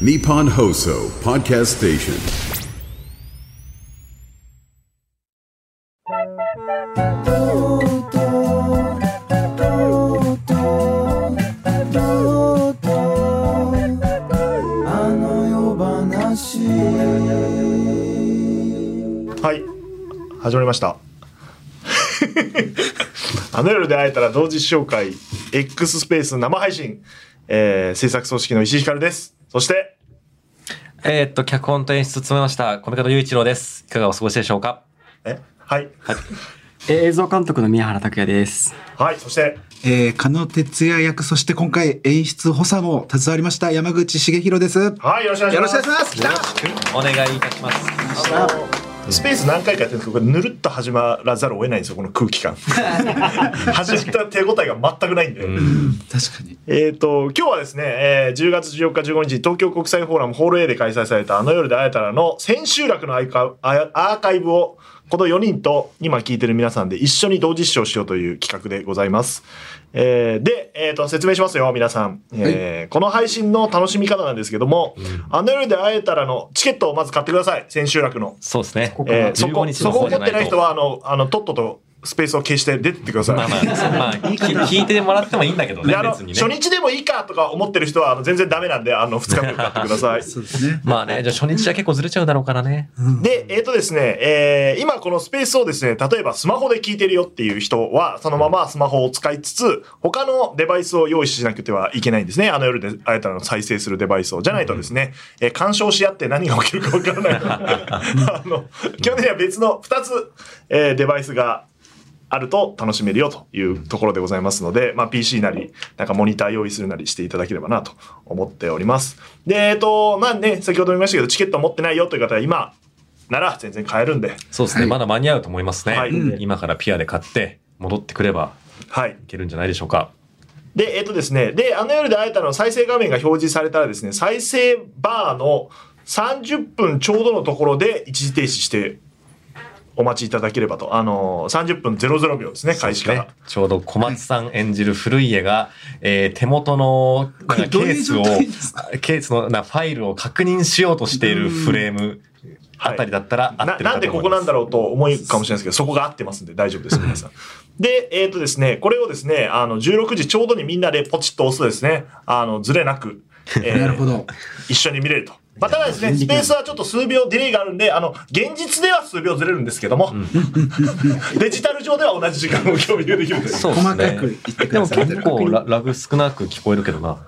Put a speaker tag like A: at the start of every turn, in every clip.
A: Nippon Hoso Podcast Station.
B: はい始まりました あの夜で会えたら同時紹介 X スペース生配信、えー、制作組織の石井ひかるですそして
C: えーっと、脚本と演出を務めました、米門雄一郎です。いかがお過ごしでしょうか
B: えはい
D: 映像監督の宮原拓也です。
B: はいそして
E: えー、狩野哲也役、そして今回演出補佐も携わりました山口茂弘です。よ
B: はいよろしくお願いし
E: ろ
B: ま
E: し
B: す
E: くお願いします。来た
C: お願いいたします。
B: スペース何回かやってるんですけどこれぬるっと始まらざるを得ないんですよこの空 気感始めた手応えが全くないんで、
E: 確かに。
B: えー、と今日はですね、えー10月14日15日東京国際フォーラムホール A で開催された「あの夜で会えたら」の千秋楽のアイカアアーカイブをこの4人と今聞いてる皆さんで一緒に同時視聴しようという企画でございます。えーで、えー、と説明しますよ皆さん、えーこの配信の楽しみ方なんですけども「あの夜で会えたら」のチケットをまず買ってください千秋楽の。
C: そうですね。
B: えーそこ
C: 15日
B: そ
C: の
B: こ
C: 方
B: 持
C: じゃ
B: っ
C: な
B: て
C: いと
B: ない人はあのあのとっととスペースを消して出てってください。
C: まあまあ、まあ、き聞いてもらってもいいんだけどね
B: で、あ、の
C: 別にね
B: 初。日でもいいかとか思ってる人はあの全然ダメなんであの2日目を買ってくださ い
E: そうですね。
C: まあね、じゃあ初日は結構ずれちゃうだろうからね。
B: でえっ、とですね、えー今このスペースをですね例えばスマホで聞いてるよっていう人はそのままスマホを使いつつ他のデバイスを用意しなくてはいけないんですねあの夜であえたらの再生するデバイスをじゃないとですね、えー干渉し合って何が起きるかわからな いあの基本的には別の2つ、えーデバイスがあると楽しめるよというところでございますので、まあ、PC なり、なんかモニター用意するなりしていただければなと思っております。で、えっと、まあね、先ほども言いましたけど、チケット持ってないよという方は今なら全然買えるんで、
C: そうですね、まだ間に合うと思いますね、
B: はい
C: 今からピアで買って、戻ってくれば
B: はい。
C: いけるんじゃないでしょうか。
B: で、えっとですね、で、あの夜で会えたの再生画面が表示されたらですね、再生バーの30分ちょうどのところで一時停止してお待ちいただければと。あのー、30分00秒ですね、開始から。
C: ね、ちょうど小松さん演じる古家が、えー手元のなんかケ
E: どう
C: ー
E: いう
C: ス
E: 状
C: を
E: 態ですか
C: ケースのなファイルを確認しようとしているフレームあたりだったら合
B: な
C: ってる
B: な
C: か
B: んで
C: と思
B: こ
C: い
B: こ
C: ま
B: なん
C: す
B: だ。ろうと思うかもしれないですけど、そこが合ってますんで大丈夫です、皆さん。で、えっ、とですね、これをですね、あの、16時ちょうどにみんなでポチッと押すとですね、あの、ずれなく、えー
E: なるほど。
B: 一緒に見れると。まあ、ただですね、スペースはちょっと数秒ディレイがあるんで、あの、現実では数秒ずれるんですけども、 デジタル上では同じ時間を共有できるんです。だか
C: そうです
E: 細
C: ね
E: かく言ってく
C: で
E: だ
C: も
E: さい
C: 結構ララグ少なく聞こえるけどな。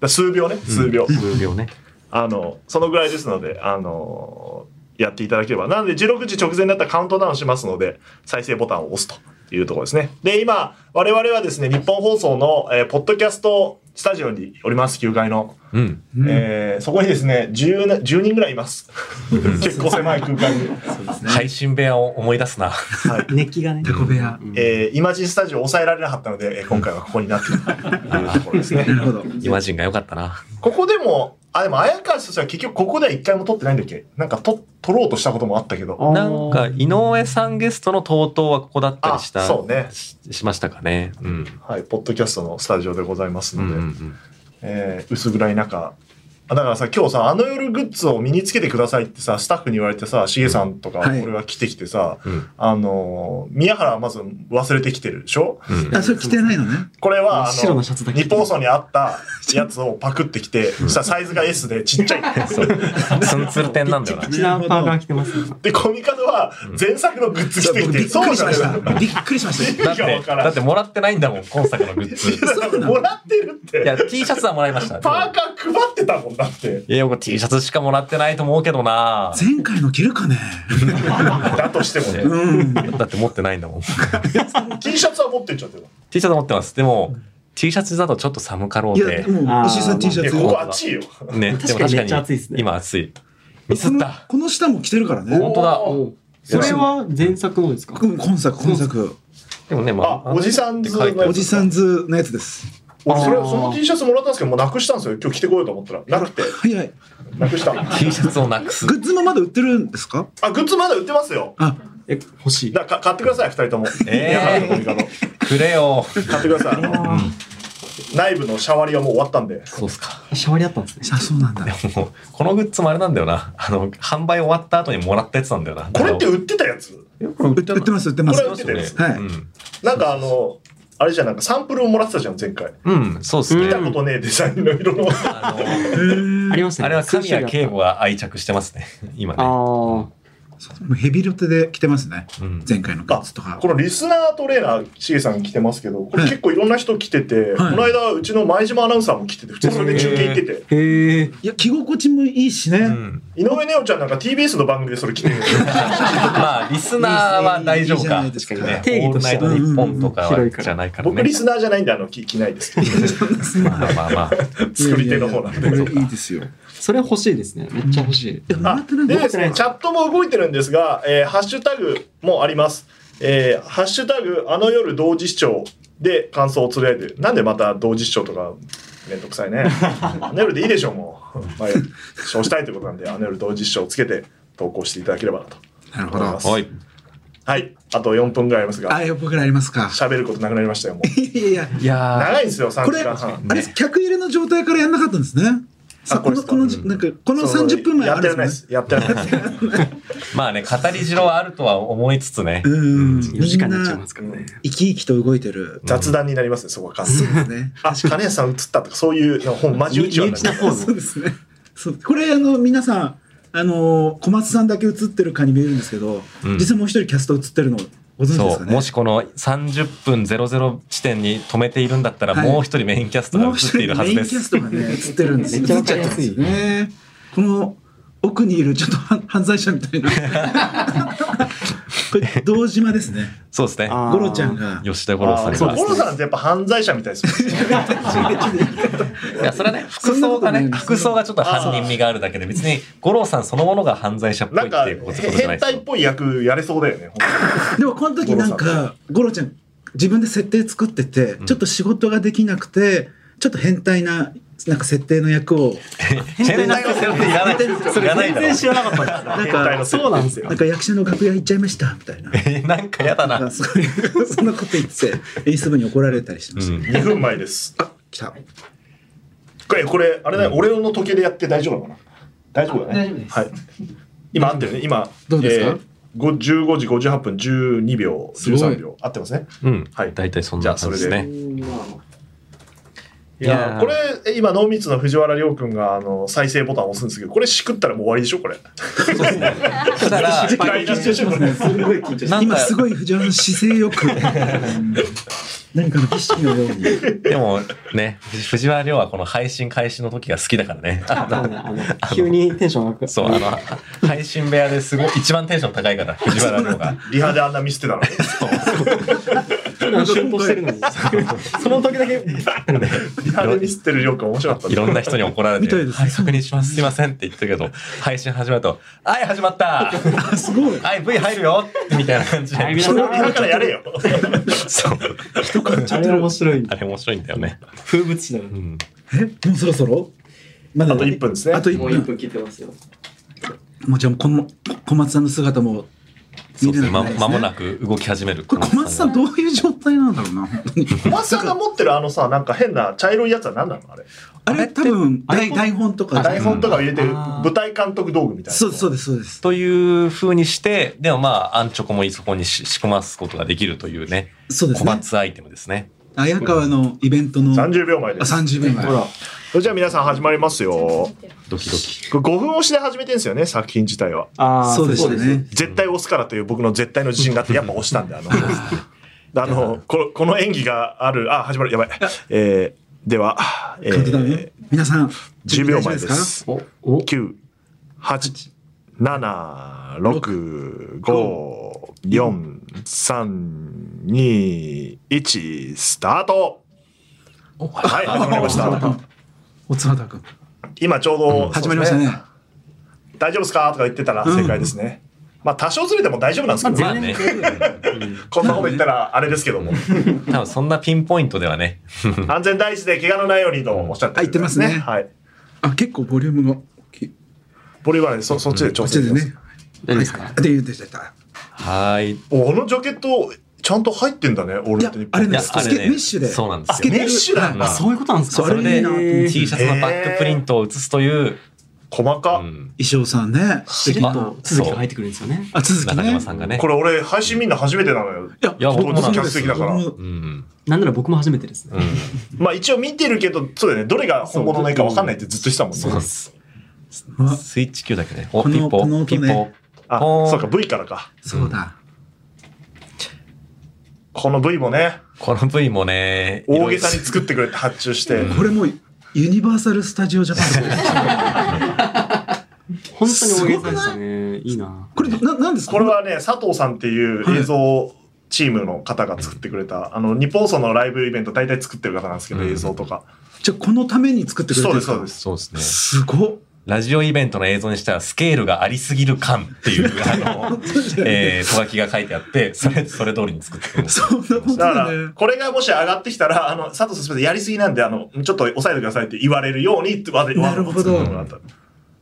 B: ら数秒ね、数秒。
C: 数秒ね。
B: あの、そのぐらいですので、あのやっていただければ。なので、16時直前だったらカウントダウンしますので、再生ボタンを押すというところですね。で、今、我々はですね、日本放送の、えーポッドキャストスタジオにおります、9階の。
C: うん。
B: えーそこにですね10な、10人ぐらいい ます。結構狭い空間に。
C: 配信部屋を思い出 すな。
D: 熱気がね。
E: タコ部屋。
B: えーイマジンスタジオを抑えられなかったので、えー今回はここになっているというところですね
E: な。るほど。
C: イマジンが良かったな。
B: ここでも、あ、でも、綾川氏としては結局ここでは一回も撮ってないんだっけなんかと撮ろうとしたこともあったけど。
C: なんか、井上さんゲストの TOTO はここだった
B: あ、
C: りした、
B: そうね。
C: ししましたかね。うん。
B: はい、ポッドキャストのスタジオでございます
C: う
B: の
C: ん
B: で、
C: うんうん、
B: えー薄暗い中あだからさ今日さあの夜グッズを身につけてくださいってさスタッフに言われてさしげさんとか
E: はい
B: 俺が来てきてさ、
C: うん
B: あのー宮原はまず忘れてきてるでしょ
C: うん
E: あ、それ着てないのね。
B: これはあ
D: 白のシャツだけ
B: 日放送にあったやつをパクってきてそしたらサイズが S でちっちゃい
C: ツンツル点なん だよな。
D: チナーパーが着てます。
B: でコミカドは前作のグッズ着てきて、
E: びっく
B: そう
E: り
B: じ
E: し
B: ゃ
E: ま
B: ない
E: した。びっくりしました。
C: だっ
B: 意味が
C: て
B: わ、からん
C: だってもらってないんだもん、今作のグ ッズ。い
B: だからもらってるって
C: や、T シャツはもらいました。
B: パーカー配ってたもんだって
C: いや、僕 T シャツしかもらってないと思うけどな。
E: 前回の着るかね。
B: だとしてもね
E: うん。
C: だって持ってないんだもん。
B: T シャツは持ってっちゃってる
C: T シャツ持ってます。でも、T シャツだとちょっと寒かろう
E: い
C: で
E: や、。もう、石井さん T シ
B: い
E: ャ
B: や
E: ツ
B: こ
E: を。
B: こ暑いよ
C: ね、
D: 確かにめっちゃ暑いっすね
C: 今暑い。ミスった。
E: この下も着てるからね。
C: 本当だ。
D: それは前作のですか
E: うん今作、今作。
C: でもね、ま
B: あ、おじさんズのやつ
E: おじさんズのやつです。
B: 俺それその T シャツもらったんですけどもうなくしたんですよ今日着てこようと思ったらなくて
E: 早い。
B: なくした
C: T シャツをなくす。
E: グッズもまだ売ってるんですか
B: あグッズまだ売ってますよ
E: あ、
D: え、欲しい。
B: だからか買ってください二人とも
C: えー
B: いや買ってください
C: くれよ。
B: 買ってくださいあの内部のシャワリはもう終わったんで。
C: そうっすか。
D: シャワリあったんですね。
E: あ、そうなんだ。
C: もう、このグッズもあれなんだよな。あの、販売終わった後にもらったやつなんだよな。
B: これって売ってたやつ
C: よく売
E: 売って売ってます、売ってま
B: こ
E: す
B: れ。売ってたやつ
E: はい
C: うん。
B: なんかあの、あれじゃんなんかサンプルをもらってたじゃん、前回。
C: うん、そうっす
D: う
C: ね。
B: 見
D: ん
B: たことねえデザインの色の。
C: あ
D: ありました
C: の、
D: ね。
C: あれは神谷
D: 経
C: 慶吾が愛着してますね。今
D: あ
C: ね。
D: あ。
E: もうヘビロテで来てますね。
C: うん
E: 前回のグッズとか
B: こ。のリスナートレーナー、しげさん来てますけど、これ
E: はい
B: 結構いろんな人来てて、この間、うちの前島アナウンサーも来てて、普通にそれで中継行ってて、
D: へえ。
E: いや、着心地もいいし
C: う
E: ね。
C: ん。
B: 井上ねおちゃんなんか TBS の番組でそれ着てる。
C: まあ、リスナーは大丈夫か。
E: いいじゃ
D: か
E: ない
C: ね
E: で、
D: 定義としては
C: オールナイト日本とか
D: うんうんうん広
C: はい
D: から
C: じゃないからね。
B: 僕リスナーじゃないんで、あの、着着 ないですけど、
E: すか。
C: まあまあまあ。
B: 作り手の方なんで。
E: いやいやいやこれいいですよ。
D: それ欲しいですね。めっちゃ欲しい。
E: いや、もらってない
B: で
E: の
B: ですね、チャットも動いてるんですが、えーハッシュタグもあります。えーハッシュタグ、あの夜同時視聴で感想をつぶやいて、なんでまた同時視聴とか、めんどくさい ね。あの夜でいいでしょう、もう。まあ、視聴したいということなんで、あの夜同時視聴をつけて投稿していただければなと。
E: なるほ
B: 思いま
E: ど
B: す。
C: はい。
B: はい。あと4分ぐらいありますが
E: あ、、よ、僕らありますか。
B: 喋ることなくなりましたよ、もう。
E: いやいや、
C: いや
B: 長いんですよ、3
E: こ
B: 時
E: れ、
B: 間
E: あ
B: 半。
E: れ、客入れの状態からやんなかったんですね。さこ
B: これで
E: の、
B: すか
E: この、なんか、この
B: そう
E: 30分前
B: や
E: あ
B: って
E: るん
B: られな
E: で
B: いです
E: ね。
B: す。やってられないで す。
C: ーまあね、語り城はあるとは思いつつね。
E: うん、
D: 4
E: み
D: 時
E: ん
D: 間になっちゃい
E: な
D: ますからね。
E: 生き生きと動いてる。
B: 雑談になりますね、そこは完全
E: そう
B: に。
E: だね。
B: あ、金谷さん映ったとか、そういう、本、マジ打ちは
D: 身内な 方
E: そう
D: の。
E: ですね。そうこれあの皆さんあの小松さんだけ映ってるかに見えるんですけど、
C: うん
E: 実際もう一人キャスト映ってるのご存知で
C: そ
E: す
C: う。
E: か
C: も
E: ね。
C: しこの30分00地点に止めているんだったら、
E: はい
C: もう一人メインキャストが映っているはず
E: メイン
C: で
E: キャス
C: す。
E: トがね映ってるんです。
D: めっちゃわかりやすい
E: 映っちゃってますね。この奥にいるちょっとは犯罪者みたいな。 これ堂島ですね。
C: そうですね。
D: あー
E: ゴロちゃん。が。
C: 吉田五郎さ
B: あ
C: ん
B: ーそう
C: が
B: ゴ。ロさんってやっぱ犯罪者みたいです よね。
C: いや、それはね、
E: そ
C: 服装が
E: んなことな
C: ね
E: い、です
C: 服装がちょっと犯人味があるだけで、別に五郎さんそのものが犯罪者っぽい
B: な
C: っ
B: ん
C: て
B: か、へ
C: いうことじゃない
B: 変
C: です
B: 態っ
C: よ。
B: ぽい役やれそうだよね、本
E: でもこの時なんかゴロちゃん自分で設定作ってて、
C: ん
E: ちょっと仕事ができなくてちょっと変態ななんか設定の役を
C: 変態の設定いらない。いらないだろ。
D: らなかった
E: なん
B: 変態
E: か
B: の設定
D: そうなんですよ
E: なん。か役者の楽屋行っちゃいましたみたいな。
C: え なんかやだ
E: な
C: な。
E: んか そういうそんなこと言って演出部に怒られたりしてま
C: う
E: した、
C: ん。
B: 当に。2分前です。
E: あ来た
B: これ、これ、あれだよ、俺の時計でやって大丈夫なのかな大丈夫だね。
D: 大丈夫です
B: はい。今合ってるね、今。
E: どうですか
B: えーご15時58分12秒
E: すごい
B: 13秒合ってますね
C: うん。
B: はい
C: 大体そんな感じですね。
B: い
C: い
B: や
C: や
B: ー
C: ー
B: これえ今濃密の藤原亮君があの再生ボタンを押すんですけどこれしくったらもう終わりでしょこれ
C: ただから、
B: 大丈夫でしょこれ
D: ごい緊張し
C: なん
E: 今
C: か、
E: すごい藤原の姿勢よ く何かの儀式のように
C: でもね、藤原亮はこの配信開始の時が好きだからね。あ
D: た。あの急にテンション上がる。
C: そう、あの、配信部屋ですごい、一番テンション高いから、藤原亮が。
B: リハであんな見せてたのに
D: 普段シュンとしてるのに。 その時だけ。
B: リハで見せてる亮君面白かったね
C: いろんな人に怒られ
E: みたい
C: て、
E: です
C: はい、確認します。すいませんって言ってるけど、配信始まると、はい、始まった
E: あすごい
C: はい、V 入るよみたいな感じ
D: はい
C: で。
B: 人のリハからやれよ
C: そう。
D: あれ面白い。
C: あれ面白いんだよね。
D: 風物詩だ
C: う
D: ね
C: ん。
E: えもうそろそろまだ
B: あと1分ですね
E: あと1分
D: 切ってますよ。
E: もうじゃあこの小松さんの姿も
C: そ
E: 見
C: うで
E: れ
C: す
E: な
C: ね。
E: くな
C: ま
E: いですね
C: 間もなく動き始める。
E: これ小松さんどういう状態なんだろうな本当に
B: 小松さんが持ってるあのさなんか変な茶色いやつは何なのあれ
E: あれ多分台台本とか
B: 台本とか入れてる
D: あー
B: 舞台監督道具みたいな
E: そうですそうですそうです
C: という風にして、でもまあ、アンチョコもそこにし仕込ますことができるというね、
E: そうで
C: 小
E: すね
C: 松アイテムですね。
E: 綾川のイベントのあ
B: 30秒前です
E: 30秒前
B: ほらそれじゃあ皆さん始まりますよ
C: ドキドキ。
B: これ5分押しで始めてんですよね作品自体は
D: ああ、
E: そうでしたね。
B: 絶対押すからという僕の絶対の自信があってやっぱ押したんであのあのこのこの演技があるあ始まるやばいえー、では、え
E: カウントダウンよ
B: ー、
E: 皆さん
B: 10
E: 準
B: 秒
E: 備大
B: 前
E: 丈
B: で
E: 夫
B: す
D: お、お、
B: 九八七六五四三二一スタート。はい始まりまし
E: か
B: た。
E: おつばたくん
B: 今ちょうど
E: 始まりましたね
B: そうです大丈夫ですかとか言ってたら正解ですね。まあ多少ずれても大丈夫なんですけ
C: ま
B: ど
C: あ
B: ね。
C: ね、
B: こんなこと言ったらあれですけども。
C: 多分そんなピンポイントではね、
B: 安全第一で怪我のないようにとおっしゃってる
E: あ言ってますね
B: はい。
E: あ結構ボリュームが大きいこ
B: ボリュームはねそそっちで調
E: っち
B: 整
E: です
B: します
E: ね。
D: 何ですか
E: で言ってた
C: はーい。
B: おこのジャケットちちゃんと入ってんだね、オール
E: い
B: ナイ
E: や
B: トニッポ
E: あ
B: ン
E: れ
B: ね
E: ね
C: や
E: つ
C: あ
E: け
C: れね
E: メッシュで
C: そうなんです
E: つけ
C: よ。
E: メッシュだ
C: まあ
E: そういうことなんですか
C: そ
E: あ
C: れ
E: れいいなと思っ
C: で
E: て
C: T シャツのバックプリントを写すという、
B: 細か。
C: うん
E: 衣装さんね
D: しれっと続きが入ってくるんですよね。
E: あ続き
C: 中
E: ね
C: 島さんがね。
B: これ俺、配信みんな初めてなのよ。
E: いや
C: いや僕も
E: そうです
B: 客席だから
E: 僕も
C: うん。
D: なんなら僕も初めてですね。
C: うん。
B: まあ一応見てるけど、そうだよね、どれが本物の絵か分かんないってずっとしたもんね
C: そうなん。です。
E: あ
C: スイッチ球だけね。お、
E: この
C: ピッポ
E: この
C: ー、ピ
E: 音
C: ッポー
E: ね。
B: あ
C: お、ー
B: そうか、V からか。
E: そうだ
B: この V もね、
C: この V もね、
B: 大げさ
C: い
B: に作ってくれて発注して。
E: これもうユニバーサル・スタジオ・ジャパンで
D: 本当に大げさでしたね。いいな。
E: これななんですか
B: これはね、佐藤さんっていう映像チームの方が作ってくれた、あの、日本放送のライブイベント大体作ってる方なんですけど、
C: うん
B: 映像とか。
E: じゃあこのために作ってくれて
B: そう
E: るん
B: で、
E: ですす
B: そうで
E: か
B: す。
C: ろいろそうです
E: す
C: ね。
E: ごっ
C: ラジオイベントの映像にしたらスケールがありすぎる感っていう、あの、 えー、とがきが書いてあって、それ、それ通りに作ってくれます
E: そんなこと
B: だか
E: だ
B: ら、
E: ね
B: これがもし上がってきたら、あの、佐藤さんすみません、やりすぎなんで、あの、ちょっと抑えてくださいって言われるようにってわざ
E: なるほど
B: わざわざ作ってもらっ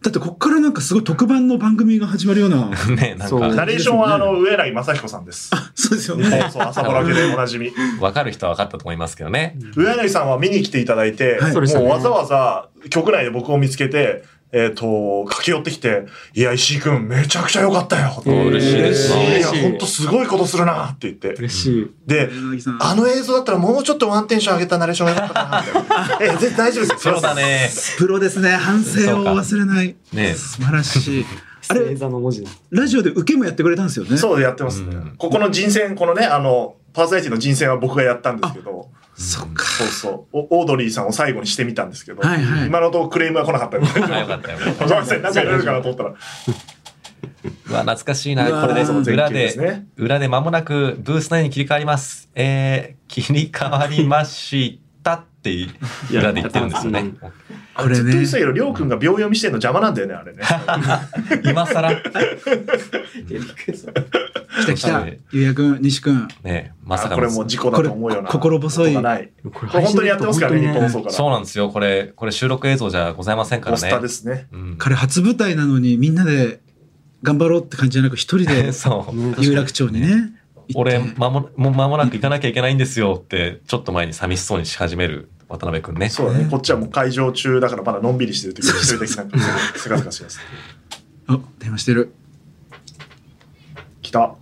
E: だってこっからなんかすごい特番の番組が始まるような
C: ね、なん
D: そう
B: た
C: か、
B: ナレーションは、あの、上柳正彦さんです。
E: そうですよ
B: 日本
E: ね
B: 放送朝ドラ系でおなじみ。
C: わかる人はわかったと思いますけどね。
B: 上柳さんは見に来ていただいて、
E: はい
D: そうでした
B: も
D: ね
B: うわざわざ局内で僕を見つけて、えっ、と、駆け寄ってきて、いや、石井くん、めちゃくちゃ良かったよ。
D: えー
C: 嬉しいです
B: いや、
D: 嬉しい
B: ほんとすごいことするなって言って。
D: 嬉しい。
B: で、
E: 柳さん
B: あの映像だったらもうちょっとワンテンション上げたナレーションが良かったなって。え、全然大丈夫ですよ。
C: そうだ。ね。
E: プロですね反省を忘れない
C: ね
E: 素晴らしいあれ
D: 星座の文字だ。
E: ラジオで受けもやってくれたんですよね
B: そうでやってます、ね
C: うん
B: ここの人選、このね、あの、パーソナリティの人選は僕がやったんですけど、
E: そっか
B: そうそう、おオードリーさんを最後にしてみたんですけど、
E: はいはい
B: 今のところクレームは来なかったんで、
C: あ、よかったよかっ
B: ごめんなさい、なんか言われるかなと思ったら、
C: た。うわ、懐かしいうな。
E: わ
C: これで、
E: そう
B: 全
C: 裏
B: 球で
C: です
B: ね、
C: 裏で間もなくブース内に切り替わります。えー、切り替わりましたって、裏で言ってるんですよね。
E: これ
B: ずっと言
E: ね
B: ってたけど、りょうくんが秒読みしてんの邪魔なんだよね、あれね。
C: 今 更、
E: 来た来たゆうやくん西くん
C: ね、ま
B: あ
C: さか
B: これ
C: の。
B: もう事故だと思うような。
E: これ心細い
B: ことがない。
D: これ
B: これ本当にやってますからね、日本放送から。
C: そうなんですよ。これ、これ収録映像じゃございませんか
B: ポ
C: ら
B: スター
C: ね
B: で。すね。
C: うん
E: 彼初舞台なのにみんなで頑張ろうって感じじゃなく一人で
C: そう。
E: 有楽町にね行って
C: 俺、まも、もう間もなく行かなきゃいけないんですよって、ちょっと前に寂しそうにし始める渡辺くんね。
B: そうだね。こっちはもう会場中だからまだのんびりしてるというか、一
E: そ
B: 人
E: う
B: 的なんかすがすが します。
E: あ電話してる
B: 来た。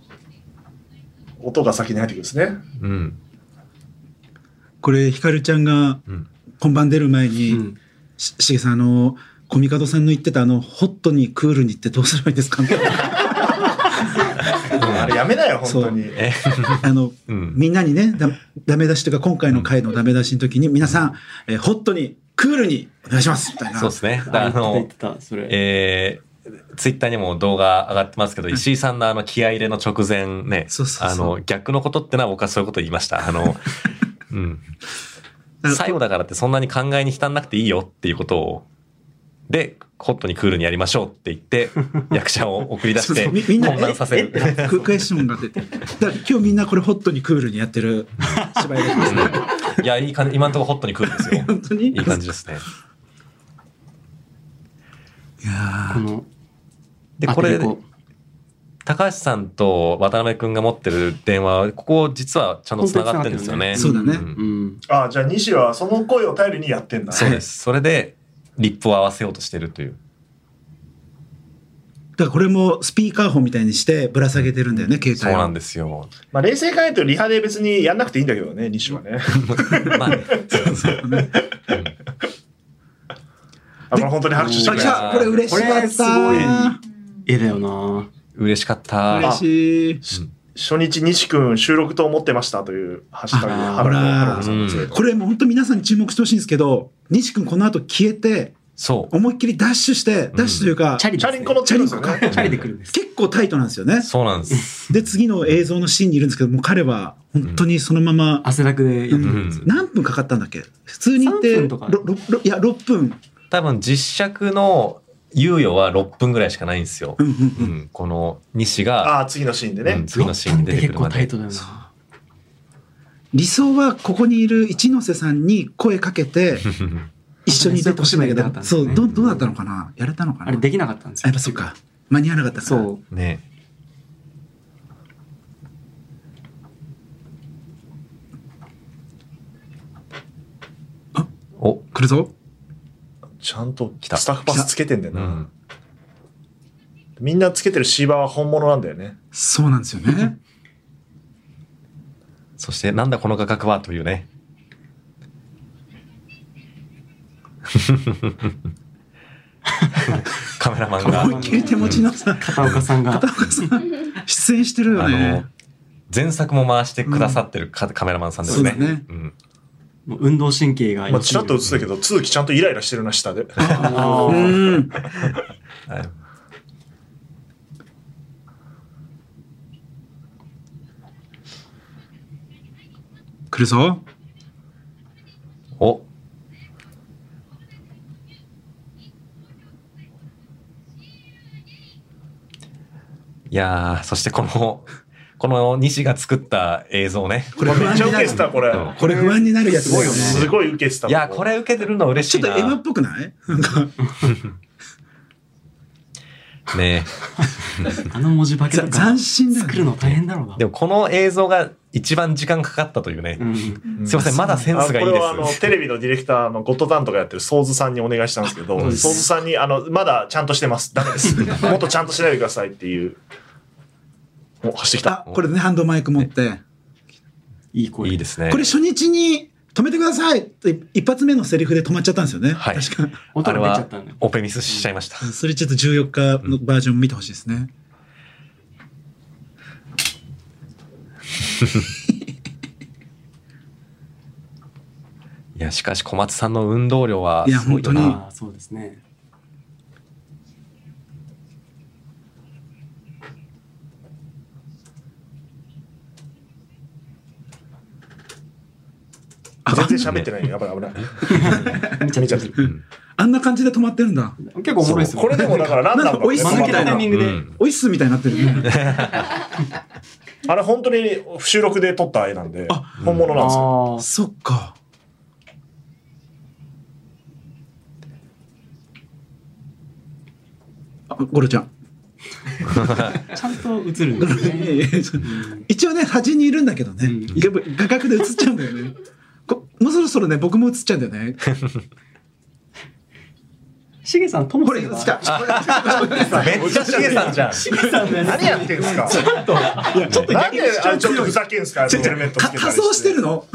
B: 音が先に入ってくるんですね。
C: うん。
E: これひかるちゃんが
C: うん。
E: 本番出る前に、
D: うん
E: ししげさんあのコミカドさんの言ってたあのホットにクールにってどうすればいいんですかみたいな
B: あれやめなよ、本当に。
C: え、
E: あの、
C: うん
E: みんなにねだダメ出しというか今回の回のダメ出しの時に皆さん、えーホットにクールにお願いしますみたいな
C: そうですね。だから
D: あ
C: あ
D: 言っ
C: の
D: て、た、それ。
C: えー、ツイッターにも動画上がってますけど、石井さんのあの気合い入れの直前ね、
E: そうそうそう
C: あの、逆のことってのは僕はそういうこと言いました。あの、うん。
E: あの
C: 最後だからってそんなに考えに浸んなくていいよっていうことを、で、ホットにクールにやりましょうって言 って、役者を送り出し
E: そう
C: て
E: そうみみんな
C: 混乱させる。
E: ククエスチョンが出てだから今日みんなこれホットにクールにやってる芝居が ですね
C: いや、いい感じ、今のところホットにクールですよ。
E: 本当に
C: いい感じですね。
E: いや
D: この、
C: で、
D: あ
C: これ
D: と、一個
C: 高橋さんと渡辺くんが持ってる電話、ここ実はちゃんと繋がってるんですよね。
E: 本当に繋がってるねそうだね
C: ん
D: うん。
B: ああ、じゃあ西はその声を頼りにやってんだ。
C: そうです。それで、リップを合わせようとしてるという。
E: ーだからこれもスピーカーフォンみたいにしてぶら下げてるんだよね携
C: そう
E: 帯を
C: なんですよ。
B: まあ冷静に考えるとリハで別にやんなくていいんだけどね、西はね。
C: まあ、そうそう。
B: あこれ本当に拍手して
E: あ
B: くれ
E: 来
B: た
E: たこれ嬉しか
D: こ
E: っ
D: れす
E: た
D: ごい絵だよな。
C: 嬉しかった。
E: 嬉しい
B: 初日西くん収録と思ってましたというハッシュタグで
D: あー
B: ハロー
E: ほら
B: ハローさんのツイート
E: これもう本当皆さんに注目してほしいんですけど西君この後消えて
C: そう。
E: 思いっきりダッシュしてダッシュというか、
D: チャリ
B: チ
D: です
B: ャ
D: ね
B: リンコ乗ってるんですよ
E: チャ
B: ね。
D: チャリで来るんです。
E: 結構タイトなんですよね
C: そうなんです。
E: で次の映像のシーンにいるんですけどもう彼は本当にそのまま、
D: 汗だくでやってるんですよ。
E: 何分かかったんだっけ普通に言って
D: 3分とか
E: ろろろいや6分
C: 多分、実尺の猶予は6分ぐらいしかないんですよ。
E: うんうんうん
C: うんこの西が、
B: ああ、次のシーンで
C: う
B: ね
C: ん。次のシーンに出てく
D: 結
C: るま
D: 構タイ
C: で
D: ト。だよな。
E: 理想はここにいる一ノ瀬さんに声かけて一緒に出てほしいんだけ
D: そういう
E: どそう
D: 年齢だったんですね
E: どうどうだったのかなやれたのかな
D: あれできなかったんです
E: あや
D: よ。
E: っぱそうか 間に合わなかったから
D: そう。
C: ね。お、
E: 来るぞ。
B: ちゃんと
C: 来た
B: スタッフパスつけてんだよ
C: う
B: な。
C: ん。
B: みんなつけてるシーバーは本物なんだよね。
E: そうなんですよ ね。
C: そして、なんだこの価格はとい うね。カメラマンが、
E: 思いっきり手持ちの さ、
D: 片岡さんが
E: 片岡さん、出演してるよ
C: あの
E: ね。、
C: 前作も回してくださってるカ,、メラマンさんですね。
E: そうだね
C: ん
D: もう運動神経が
B: まあ、ちらっと映ったけど、通期ちゃんとイライラしてるな、下で。
D: あ
E: う
D: ー
E: ん。
C: はい
E: 来るぞ。
C: おいやー、そしてこの、この西が作った映像ね。
E: これ不
B: めっ
E: 安
B: ちゃ
E: に
B: 受
E: な
B: けてた、
E: る。
B: これ。
C: うん
E: これ不安になるやつだよね。
B: すごい受けてた。
C: いや、こ。れ受けてるの嬉し
E: ちょ
C: い
E: っと
C: な。
E: エヴァっぽくないなんか、
C: ね
D: あの文字化けとか
E: 斬新だよね
D: 作るの大変だろうな
C: えでもこの映像が一番時間かかったというね
D: う。ん
B: うん
C: すいません、まだセン
B: あ
C: スがいい
B: これはあの
C: で
B: テレビのディレクターのゴッドタンとかやってるソーズさんにお願いしたんですけど、
D: う
B: ソ
D: ん
B: ーズさんにあのまだちゃんとしてます、ダメです、もっとちゃんとしないでくださいっていう、お走って き
E: あ
B: た、、
E: これね、ハンドマイク持って。
D: いい声
C: す。いいですね。
E: これ初日に止めてくださいって一発目のセリフで止まっちゃったんですよね。
C: はい
E: 確か。
D: 音
C: あれ
D: が出ちゃ
C: は
D: ったんだよ
C: オペミスしちゃいました。
E: それちょっと14日のバージョン見てほしいですね。
C: いや、しかし小松さんの運動量はい
E: や
C: すごいよ
E: 本当に
C: な。
D: ああそうですね
B: 全然喋ってないよ、やばい危ない。
D: めちゃめちゃ
E: あんな感じで止まってるんだ。
D: 結構おもろいですよ
B: これでもだから何なんだろ
E: な
B: う
E: んか美味し
D: 間
E: そう
D: 抜けたタイミング
C: う
D: で
C: ん
E: オイスみたいになってるね。
B: あれ本当に収録で撮った絵なんで、
E: あ
B: 本物なんですよ。
D: ああ
E: そっか。あゴロちゃん。
D: ちゃんと映るん
E: ゴ
D: で
E: ロ
D: す
E: い や
D: ね
E: いやそう一応ね、端にいるんだけどね。
D: うん
E: やっぱ画角で映っちゃうんだよね。こもうそろそろね、僕も映っちゃうんだよね。
D: しげさんとも
E: こ
D: す
E: れ、
D: れ
E: 映っ
D: ば
E: ちゃ
C: めっちゃしげさんじゃん。
D: しげさんがね
B: 何やってんすかなんであれちょっとふざけんすか、あのヘルメ
E: う。
B: ットつ
E: か
B: けたり
E: 仮装してるの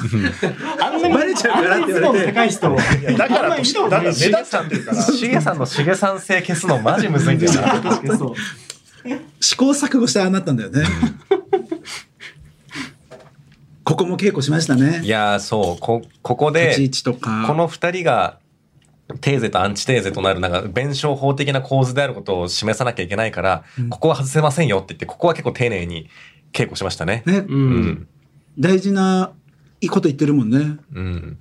D: あんなに
E: バレちゃうからって言われて
D: あんなに質問の高い人
B: いやだからとして、だから目立っちゃってるから。
C: しげさんのしげさん性消すのマジむずいんだよ な。
D: 確かにそう
E: 試行錯誤してああなったんだよね。 ここも稽古しました
C: い
E: ね。
C: やー、そう、こ、ここ
E: 立ち位
C: で、
E: 置とか。
C: この二人が、テーゼとアンチテーゼとなる、なんか、弁証法的な構図であることを示さなきゃいけないから、ここは外せませんよって言って、ここは結構丁寧に稽古しましたね。
E: ね、
D: う
C: うんん。
E: 大事ないいこと言ってるもんね。
C: うん。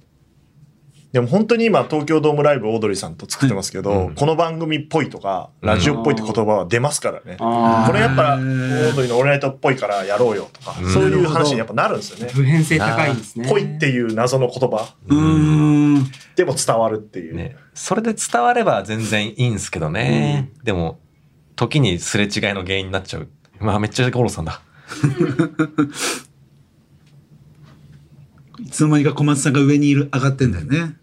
B: でも本当に今東京ドームライブオードリーさんと作ってますけど、
C: うん
B: この番組っぽいとかラジオっぽいって言葉は出ますからね、
D: あ
B: これやっぱ
E: へ
B: オ
E: ー
B: ードリーの「オールナイト」っぽいからやろうよとか、
C: うん
B: そういう話にやっぱなるんですよね
D: あ。普遍性高いんですね
B: ぽいっていう謎の言葉
E: うーん。
B: でも伝わるっていう、
C: ね。それで伝われば全然いいんすけどね。でも、時にすれ違いの原因になっちゃう。まあ、めっちゃ五郎さんだ。
E: いつの間にか小松さんが上にいる上がってんだよね。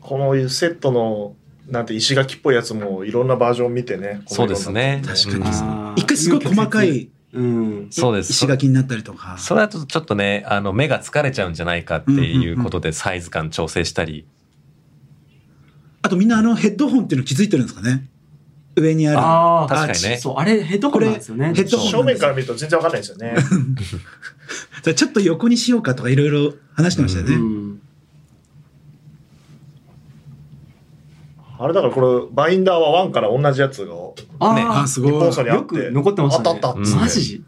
B: このセットのなんて石垣っぽいやつもいろんなバージョン見てね
C: そうですね。
E: 確か
C: うん
E: にです
D: あ
E: ね。
D: ー
E: 一回すごい細かい
D: うん
C: そうです。
E: 石垣になったりとか。
C: それだとちょっとね、あの、目が疲れちゃうんじゃないかっていうことでサイズ感調整したり。
E: あとみんなあのヘッドホンっていうの気づいてるんですかね。上にある。
D: あー
E: アー
C: 確かにね
D: そうあれヘッドホンなんですよね
E: これヘッドホン
B: 正面から見ると全然わかんないですよ ね
E: チちょっと横にしようかとかいろいろ話してましたよね。
D: うん
B: あれだからこれバインダーは1から同じやつが
C: ね
E: あ
D: あ
E: ーす
B: 日
E: ごい
B: 本。層にあ
D: あよ
B: って
D: く残ってましたね
B: あったあった
C: っつって
D: マジ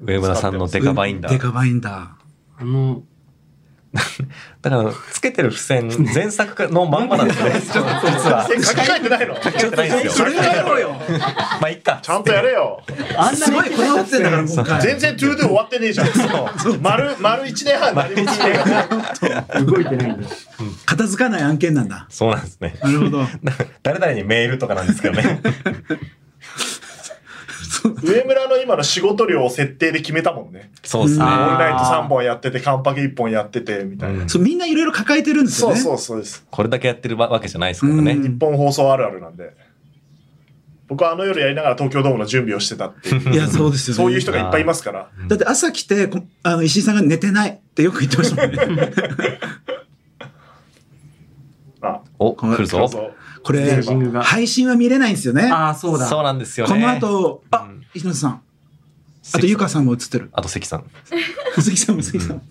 C: 上村さんのデカバインダ
E: デ
C: ー。
E: カバインダ
D: あの
C: だから、つけてる付箋、前作のまんまなんですね。実は。
B: え書き換えてないの
C: 書き換えてないんです
E: ー。
C: よ。
E: れやろうよ。
C: まあ、いっか。
B: ちゃんとやれよ
D: あんな
E: すごいこだわってんだから今回。
B: 全然トゥードゥ終わってねえじゃん。丸、丸一年半何もしてないから。
D: 動いてないんだ
E: 片付かない案件なんだ。
C: そうなんですね。
E: なるほど。
C: 誰々にメールとかなんですけどね。
B: 上村の今の仕事量を設定で決めたもんね。
C: そうです
B: オ
C: ね。
E: あー
B: ールナイト3本やってて、カンパケ1本やってて、みたいな。
C: うん
E: そうみんないろいろ抱えてるんですよ
B: そう
E: ね。
B: そうそうです。
C: これだけやってるわわけじゃないですからね。
E: うん
B: 日本放送あるあるなんで。僕はあの夜やりながら東京ドームの準備をしてたっていう。
E: いや、そうですよね。
B: そういう人がいっぱいいますから。
E: だって朝来て、こあの、石井さんが寝てないってよく言ってましたもんね。
B: あ、
C: お、来る
B: どう
C: ぞ。
B: ぞ。
E: こ
B: ね
E: れ
D: ジ、ングが。
E: 配信は見れないんですよね。
D: ああ、そうだ。
C: そうなんですよね。
E: この後、あ
C: うん、
E: 石野さん。あ
C: 関さん、
E: と、ゆかさんも映ってる。
C: あと関さん。
E: 関さんも関さんも。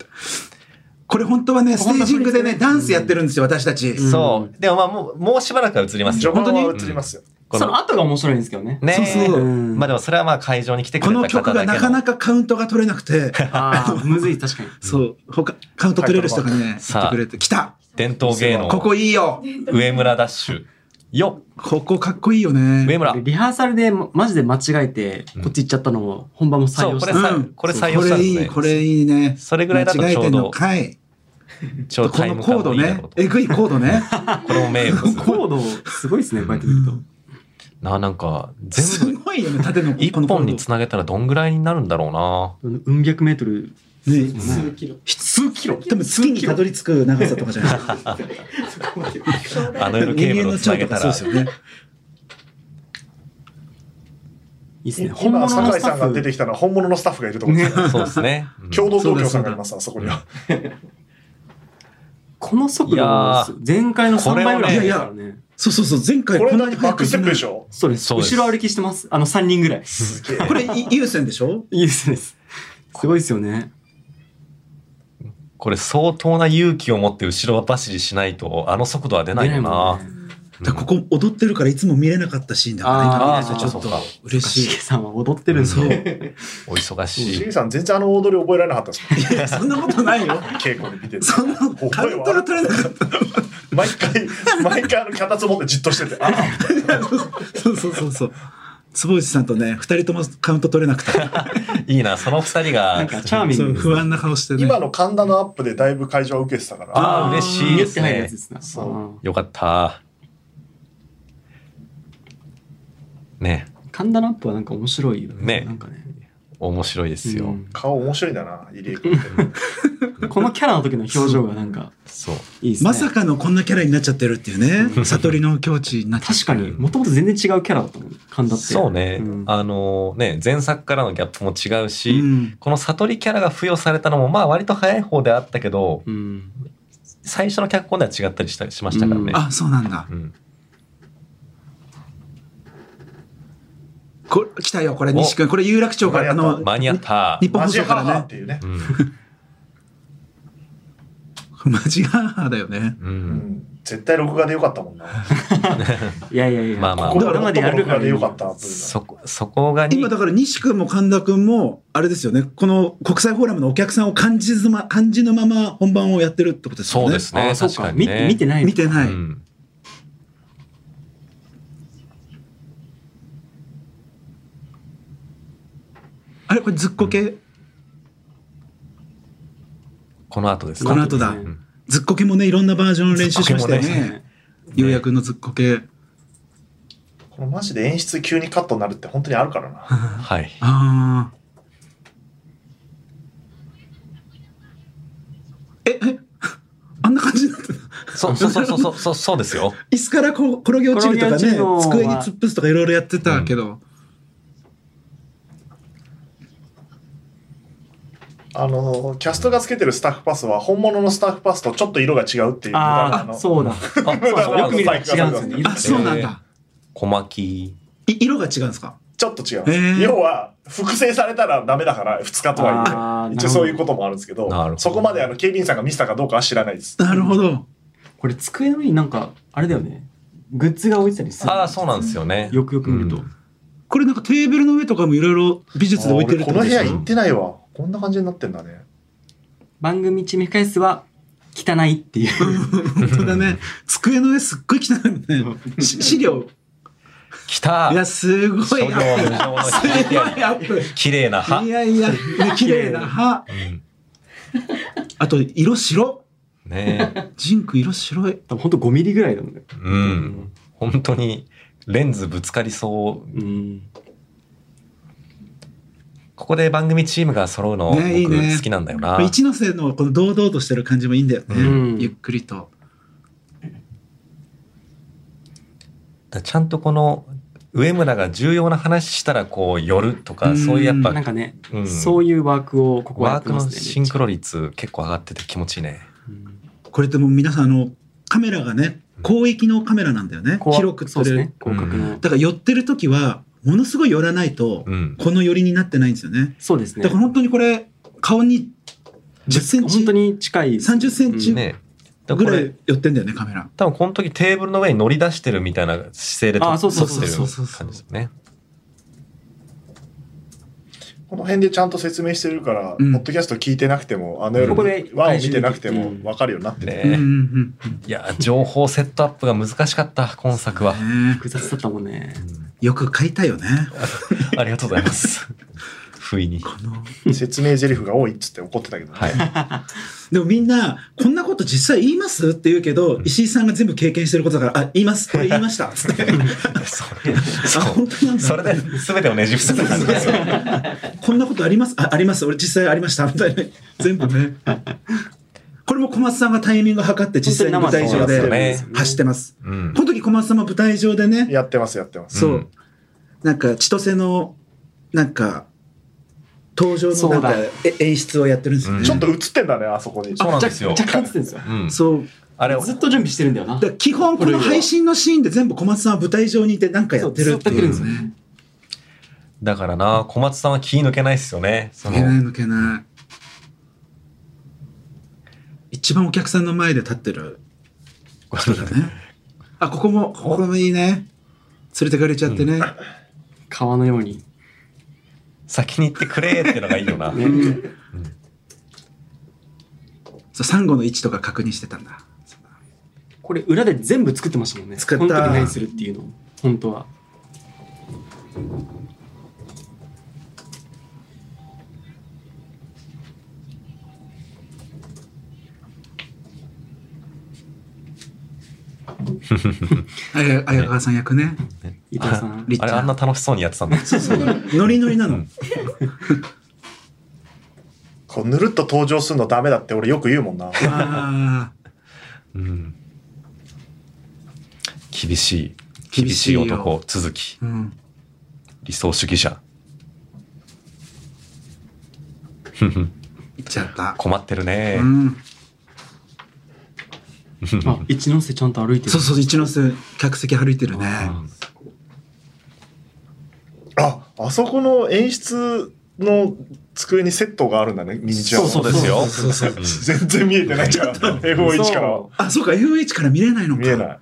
E: これ本当はね、ステージングでね、ダンスやってるんですよ、私たち。
D: ん
C: そう。でもまあもう、もうしばらくは映ります
B: 序
C: よ。
B: 盤は
E: 本
B: 映りますよ。
C: こ
D: その
C: の
D: 後が面白いんですけどね。
C: ね
E: そうそう
D: うん
C: まあでもそれはまあ会場に来てく
E: こ
C: れた
E: の
C: 方
E: 曲が
C: だけ
E: なかなかカウントが取れなくて、
D: ああ、むずい、確かに。
E: そう、他、カウント取れる人がね、来
C: さあ
E: てくれて、来た
C: 伝統芸能。
E: ここいいよ
C: 上村ダッシュ。よ
E: ここかっこいいよ
C: 上
E: ね。
C: 村。
D: リハーサルで、まマジで間違えて、こっち行っちゃったのを、本番も採
C: そう、
D: 用
C: こ
D: し
C: れ
D: た。
E: さ
C: さ
E: うん
C: これ採用
E: こ
C: したん
E: れ
C: で
E: い
C: す
E: い、
C: ね。
E: これいいね。
C: それぐらいだと
E: 間違えてんの
C: ちょうど
E: かい。
C: ちょっと
E: こ
C: タイ
E: の
C: ム
E: コ
C: 感
E: ー
C: も
E: ド
C: いいだ
E: ね
C: ろう。と。
E: えぐいコードね。
C: これも名物。
D: コード、すごいですね、こうやって見ると。
C: な、なんか、
E: す
C: 全部、
E: ごいよね、縦の
C: 一
E: このコー
C: 本
E: ド
C: につなげたらどんぐらいになるんだろうな。
D: うん百メートル。
E: ね
F: 数キロ。
D: 数キロ
E: 多分月にたどり着く長さとかじゃない
C: あの夜ケーブルをつなげた。
E: 人間の腸とからそうですよね。
D: いいですね。本物
B: 今、
D: の
B: 酒井
D: スタ
B: さんが
D: ッ
B: 出
D: フ。
B: てきたのは本物のスタッフがいるところです。
C: そうですね。うん
B: 共同東京さんがいます、あそこには。
D: この速
C: い
D: 度
C: やー、
D: 前回の3倍ぐらい
C: こ
E: れ
D: です
E: は
D: か
E: ね
D: らね。
E: そうそうそう、前回
B: これだっ
E: に
B: てバックステップでしょ
D: そうです。
C: そうです
D: 後ろ歩きしてます。あの、3人ぐらい。
B: すげえ。
E: これい優先でしょ
D: いいですね。すごいですよね。
C: これ相当な勇気を持って後ろ走りしないと、あの速度は出ないよな。
D: 出いもんね
E: だからここ踊ってるからいつも見れなかったシーンだから
D: あ
E: ね
D: ー
E: 見れてちょっ
C: そう
E: と
C: か
E: 嬉
D: し
E: し
D: げさんは踊ってるんです
E: そう
D: ね。
C: お忙し
B: シ
C: い。
B: ゲさん、全然あの踊り覚えられなかったですもん
E: い。いや、そんなことないよ。
B: 稽古で見てて。
E: そんなカウントが取れなかった。
B: 毎回、毎回あの脚立持ってじっとしてて、あ
E: そうそうそうそう。坪内さんとね、二人ともカウント取れなくて、
C: いいな、その二人
D: な
C: が
D: ん。かチャーミン
E: そう
D: グですね。
E: 不安な顔してね。
B: 今の神田のアップでだいぶ会場は受けてたから、
C: ああ、嬉しいです
D: 見えてない
C: ね
D: やつ。ですね。
B: そう
D: うん
C: よかった。ね、
D: 神田のアップはなんか面白いよね。
C: ね
D: なんかね。
C: 面白いですよ。
D: うん
B: 顔面白いんだな、入江君って。
D: このキャラの時の表情がなんか
C: そう。
D: いいですね。
E: まさかのこんなキャラになっちゃってるっていうね、悟りの境地になっちゃっ
D: 確かに、もともと全然違うキャラだったもん。神田って。
C: そうね、
D: ん
C: あのね、前作からのギャップも違う
E: て。
C: し、
E: うん
C: この悟りキャラが付与されたのも、まあ割と早い方であったけど、
D: うん。
C: 最初の脚本では違ったりしたりしましたからね。
E: あ、そうなんだ。
C: うん
E: こ来たよ、これ、西君。これ、有楽町から、あの、
C: 間に合った
E: 日。本
B: マ
E: 放
B: ジ
E: 送か
B: ハーハー
E: ら
B: って
E: ね。
B: いうね。
C: うん
E: マジガーハーだよね。
C: う
B: うんん絶対録画でよかったもんな。
D: いやいやいや、
C: まあまあ
B: ここ
D: これま
B: ま
D: で
B: で
D: やる
B: 録画
D: から
B: で
D: いい
B: よかった。
C: そこ、そこがに
E: 今、だから西君も神田君も、あれですよね、この国際フォーラムのお客さんを感じずま、感じのまま本番をやってるってことですよね。
C: そうで。す
D: あ
C: ね。
D: そう
C: 確
D: か
C: かに、ね。
D: 見見てないの
E: 見てない。
C: うん
E: あれ、これずっこけ、
C: この後です
E: こ
C: か
E: の後だ。
C: ん
E: ずっこけもね、いろんなバージョンの練習しましたよ
C: ずっこ
E: ね。ようやくのずっこけ。
B: このマジで演出急にカットになるって本当にあるからな。
C: はい。
E: ああ。え、え、 あんな感じになってた
C: そうそうそうそうそうそうですよ。
E: 椅子からこう転げ落ちるとかね、
D: 転げ落ちるのは
E: 机に突っ伏すとかいろいろやってたけど。
B: あの、キャストがつけてるスタッフパスは本物のスタッフパスとちょっと色が違うっていう。
D: あ
B: の
D: あ、そうだ。
C: あ、そう
B: そう
D: よく見ると違うんですよ
B: そう
D: ね。
E: あ、そうなんだ。
C: 小牧。
E: い色が違うんですか
B: ちょっと違う。
E: へー
B: 要は、複製されたらダメだから、2日とは
D: あー
B: 言って、一応そういうこともあるんですけど、
C: なるほど
B: そこまであの警備員さんが見せたかどうかは知らないです。
E: なるほど。
D: これ机の上になんか、あれだよね。グッズが置いてたりする。
C: ああ、そうなんですよね。
D: よくよく見ると。
C: うん
E: これなんかテーブルの上とかもいろいろ美術で置いてる
B: あ
E: ってこ
B: ー俺この
E: とで
B: 部
E: し
B: 屋行っ
E: ょ
B: てないわ。こんな感じになってんだね。
D: 番組一目控え室は、汚いっていう。
E: 本当だね。机の上すっごい汚いもんね。し資料。
C: 来た
E: いや、すごい。す
C: 諸
E: ご
C: 行
E: い
C: 無常の引いてある
E: アップ。
C: 綺麗ない歯。
E: やいや、ね綺麗な歯。あと、色白。
C: ね
E: ジンク色白い。
D: 多分ほんと5ミリぐらいだもんね。
C: え。うん。本当に、レンズぶつかりそう。
D: うん。
C: ここで番組チームが揃うの、
E: ねいいね
C: 僕好きなんだよな。
E: 一ノ瀬のこの堂々としてる感じもいいんだよね、
D: うん
E: ゆっくりと
C: だからちゃんとこの、上村が重要な話したらこう寄ると
E: う
C: か、
E: ん
C: そういうやっぱ、
D: なんかね、
C: うん
D: そういうワークをここはや
C: ワー
D: って
C: ク
D: ま
C: の
D: すね。
C: シンクロ率結構上がってて気持ちいいね。
D: うん
E: これでも皆さんあのカメラがね広域のカメラなんだよね
D: こう
E: 広く
D: そう
E: 撮
D: で
E: れ
D: す
E: る、
D: ね。広角の、
C: う
E: だから寄ってる時はものすごい寄らないと、
C: うん。
E: この寄りになってないんですよね
D: そうですね
E: だから。本当にこれ顔に10センチ
D: 本当に近い。
E: 30センチ
D: うん
C: ね。だ
E: ぐ
C: からこ
E: ら
C: れ
E: い、寄ってんだよねカメラ
C: 多分この時テーブルの上に乗り出してるみたいな姿勢で撮
D: あそうそう
E: そう
C: 撮って
E: そうそう
C: る
E: そう
C: 感じですよね。
B: この辺でちゃんと説明してるから、
E: うん
B: ポッドキャスト聞いてなくても、あの夜、
D: ここで
B: ワンを見てなくて
D: う
B: も
D: ん
B: 分かるようになってて。
E: うんう
C: ね
E: ん
C: いや、情報セットアップが難しかった、今作は
E: う。んね
D: 複雑だったもんね。
E: よく買いたいよね
C: ありがとうございます。不意に。
E: この
B: 説明台詞が多いっつって怒ってたけど、ね
C: はい。
E: でもみんなこんなこと実際言いますって言うけど石井さんが全部経験してることだからあ言いますこれ言いましたつって
C: それ、そ
E: あ本当なん
C: う。
E: だ
C: それで全てをねじ伏せた感じですね。
E: こんなことありますああります俺実際ありましたみたいな 全部ねこれも小松さんがタイミング測って実際に舞台上
C: 本当に
E: で
C: 生でそうですよ
E: 走ってます
C: うん
E: こ。の時小松さんも舞台上でね
B: やってます、やってます。
E: そう、
C: うん
E: なんか千歳のなんか登場
D: そ
E: の
D: う
E: な
D: だ
E: んかえ演出をやってるんですよね、
C: うん
B: ちょっと映ってんだね、あそこに。
C: そうなんですよ
D: あ若若干映ってるんですよ。
C: うん。
E: そう
C: あれ、
D: ずっと準備してるんだよな。
E: だから基本この配信のシーンで全部小松さんは舞台上にいてなんかや
D: そ
E: っ
D: う
E: て
D: ず
E: るっ
D: っ
E: て
D: と来
E: い
D: るん
E: う
D: ですよね。
C: だからな、小松さんは気抜けないっすよね。そ
E: 抜
C: の
E: けない抜けない一番お客さんの前で立ってる人だねあここもここもいいね連れてかれちゃってね、
D: 川のように。
C: 先に行ってくれーってのがいいよな。
D: ね
E: そうサンゴの位置とか確認してたんだ
D: これ裏で全部作ってましたもんね。
E: 作った
D: この時何するっていうのを本当は。
E: あや綾川さん役ね
D: 伊藤さん。
E: りっち
C: あれ、
E: ゃ
C: あんなん楽しそうにやってたんだ。
E: ノリノリなの、
B: こうぬるっと登場するのダメだって俺よく言うもんな。
E: あ
C: うん厳しい
E: 厳し
C: 厳し
E: い
C: い
E: よ
C: 男続き
E: あ、うん、
C: 理想主義者
E: いっちゃった。
C: 困ってるね、
E: うん、
D: あ、一ノ瀬ちゃんと歩いてる。
E: そうそう、一ノ瀬、客席歩いてるね。
B: あ、あそこの演出の机にセットがあるんだね、ミニチュアの
C: そうそうですよ
E: そうそうそう
B: 全然見えてないから、F01 からは
E: あ、そうか、FH から見れないのか。
B: 見えない。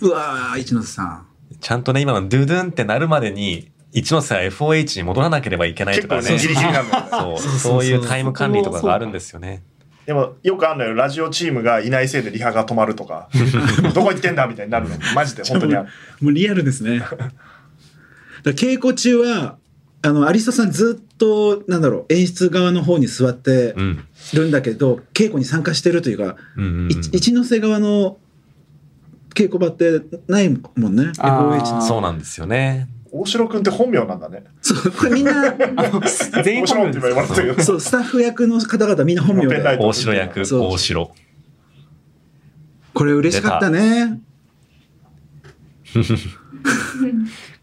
E: うわー、一ノ瀬さん。
C: ちゃんとね今のドゥドゥンってなるまでに一ノ瀬は FOH に戻らなければいけない
B: 結
C: とか
B: 構
C: ね
B: ねギリギリなんだよね。
C: そう
E: そうそうそう
C: そういうタイム管理とかがあるんですよね
B: でもよくあるのよラジオチームがいないせいでリハが止まると かどこ行ってんだみたいになるのマジで本当にある
E: もうリアルですね。だから稽古中は、あの、アリサさんずっと、なんだろう、演出側の方に座って
C: うん
E: るんだけど、稽古に参加してるというか、
C: うんうんうん
E: い一ノ瀬側の稽古場ってないもんね、
D: あー
E: FOH
C: そうなんですよね
B: 大城君って本名なんだね
E: そう、これみん な、
D: あの全員
B: 大
D: 本
B: 城っ
D: 名
B: て今
D: で
B: 言われてるけど
E: そう、スタッフ役の方々みんな本名
B: ペンライ
E: で
B: ト。
C: 大城役
E: そう
C: 大城
E: これ嬉しかったね。
D: す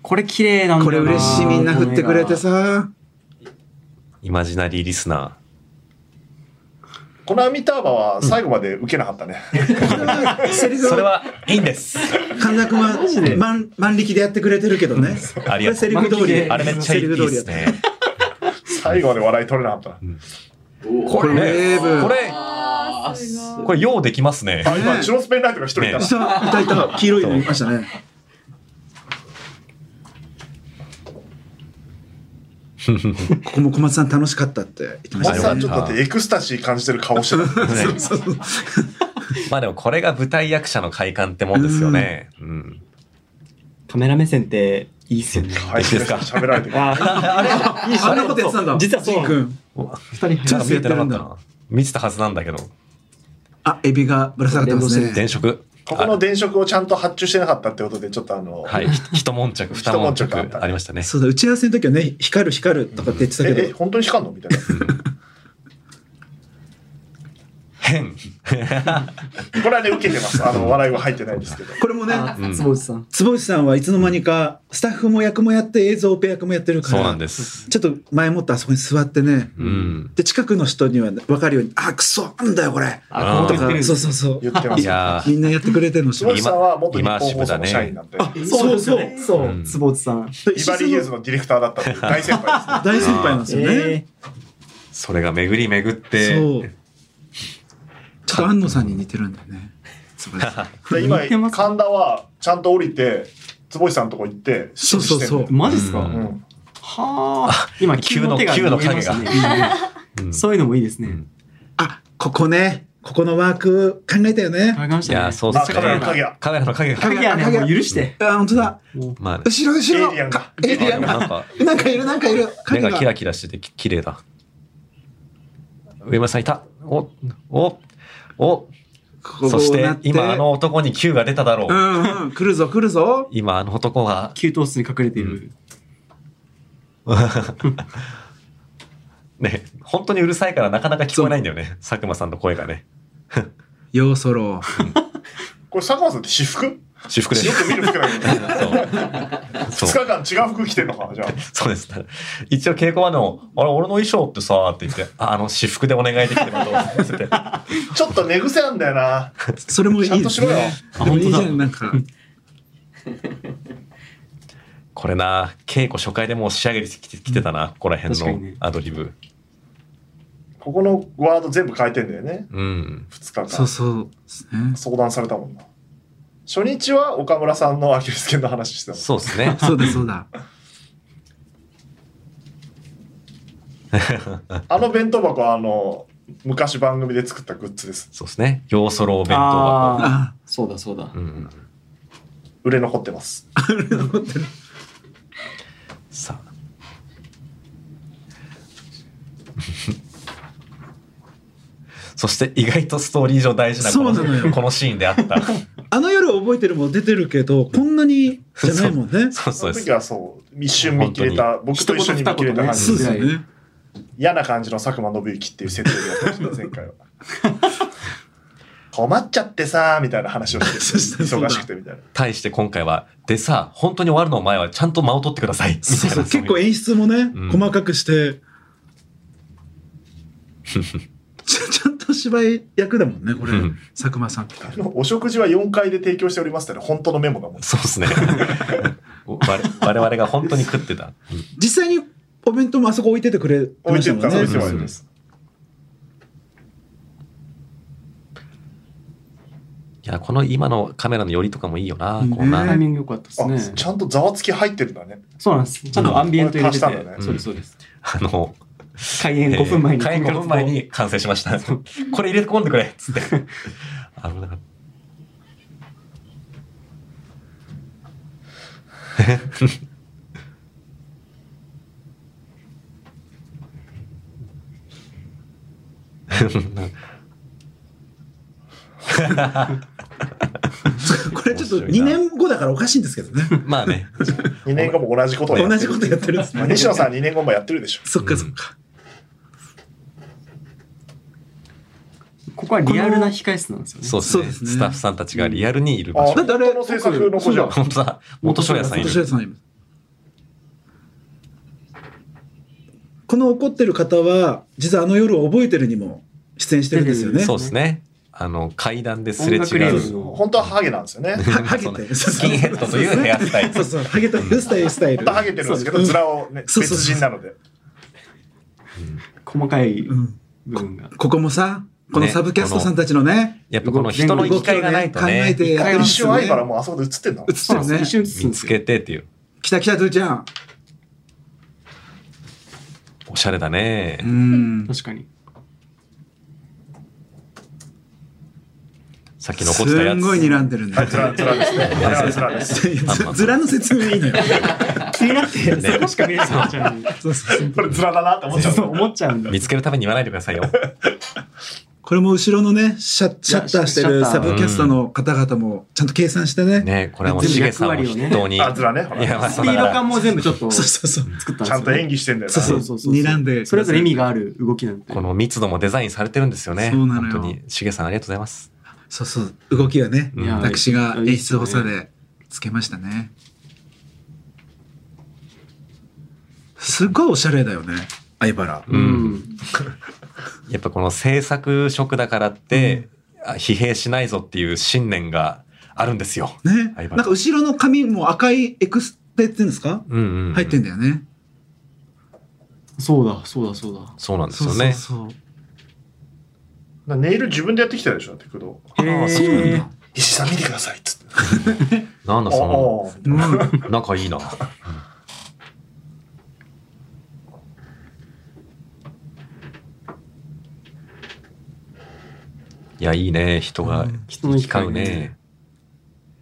D: これ綺麗なんだ
E: これ
D: よな
E: 嬉しいみんな振ってくれてさ
C: イマジナリーリスナ
B: このアミターバは最後まで受けなかったね、
E: セリ
C: ー
E: フ
C: それ
E: は
C: はいいんです
E: 神田君は万万力でやってくれてるけどね
C: あり
E: こ
C: がとう
E: れセリフ通り
C: あれめっちゃい
E: セ
C: い
E: リフ通
C: で
E: りやっ
C: す
E: た
C: ね
B: 最後まで笑い取れなかったな
C: これ
E: これウェ
C: ね
E: ーブ
C: これ
F: あーすごい
C: これ用できますね
B: あ今チュロスペンライトが一人いた
E: い
B: な
E: たいたいた黄色いの見ました ねここも小松さん楽しかったって言ってま
B: モン
E: し
B: さ
E: た
B: んちょっと待ってエクスタシー感じてる顔してた
E: そうそうそう
C: まあでもこれが舞台役者の快感ってもんですよね。うん。
D: カメラ目線っていいっすよね
B: はい
C: ですか
B: 喋られてる
D: あー
E: いいそんなことやってたんだ
D: 実はそう
E: ジン君
D: 二人
E: ちょ
C: な
E: っ
C: ん
E: とや
C: か見
E: って
C: てな
E: る
C: か
E: ん
C: った
E: だ
C: な。見てたはずなんだけど。
E: あエビがぶら下がってますね
C: 電飾。
B: ここの電飾をちゃんと発注してなかったってことで、ちょっとあの、
C: はい。ひ一悶着、二悶
B: 一悶着あった
C: 着ありましたね。
E: そうだ、打ち合わせの時はね、光る光るとかって言ってたけ
B: え、え、
E: ど、
B: 本当に光んのみたいな。
C: 変。
B: これはね、受けてます。あの、笑いは入ってないですけど。
E: これもね、
D: あ坪内さん。
E: 坪内さんはいつの間にか、スタッフも役もやって映像オペ役もやってるから、
C: そうなんです。
E: ちょっと前もってあそこに座ってね、
C: うん。
E: で、近くの人には分かるように、あ、クソなんだよ、これ。
D: あ、この
E: と
D: 時言ってるん
E: か、
D: です
E: そうそうそう。
B: 言ってます
C: い。やー
E: みんなやってくれてるのし
B: 下地さんは元日本放送の社員なんで、
E: あ、
D: そ
E: そうう
D: そ
E: そうう。。
D: そうう、
C: ん
D: 坪内さん。
B: イバリーヒルズのディレクターだったという大先輩ですね。
E: 大先輩なんですよ
D: え
E: ね。
C: それが巡り巡って、
E: そう。ちょっと安野さんに似てるんだよね。坪 内さん
B: で
D: 似てま
B: 今
D: す
B: 神田はちゃんと降りて坪井さんのとこ行って
E: そうそうそう
B: 指示してん
D: ーマジっすか
C: う
D: は
C: ん
B: のようん
D: あ。今、急の手が
C: 急の
D: 伸びましたね。
C: う
D: うんんそういうのもいいですね。
C: うん
E: あ、ここね。ここのワーク考えたよね。
D: 考えまし
C: い
D: たね。。
C: やー、そううですね。
B: あカメラの影が
C: カメラの影が。
D: 鍵はね、もう許して。
E: あ、本当だ。
C: まあね、
E: 後ろ後ろ。
B: エイリアンが
E: エイリアン
C: あな
E: が。
C: んか、
E: なんかいるなんかいる。影
C: 目がキ
E: が。
C: ラキラしててき綺麗だ。上村さんいた。お、お、お、
E: こう
C: そして
E: なって
C: 今あの男に Q が出ただろう。
E: うんうん。来るぞ来るぞ。
C: 今あの男が、
D: 給湯室に隠れている。
C: ね、本当にうるさいからなかなか聞こえないんだよね。佐久間さんの声がね。
E: ようそろう。
B: これ佐久間さんって私服よ
C: 私服です。
B: く見る服だけど2
C: そう。そう。
B: 日間違う服着てんのかじゃ
C: そうです。一応稽古場でも、あれ、俺の衣装ってさ、って言って、ああの、私服でお願いできればと思ってて。
B: あちょっと寝癖なんだよな
E: それもいい
B: ちゃん
E: で
B: と
E: す
B: しろよ
E: ね。
D: あ
E: でもいいじゃ
D: 本当だ
E: んなんか。
C: これな、稽古初回でもう仕上げてきてきてたな、ここら辺
D: 確かに
C: の
D: ね
C: アドリブ。
B: ここのワード全部変えてんだよね
C: うん。
B: 2日
E: そう
B: 間
E: そうですね。
B: 相談されたもんな初日は岡村さんのアキレス腱の話してたもん
C: そうです ね。
E: そうだそうだ。
B: あの弁当箱はあの昔番組で作ったグッズです
C: そうですね。洋ソロお弁当箱。
D: あ
E: あ
D: ーそうだそうだ
C: う。ん。
B: 売れ残ってます
C: さあ。 そして意外とストーリー上大事なこ
E: そうなの
C: の
E: よ
C: このシーンであった。
E: あの夜覚えてるもん出てるけど、こんなにじゃないもんね。
C: そ
B: そ
C: うそう
B: の
C: で
B: 時
C: す。
B: はそう一瞬見切れた僕と一緒に見切れた感
E: そ
B: じ
E: うで
B: で
E: すよね。
B: 嫌な感じの佐久間信行っていう設定でやってました前回は困っちゃってさーみたいな話をしてて
E: そうだ
B: 忙しくてみたいな
C: 対して今回は、でさ、本当に終わるの前はちゃんと間を取ってください。みたいな
E: そうそう
C: そうい
E: 結構演出もね、
C: うん
E: 細かくして。ちゃ ちゃんと芝居役だもんね、これ。
C: うん
E: 佐久間さんって。
B: あのお食事は4階で提供しておりますってね本当のメモだもん
C: そ うですね。我我々が本当に食ってた。
E: 実際にお弁当もあそこ置いててくれて
B: 置
E: ま
B: い
E: してた
B: っ
E: も
B: た
E: ん
B: ら置い
E: ね
B: て。もらいです
C: いや、この今のカメラの寄りとかもいいよな、こう
E: ね
C: な
D: タイ。ミング良かった
B: あ
D: ですね
B: ち。ゃんとざわつき入ってるんだね
D: そうなんです。ちゃんとアンビエント入れて
B: これ足したんだ
D: て。
B: ね
D: そうですそうです。
C: あの、
D: 開演5分前に。
C: 開演5分前。に完成しました。これ入れ込んでくれっつって。あの、なんか
E: これちょっと2年後だからおかしいんですけどね。
C: まあ ね。
B: 2年後も同じことをやって
E: 同
B: る
E: じことやってるんです
B: まあ
E: ね。
B: 西野さん2年後もやってるでしょ
E: そっかそっか。
D: ここはリアルな控え室なんですよね。
C: そうです
E: そう
C: ね。
E: ですね
C: スタッフさんたちがリアルにいる場
B: あ
C: 所。
E: だってあれ
B: 本当の制作の子じゃん
C: 本当だ。元庄屋さんい
E: 本
C: る。
E: 庄さんいますこの怒ってる方は、実はあの夜を覚えてるにも出演してるんですよね。
C: そう
E: は
C: ですね。あの、階段ですれ
D: 音楽レ
C: 違
D: ー
C: う
D: ル。の
B: 本当はハゲなんですよね
E: ハ
C: そ
E: ゲ
C: う
E: て。
C: ねスキンヘッドというヘアスタイ ル
E: そうそう、ハゲたヘアスタイル、スタイル
B: 本当。はハゲてるんですけど面をね
E: そうそ
B: 別
E: うそう
B: 人なので
D: 細かい
E: うん
D: 部分が。
E: ここもさ、この
C: ね
E: サブキャストさんたちのね、
C: やっぱこの人の行き
E: 動き
C: 換
E: を
C: えがない
E: ね
C: と
E: 考え
C: ね、
E: てやってるん
B: 一
E: です
B: 瞬
E: よ
B: 会え
E: ね
B: ば。らもうあそこで映ってんだもん
E: 映ってるね
D: 一。瞬ずつ
C: 見つけてっていう。
E: 来た来た、トゥーちゃん。
C: おしゃれだね
E: う。ん。
D: 確かに。
C: さっき
E: す
C: 残ってたや
E: ん
C: つ。
E: ごい睨んで るね。
B: はい、つらつらですね。あれはつらです。
E: ずらの説明いい のよ。
D: 気になって、そこしか見えなくなっちゃうんで。
E: そうそうそう
B: これつらだなって思っちゃう
D: そう思っちゃうんだ。
C: 見つけるために言わないでくださいよ。
E: これも後ろのね、シャッシャッターして
D: い
E: る
D: やシャッタ
E: サ
D: ー
E: ブキャスターの方々もちゃんと計算してね。
C: ねこれはもう
D: 全部
C: しげさんを
D: 役割をね
C: 筆頭に。
B: あずらねほら
C: いやまあ
D: スピード感も全部ちょっと
E: そう
D: 作
E: そうそう。
D: ったんですよね
B: ちゃんと演技してんだよな。
E: そうそう睨んで
D: それぞれ意味がある動きなんて。
C: この密度もデザインされてるんですよね。
E: そうなのよ
C: 本当に。しげさんありがとうございます。
E: そうそう。動きはね、
C: いや
E: 私が演出補佐
D: いいっ
E: でつけましたね。すごいおしゃれだよね、相原。
D: すね。うん。
C: やっぱこの制作職だからって、あ疲弊しないぞっていう信念があるんですよ。
E: ね。な
C: 相
E: ん
C: 原
E: か後ろの紙も赤いエクステって言うんですか
C: うんうんうん
E: 入ってんだよね。
D: そうだ、そうだ、そうだ。
C: そうなんです
E: そう
C: よ
E: そ
C: ね
E: う。そう。
B: なネイル自分でやってきたでしょ、だって工藤。
C: ああそうなんだ
D: え
B: 石井さん見てくださいっつって。
C: なんだ
B: お
C: その
B: おー。
E: うん
C: 仲いいな。いや、いいね。人が、人
D: うん
C: 行き交うね。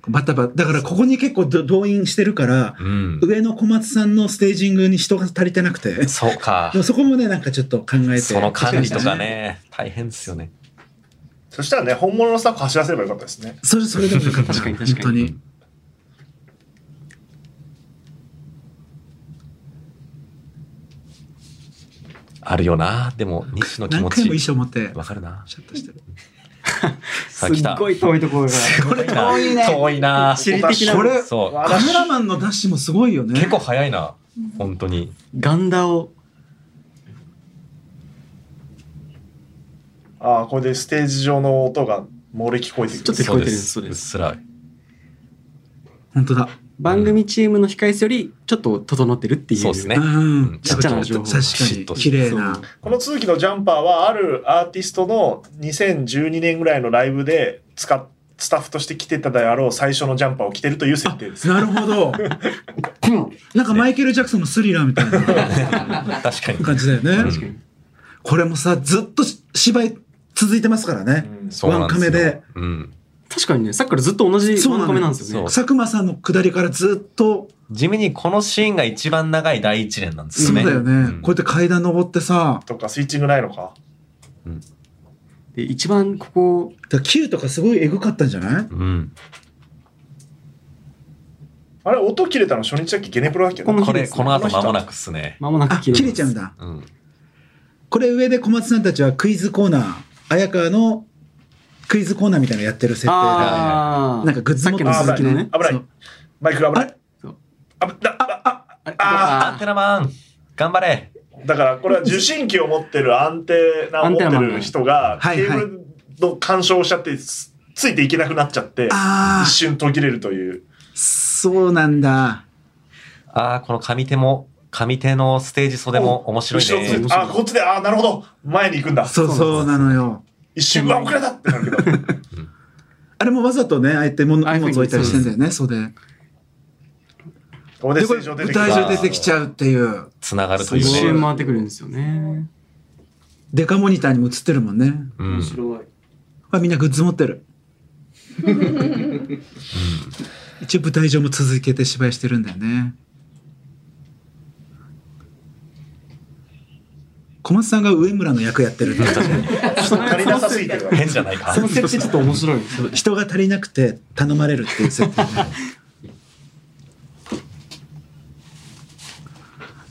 E: バタバタ。だからここに結構ど動員してるから、
C: うん。
E: 上の小松さんのステージングに人が足りてなくて。で
C: そうか。
E: もそこもね、なんかちょっと考えて。
C: その管理とか。ね、大変ですよね。
B: そしたらね、本物のスタッフ走らせればよかったですね。
E: それ、それでもよかった。
D: 確かに確
E: 本
D: かに
E: 当に。
C: あるよな。でも、西の気
E: 何
C: 持
E: 回も衣
C: ち。
E: 装持って、
C: わかるな。
E: シャッとしてる。
C: さあ
D: ー
C: 来
D: す
C: た
D: っごい遠いところから。
C: これ遠いね。遠いな。
D: 地理的な
C: これそう。
E: カメラマンのダッシュもすごいよね。
C: 結構早いな。本当に。
D: ガンダを。
B: ああ、これでステージ上の音が漏れ聞こえてくる。
D: ちょっと聞こえてるんです
C: そうで
D: そ
C: す。うっすら。
E: 本当だ。
D: 番組チームの控え室よりちょっと整ってるっていう。
C: そうですね
E: うん。
D: ちっちゃな情報
E: 確か
C: きちっ
E: に。
C: と
E: 綺麗な
D: そう。
B: この続きのジャンパーはあるアーティストの2012年ぐらいのライブで使っスタッフとして着てたであろう最初のジャンパーを着てるという設定で す。
E: なるほど。なんかマイケル・ジャクソンのスリラーみたいな
C: 確かに。
E: 感じだよね
D: 確。かに。
E: これもさ、ずっと芝居続いてますからね。
C: そうなんですよ
E: ワンカメで。
C: うん。
D: 確かにね、さっきからずっと同じ
E: そうなの
D: ワンカメなんですよね。
E: 佐久間さんの下りからずっと
C: 地味にこのシーンが一番長い第一年なんです
E: そ
C: よ
E: う
C: ね。
E: だよね、
C: ん
E: こうやって階段登ってさ、
B: とかスイッチングないのか。
D: で、一番ここ、
E: だから Q とかすごいエグかったんじゃない
C: うん。
B: あれ音切れたの初日だっけゲネプロだっけ
D: この
C: これ、
D: ですね
C: この後間もなくっすね。
D: 間もな
E: あ、
D: く切
E: 切
D: れ
E: れ
D: ます
E: ちゃうん。だ。
C: うん。
E: これ上で小松さんたちはクイズコーナー、綾川のクイズコーナーみたいなのやってる設定で、
D: ああ。
E: なんかグッズ
D: さっ
E: 持って
D: きの
E: る
D: 続きのね。
B: 危ない
E: そう
B: マイクが危ない。
D: そう
B: あぶだだ
D: あれ
C: アンテナマン、頑張れ。
B: だからこれは受信機を持ってるアンテナを持ってる人がケ
E: アンテナマン
B: ー
E: が
B: ブルの干渉をしちゃってつついていけなくなっちゃって
E: あ
B: 一
E: ー
B: 瞬途切れるという。
E: そうなんだ。
C: ああ、この上手も、上手のステージ袖も面白い
B: 後ろつい
C: ね。
B: てあこっちであなるほど前に行くんだ
E: そうそうなのよ。
B: 一瞬うわ遅れたってなるけど
E: あれもわざとね、あえて物
D: ああ
E: 荷
D: いうふう
E: 物置
D: に
E: いたりしてんだよね、袖。
B: ここで
E: で、
B: ス
E: これ
B: テージを出
E: 舞
B: てきた
E: 台上出てきちゃうっていう。
C: つながるとい
D: 一
C: う
D: 瞬
C: ね。
D: 回ってくるんですよね。
E: デカモニターにも映ってるもんね。
C: うん。
D: 白い。
E: まあみんなグッズ持って る。一応舞台上も続けて芝居してるんだよね。小松さんが上村の役やってるって
B: 足りなさすぎてる
C: 変じゃないか
D: そ。の設定ちょっと面白い。
E: 人が足りなくて頼まれるっていう設定ね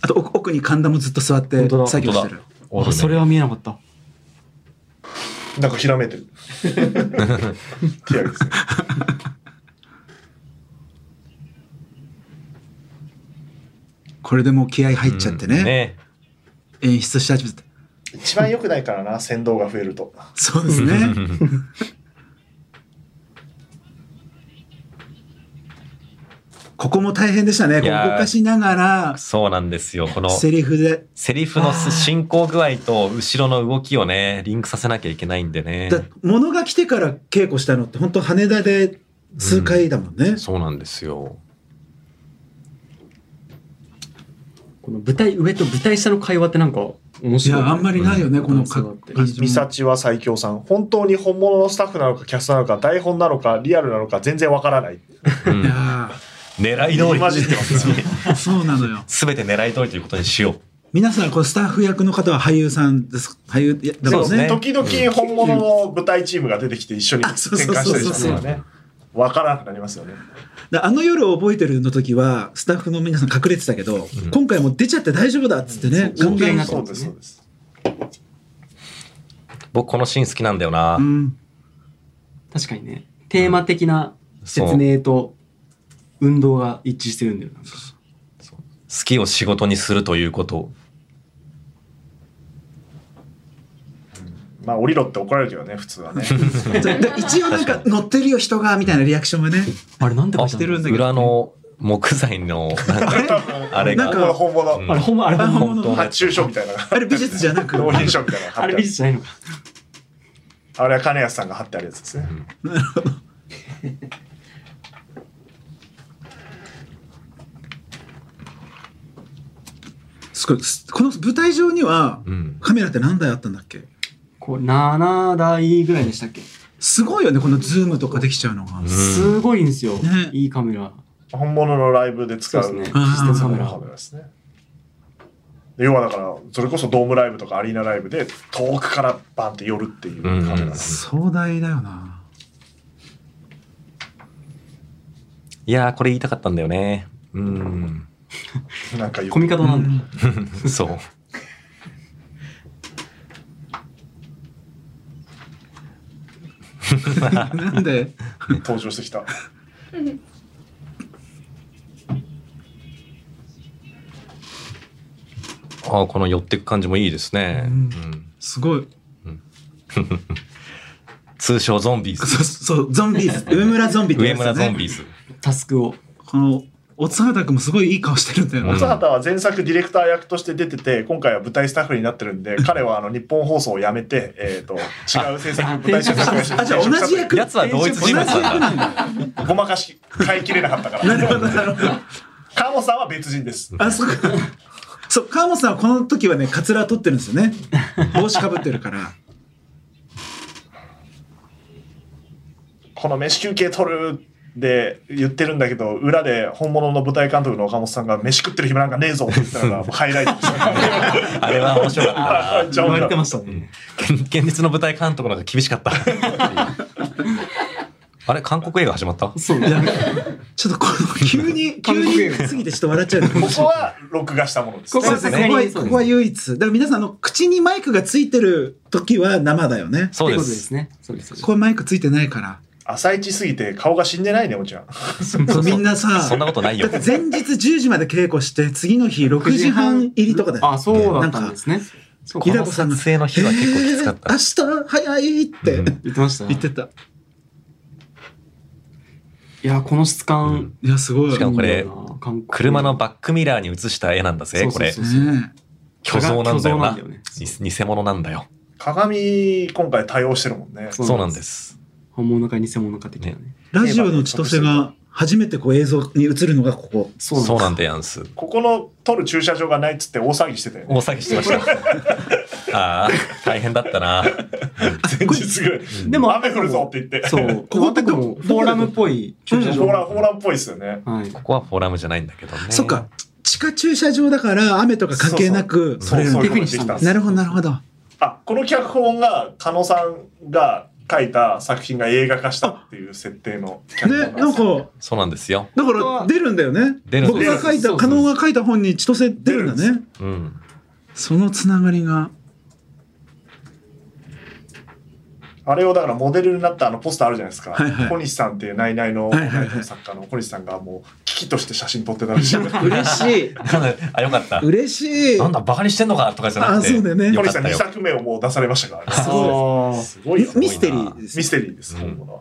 E: あと奥奥に神田もずっと座って
D: 本当だ
E: 作業して
C: 本当
E: る
C: だおるね
D: あそれは見えなかった。
B: なんかひらめいてる手上げですね
E: これでもう気合入っちゃってね,、
C: ね。
E: 演出し始めて
B: 一番良くないからな先導が増えると
E: そうです ねここも大変でしたねこう動
C: いやー
E: かしなが
C: そうなんですよ。この
E: らセリフで
C: セリフの進行具合と後ろの動きをね、リンクさせなきゃいけないんでね。
E: だ物が来てから稽古したのって本当羽田で数回だもんね、
C: そうなんですよ。
D: この舞台上と舞台下の会話ってなんか面
E: い
D: 白い。
E: やあんまりないよね、このか感じも
B: ミサチは最強さん本当に本物のスタッフなのかキャストなのか台本なのかリアルなのか全然わからない
E: いやー
C: 狙い通り。
B: 混じってますね
E: そうなのよ。
C: すべて狙い通りということにしよう。
E: 皆さん、このスタッフ役の方は俳優さんです。俳優やだから
C: そうですね
B: 時々本物の舞台チームが出てきて一緒に
E: あ
B: 転
E: そうそう
B: 換した
E: そう
B: り
E: そう
B: したらね分からなくなりますよね
E: だあの夜を覚えてるの時は、スタッフの皆さん隠れてたけど、今回もう出ちゃって大丈夫だっつってね、
B: そ
E: ガ
B: う
E: ン
B: そ
E: ガ
B: う
E: ン
B: そうですそうです
C: 僕このシーン好きなんだよな、
E: うん。
D: 確かにね。テーマ的な説明と運動が一致してるんだよ。なんか
C: 好きを仕事にするということ
B: まあ降りろって怒られるけどね普通はね
E: そうだ一応なんか乗ってるよ人がみたいなリアクションがね。
D: あれなんで
C: あ
D: かしてるんだけど。
C: 裏の木材のなんかあれ
E: な
C: が
E: んか
B: 本物
D: あれほんま、あれほんま
E: 本物
B: 発注書みたい なのが
E: あれ美術じゃなく。
B: 納品書みたいなのが貼っ
D: あ
B: て
D: れ
B: あ
D: 美
B: る
D: 術じゃないのか。
B: あれは金安さんが貼ってあるやつですね
E: すごい。すこの舞台上には
C: うん、
E: カメラって何台あったんだっけ
D: こう、7台ぐらいでしたっけ
E: すごいよね、このズームとかできちゃうのが。
D: すごいんですよ
E: ね。
D: いいカメラ。
B: 本物のライブで使
D: そう
B: う
D: ですね。
E: あー
D: システムカメ
B: カ
D: ラ
B: メ。ラですねで要はだからそれこそドームライブとかアリーナライブで遠くからバンって寄るっていうカメラなんです
E: 壮大だよな。
C: いやーこれ言いたかったんだよねうん
B: なんか言う
D: コミカドなんだよ。
C: そう
E: なんで
B: 登場してきた
C: ああこの寄ってく感じもいいですね、
E: うん
C: うん
E: すごい。
C: 通称ゾンビーズ
E: そう、そう、ゾン ビーズ。上村ゾンビって
C: 上
E: やつだ
C: 村
E: ね
C: ゾンビーズ
D: タスクを。
E: この、おつはたくんもすごいいい顔してるんだよ
C: う
E: な。
B: 松畑は前作ディレクター役として出てて今回は舞台スタッフになってるんで彼はあの日本放送を辞めて、えー、と違う制作舞台制作会社に
E: あ、じゃあ同じ役。
C: やつは同一人物なんだ
B: ごまかし買い切れなかったか
E: なる
B: ら
E: ほど、なるほど。
B: 川本さんは別人です
E: あ、そうか。そう、川本さんはこの時はね、カツラ取ってるんですよね。帽子かぶってるから。
B: この飯休憩取るで言ってるんだけど裏で本物の舞台監督の岡本さんが飯食ってる暇なんかねえぞって言ってたのが もうハイライトですよ
C: あれは面白かったな
B: あーじゃあ
D: 言われてましたね。
C: 現実の舞台監督の方が厳しかったあれ韓国映画始まった
D: そう。
E: いや、ちょっとこの、急に、急に過ぎてちょっと笑っちゃう。
B: ここは録画したものです
D: ここ
E: そう
D: は
E: です
D: さす
E: ね
D: が
E: ここは
D: にそう
E: こ
D: で
E: こは
D: すね。
E: 唯一。だから皆さん、あの、口にマイクがついてる時は生だよね。
C: そうで
D: ってことですすね。そうです。そう
E: ここはマイクついてないから。
B: 朝一すぎて顔が死んでないねおちゃん
E: そうみんなさ、
C: そんなことない
E: だ
C: よ
E: って前日10時まで稽古して、次の日6時半入りとかだよ。
D: あ、そうだったんですね。そうか
E: イ
C: こ
E: ラ
C: の
E: コさんが
C: 撮影の日は結構きつ かった、
E: えー明日早いって、
C: うん
D: 言ってました。
E: 言ってた。
D: いや、この質感。
E: いや、すごい。
C: しかもこれ
D: いいよな、韓国
C: 車のバックミラーに映した絵なんだぜ
D: そうそうそう
C: こ
E: ねえ
C: れ虚像なんだよな
D: 虚像なんだよね
C: に偽物なんだよ
B: 鏡今回対応してるもんね
D: そう
C: そうなんです
D: 本物か偽物か的なね。
E: ラジオの千歳が初めてこう映像に映るのがここ。
D: そ
C: そうなん
D: で
C: でやんす
B: ここの撮る駐車場がないっつって大騒ぎしてたよね
C: 大騒ぎしてまし たああ大変だったな
B: 前日ぐらい
D: す。でも、
B: 雨降るぞって言って
D: あともそう。
E: こ
D: こ
E: こ
D: こ
E: っ
D: ってて
E: ど
D: もフォーラムっぽい駐車
B: フ
D: 場。
B: ォーランフォーランっぽいですよね
D: はい。
C: ここはフォーラムじゃないんだけどね
E: そっか。地下駐車場だから雨とか関係なく撮
B: そう
E: れる
B: そういう
E: の
B: ことできたんです
E: なるほど、なるほど。
B: あこの脚本が狩野さんが書いた作品が映画化したっていう設定の脚本
E: ね、なんか、
C: そうなんですよ
E: だから出るんだよね。
C: 出る
E: 僕が書いた、
D: そうそ
E: 加
D: う
E: 納が書いた本に千歳出るん
B: 出
E: だ
B: る
E: ね。
C: うん
E: そのつながりが。
B: あれをだからモデルになったあのポスターあるじゃないですか、
E: はいはい
B: 小西さんっていうナイナイの
E: はいはいはい
B: 作家の小西さんがもう危機として写真撮ってたらしい小
E: 嬉しい。
C: あよかった
E: 嬉しい。
C: なんだバカにしてんのかとかじゃなく
E: あ
C: て
E: そうだよね
C: よか
B: 西
C: っ
B: さん
C: た
B: 2
C: よ
B: 作目をもう出されましたから、
D: あー
B: すごいよ
E: ミステリーで
B: ミ
E: す。
B: ステリーです、本物は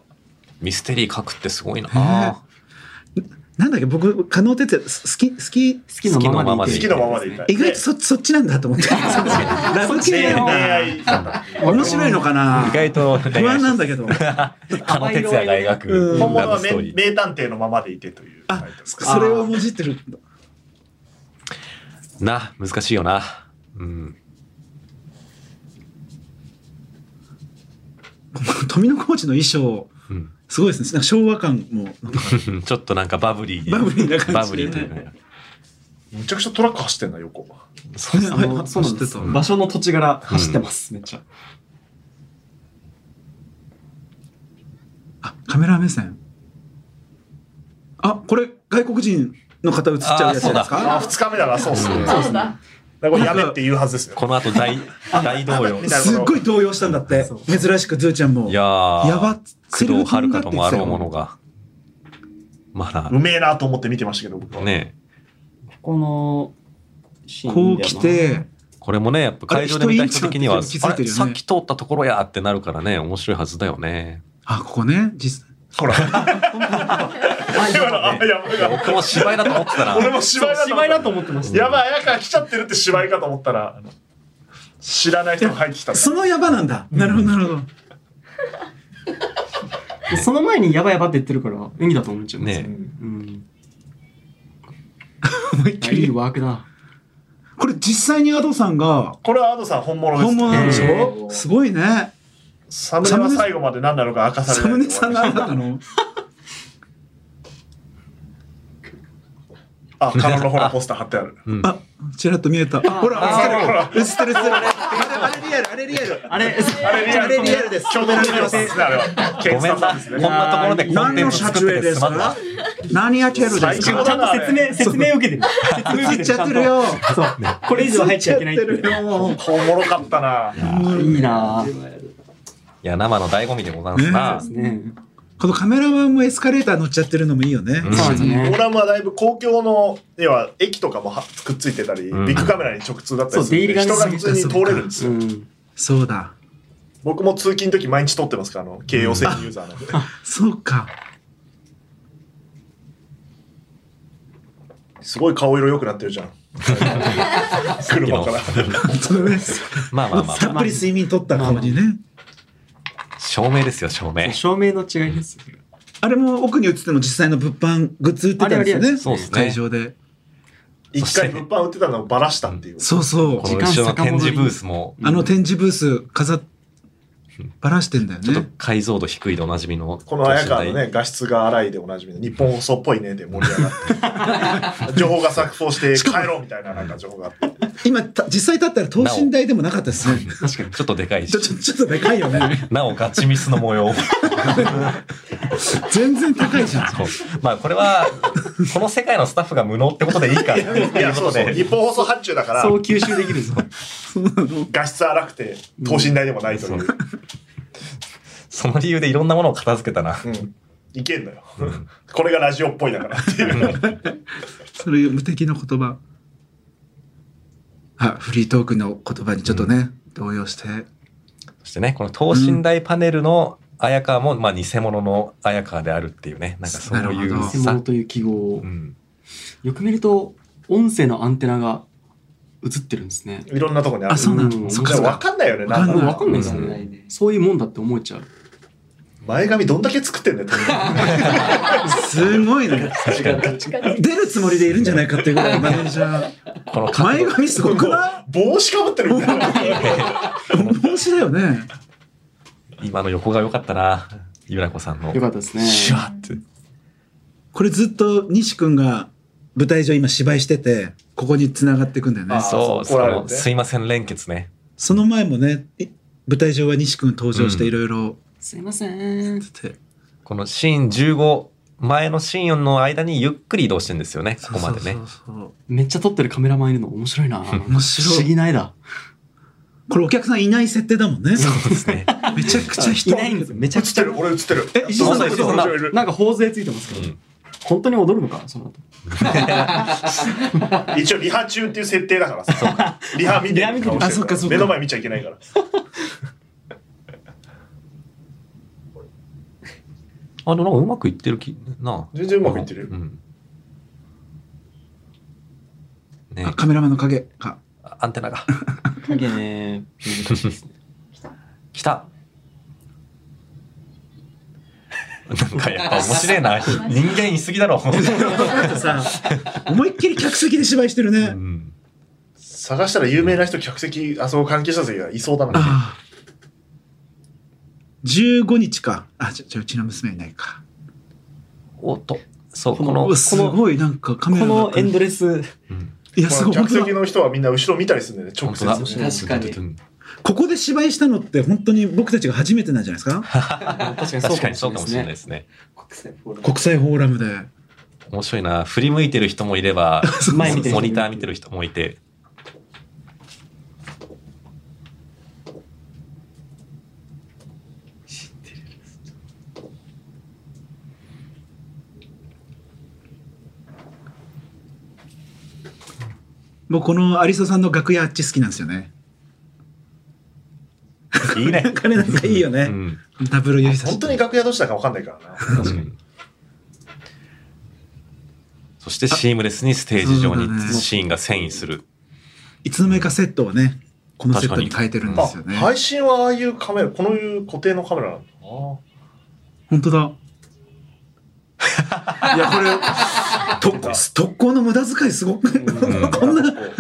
C: ミステリー書くってすごいな、
E: ねなんだっけ、僕、加納哲也、好き、好き、
D: 好きのままでい
B: 好
D: い。
B: きのままでいたい
E: 意外とそそっちなんだと思 って。ラブ
B: 恋
E: 系の。
B: 愛だった
E: 面白いのかな
C: 意外と
E: 不安なんだけど。
C: 狩野哲也が描
E: う
C: く
E: ん
B: 本物
C: ラ
B: は
C: ブス
B: 名
C: トーリー
B: 名探偵のままでいてというタイトルです
E: それをもじってる。
C: な難しいよなうん
E: 富野コーチの衣装、
C: うん
E: すごいですね。なんか昭和感も。なんか
C: ちょっとなんかバブリーに
E: バブリーな感じでね
C: バブリーというかね
B: むちゃくちゃトラック走ってんな、横。
C: そうです
E: あ
C: ね。
E: はい
D: そうなん
E: 走
D: です
E: ってた
D: 場所の土地柄走ってます、めっちゃ。
E: あ、カメラ目線。あ、これ、外国人の方映っちゃうやつじゃないです
B: あ、
E: か
B: 二日目だな、そうっすね。だか
F: そうだ。
B: らこれやめって言うはずですよ。
C: この 後大、大動揺。
B: あ
E: すっごい動揺したんだって
D: そう。
E: 珍しく、ズーちゃんも。
C: いやー、
E: やばっ
C: 工藤遥かともあろう
E: セ
C: も
E: リ
C: の
E: フ
C: が。ま
B: う
C: だ、
B: めえなと思って見てましたけど、僕は。
C: ね、
D: このシーンだよ
E: こう
D: な
E: 来、て、
C: これもね、やっぱ会場で見た人的に
E: あ
C: は、
E: れ人いんじゃん
C: あ
E: って気づいてる
C: れ
E: よね
C: さっき通ったところやってなるからね、面白いはずだよね。
E: あ、ここね、実際。
B: ほら。
D: あ
B: 今 のあ
D: 今ね
B: やばいな
C: 僕も芝居だと思ってた
B: 俺
C: ら、
B: も芝居だと思
D: 芝
B: っ。
D: 居だと思ってましたた。
B: やばい、綾香来ちゃってるって芝居かと思ったら、あの知らない人が入ってきたんだ。
E: そのやばなんだ。なるほど、なるほど。
D: その前にやばいやばって言ってるから、演技だと思っちゃうんですよ。
C: ね、
D: うん。
E: 思いっき
D: いい
E: り。
D: ワークだ。
E: これ実際にアドさんが
B: これはアドさん本物です。
E: 本物なんでし
D: へ
E: ょ
D: ー
E: すごいね。
B: サムネは最後まで何なのか明かされ
E: サ
B: ない
E: ムネさんなんだったの
B: あ、カノンのほらポスター貼ってある。
E: あ、ちらっと見えた。あ、ほら、映ってる。映ってる、映ってる。あれリアル、あれリアル。
D: あれ、
B: あれリア
E: あれリアルです
B: 共同のリアルですね、あれは。ケ
C: ご
B: ン
C: め
B: さ
C: んな、
B: さん
C: こ
B: です
C: ん
B: ね。
C: なところでコンテンツ作っててすま
E: 何
C: ん
E: の
C: な
E: 撮。何やってるんで
B: 最
E: す
B: 高
E: か
D: ち
B: だ
D: ゃん
B: な、
D: と
B: あれ
D: 説。明、説明受けてる。説明受けてる。
E: 映っちゃってるよ。
D: ちゃんと。そう。これ以上入っちゃいけないっていう。
E: よ。
B: おもろかったな。
D: いいなぁ。
C: いや、生の醍醐味でございますな。
D: ね
E: このカメラマンもエスカレーター乗っちゃってるのもいいよね。
D: そうです
B: オー
D: ね。
B: ラムはだいぶ公共の、要は駅とかもはくっついてたり、ビ
C: うん
B: ッグカメラに直通だったりす
D: そう出入
B: る
D: り
B: ん
D: が
B: で、
D: ね
B: 人が普通に通れるんです
D: う
B: よ。
D: ん。
E: そうだ。
B: 僕も通勤の時毎日通ってますから、あの、京葉線ユーザーなんで。
E: そうか。
B: すごい顔色良くなってるじゃん。車から。
E: そうだね。
C: まあまあま
E: た
C: あ、
E: っぷり睡眠取った感じね。
C: 照明ですよ、照明。
D: 照明の違いです。
E: あれも奥に映ってるの実際の物販グッズ売ってたんですよ
D: あれあれあ
E: ね。
D: れ
C: そうっすね
E: 会場で。
B: 一回物販売ってたのをバラしたっていう。
E: そうそう
C: こ。の後ろの展示ブースも、
E: あの展示ブース飾っ、ばらしてんだよ
C: ちょっ
E: ね
C: と。解像度低いでおなじみの。
B: この綾川のね、画質が荒いでおなじみの日本放送っぽいねで盛り上がって。情報が錯綜して帰ろうみたいななんか情報があって。
E: 今、た実際立ったら等身大でもなかったですね。
C: 確かに。ちょっとでかいし
E: ちょ、。ちょ、ちょっとでかいよ ね。
C: なおガチミスの模様。
E: 全然高いじゃん。
C: そうまあこれは、この世界のスタッフが無能ってことでいいか。い
B: いや、そうそう。日本放送発注だから、
D: そう吸収できるぞ。
B: 画質荒くて等身大でもないという。
C: その理由でいろんなものを片付けたな。
B: うん。いけんのよ。 これがラジオっぽいだからっていう。
E: それ無敵の言葉。あ、フリートークの言葉にちょっとね、動揺して。
C: そしてね、この等身大パネルの綾川も、まあ偽物の綾川であるっていうね。なんかそうい
E: なる
C: う
E: ほ
D: 専門
C: さ。
D: という記号を
C: う。ん。
D: よく見ると、音声のアンテナが映ってるんですね。
B: いろんなとこにある
E: あ。そうなの
D: うん
E: そっ
B: で
E: かそっ
B: も
E: か
B: 分かんないよね。
E: わかんな
B: な
E: んい
B: か
D: わかんないですよね。そういうもんだって思えちゃう。
B: 前髪どんだけ作ってんだよ。
E: すごいね。出るつもりでいるんじゃないかっていうぐらいマネージャ
C: この
E: ー。前髪すごくな
B: 帽子かぶってるみたいな。
E: い帽子だよね。
C: 今の横が良かったな。ゆらこさんの
D: よ。かったですね。
C: シュワって。
E: これずっと西くんが舞台上今芝居してて、ここに繋がっていくんだよね
B: あ。
C: そ
B: そう
C: う、そ
B: 怒られて
C: の、すいません連結ね。
E: その前もね、い舞台上は西くん登場していろいろ
D: すいません。
E: ってて。
C: このシーン15、前のシーンの間にゆっくり移動してんですよね、ここまでね
E: そう。そうそう
D: めっちゃ撮ってるカメラマンいるの面白いな。
E: 面白い
D: 不思議ないだ。
E: これお客さんいない設定だもんね。
C: そうですね。
E: めちゃくちゃ人
D: いないんですよ。めち
B: 映
D: ゃ
B: っ
D: くち
B: て
D: ゃ。
B: る、俺映ってる。
E: え石
C: 田さんそんな
B: 俺映ってる
D: なんか頬杖ついてますけど、
C: うん
D: 本当に踊るのかその後。
B: 一応リハ中っていう設定だからさ。リハ見てる顔してるら
E: あそっかそっか
B: 目の前見ちゃいけないから。
C: あ、でもなんかうまくいってる気、なあ
B: 全然うまくいってるよ
C: う。ん。ね
E: あカメラマンの影 か。
C: アンテナが。
D: 影ね。
C: 来た なんかやっぱ面白い な。人間いすぎだ ろ。
E: あとさ、思いっきり客席で芝居してる
C: う
E: ね。
C: ん
B: 探したら有名な人、客席、あそこ関係者席がいそうだな。
E: ああ。15日か。あ、じゃ、じゃあうちの娘いないか。
C: おっと。そう、
D: こ
C: この、
D: の
E: う
C: こ
E: わすごい、なんかカ
D: こ
E: メラが
D: のエンドレス
C: うん
E: いや、す
B: ま
E: ご
B: あ
E: い。本当
B: 客席
E: だ
B: の人はみんな後ろ見たりするんだよね、直
C: 本当だ
B: 接、ね。
D: 確かに
E: ここで芝居したのって本当に僕たちが初めてなんじゃないですか
D: 確かに
C: 確かにそうかもしれない
D: で
C: です
D: ね
C: すね。
D: 国際フォーラム
E: 国際フォーラムで。
C: 面白いな。振り向いてる人もいれば、
D: 前見てる人
C: モニター見てる人もいて。
E: もうこの有沙さんの楽屋あっち好きなんですよね。
C: いいね。
E: 彼なんかいいよ
C: う
E: ね。
C: ん。
E: ダブル指差し
B: 本当に楽屋どうしたか分かんないからな。
C: 確かに。そしてシームレスにステージ上
E: そうだ
C: に
E: ね
C: シーンが遷移する。
E: いつの間にかセットをね、このセットに変えてるんで
B: あ
E: すよね。
B: 配信はああいうカメラ、このいう固定のカメラなんだ
E: 本当だ。いや、これ、特攻特攻の無駄遣いすごく、
C: ん
E: こんな、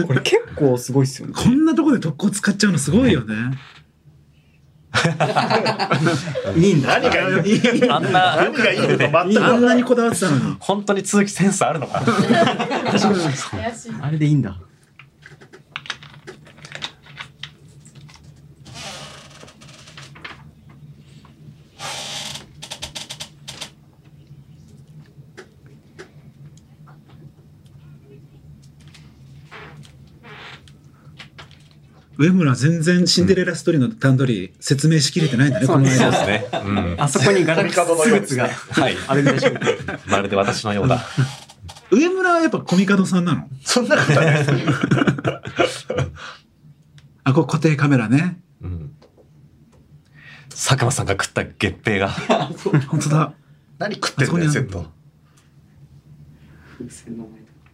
D: これ結構すごいっすよね。
E: こんなとこで特攻使っちゃうのすごいよね。
D: いいんだ。
B: 何がいい
C: あんな、
B: 何がいいのか全く
E: あんなにこだわってたのに。
C: 本当に通気センスあるのかな
F: 怪しい。
D: あれでいいんだ。
E: 上村全然シンデレラストーリーの段取り説明しきれてないんだね、
D: そ
E: こ
D: う
E: の
D: ね
C: そ
E: 間。
C: うですね。うん。
D: あそこにガラクススーツが。
C: はい。
D: あれぐらいしか
C: まるで私のようだ。
E: 上村はやっぱコミカドさんなの
B: そんなことはないです。
E: あ、これ固定カメラね。
C: うん。佐久間さんが食った月餅が。
E: 本当だ。
B: 何食ってんだよ、セット。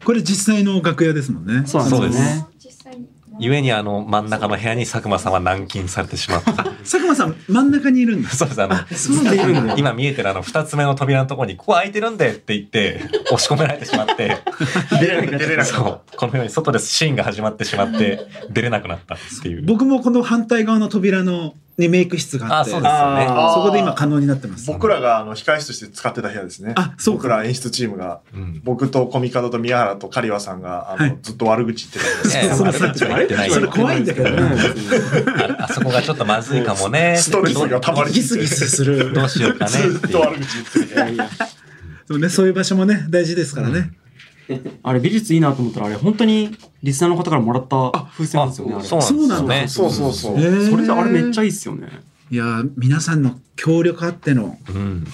E: これ実際の楽屋ですもんね。
D: そうなんですよね。
F: 実際に。
C: ゆえにあの真ん中の部屋に佐久間さんは軟禁されてしまった。
E: 佐久間さん、真ん中にいるんです。
C: そうですあの
E: そうなんだ
D: いるんだ
C: 今見えてるあの二つ目の扉のところにここ開いてるんでって言って押し込められてしまって、
B: 出 れなく出れなくな
C: そ
B: った
C: うこのように外でシーンが始まってしま って出れなくなったっていう。
E: 僕もこの反対側の扉のにメイク室があ
C: あ
E: って、
C: そうですよね。
B: あー
E: そこで今可能になってます。
B: 僕らがあの控室として使ってた部屋ですね。
E: あそうか
B: 僕ら演出チームが、
C: うん。
B: 僕とコミカドと宮原とカリワさんが、あの、
E: はい
B: ずっと悪口言ってたんです
C: いやいや
E: それ
C: 悪口は言ってないよ
E: それ怖いんだけどね。
C: ああそこがちょっとまずいかもね。
B: ストレスが溜まり
E: ギ
B: す
E: ス
B: ぎ
E: ギ
B: て。
E: スする。
C: どうしようかね
B: ず
C: って
B: っ
C: い
B: と
C: う。
B: 悪口言ってたけ
E: で
B: ど。
E: もね、そういう場所もね、大事ですからね。
D: あれ美術いいなと思ったら、あれ本当にリスナーの方からもらった風船なん
C: あ
D: ですよね。あれ
C: そうなんです
B: そ
C: よ
B: う
C: ね。
B: そうそう。
E: えー
D: それであれめっちゃいいっすよね。
E: いやー、皆さんの協力あっての。
C: うん。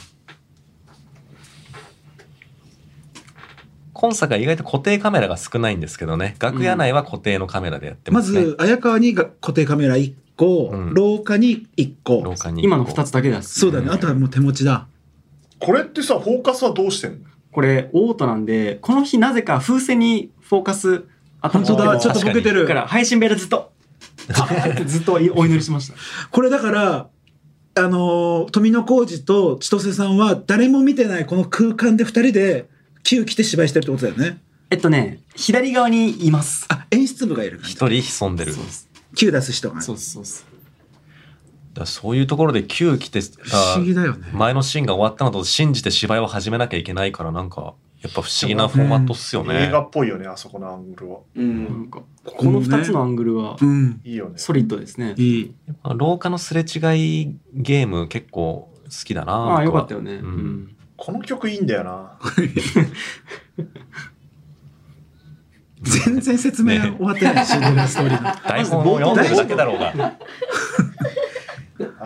C: 今作は意外と固定カメラが少ないんですけどね楽屋内は固定のカメラでやってま
E: ます
C: ね、
E: ず、綾川にが固定カメラ1個、
C: うん
E: 廊下に1個
C: 廊。下に
D: 今の2つだけだ
E: そうだね。あとはもう手持ちだ。
B: これってさ、フォーカスはどうしてんの
D: これオートなんで、この日なぜか風船にフォーカス
E: 本
D: 頭
E: 当
D: を
E: だ、
D: 置
E: ちょ
D: い
E: っと
D: て
E: ボケて
D: だ
E: る
D: か。ら配信部屋でず っと、ずっとお祈りしました。
E: これだから、あのー富野浩二と千歳さんは誰も見てないこの空間で2人で旧来て芝居してるってことだよね。
D: えっとね、左側にいます。
E: あ、演出部がいる感じ。
C: 一人潜んでる
D: そうです。
E: 旧出す人が。
D: そうですそうです。
C: だからそういうところで急来て
E: 不思議だよね。
C: 前のシーンが終わったのと信じて芝居を始めなきゃいけないからなんかやっぱ不思議なフォーマットっすよね
B: 映画っぽいよね、あそこのアングルは。
D: なんか、こ
E: こ
D: こ
E: も
D: の
E: ね
D: 2つのアングルはい
E: うん。
B: いいよね。
D: ソリッドですね。
E: いい。
C: 廊下のすれ違いゲーム結構好きだな
D: ああ、よ
C: 僕
D: か
C: は
D: ったよね。
C: う
D: うんん。
B: この曲いいんだよな。
E: 全然説明終わって ない、シンデレラストーリーの。
C: 台本を読んでるだけだろうが
B: あ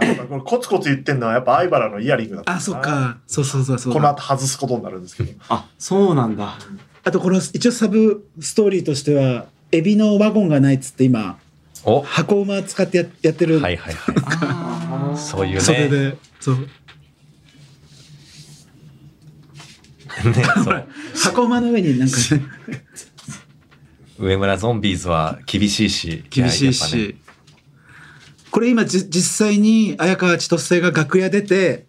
B: のこれコツコツ言ってんのはやっぱ相原のイヤリングだったな
E: あ、そっ。か。そうそうそうそう。
B: この後外すことになるん ですけど。
D: あ、そうなんだ。
E: あとこの一応サブストーリーとしては、エビのワゴンがないっつって今、
C: おは
E: 箱馬使ってややってる。
C: いはいはい
D: ああ。
C: そういう
E: それ
C: ね
E: で、そう。
C: ねそう
E: 箱馬の上になんかね、
C: 上村ゾンビーズは厳しいし
E: 厳しいし、
C: ややっ
E: これ今じ実際に綾川千歳が楽屋出て
C: ぱね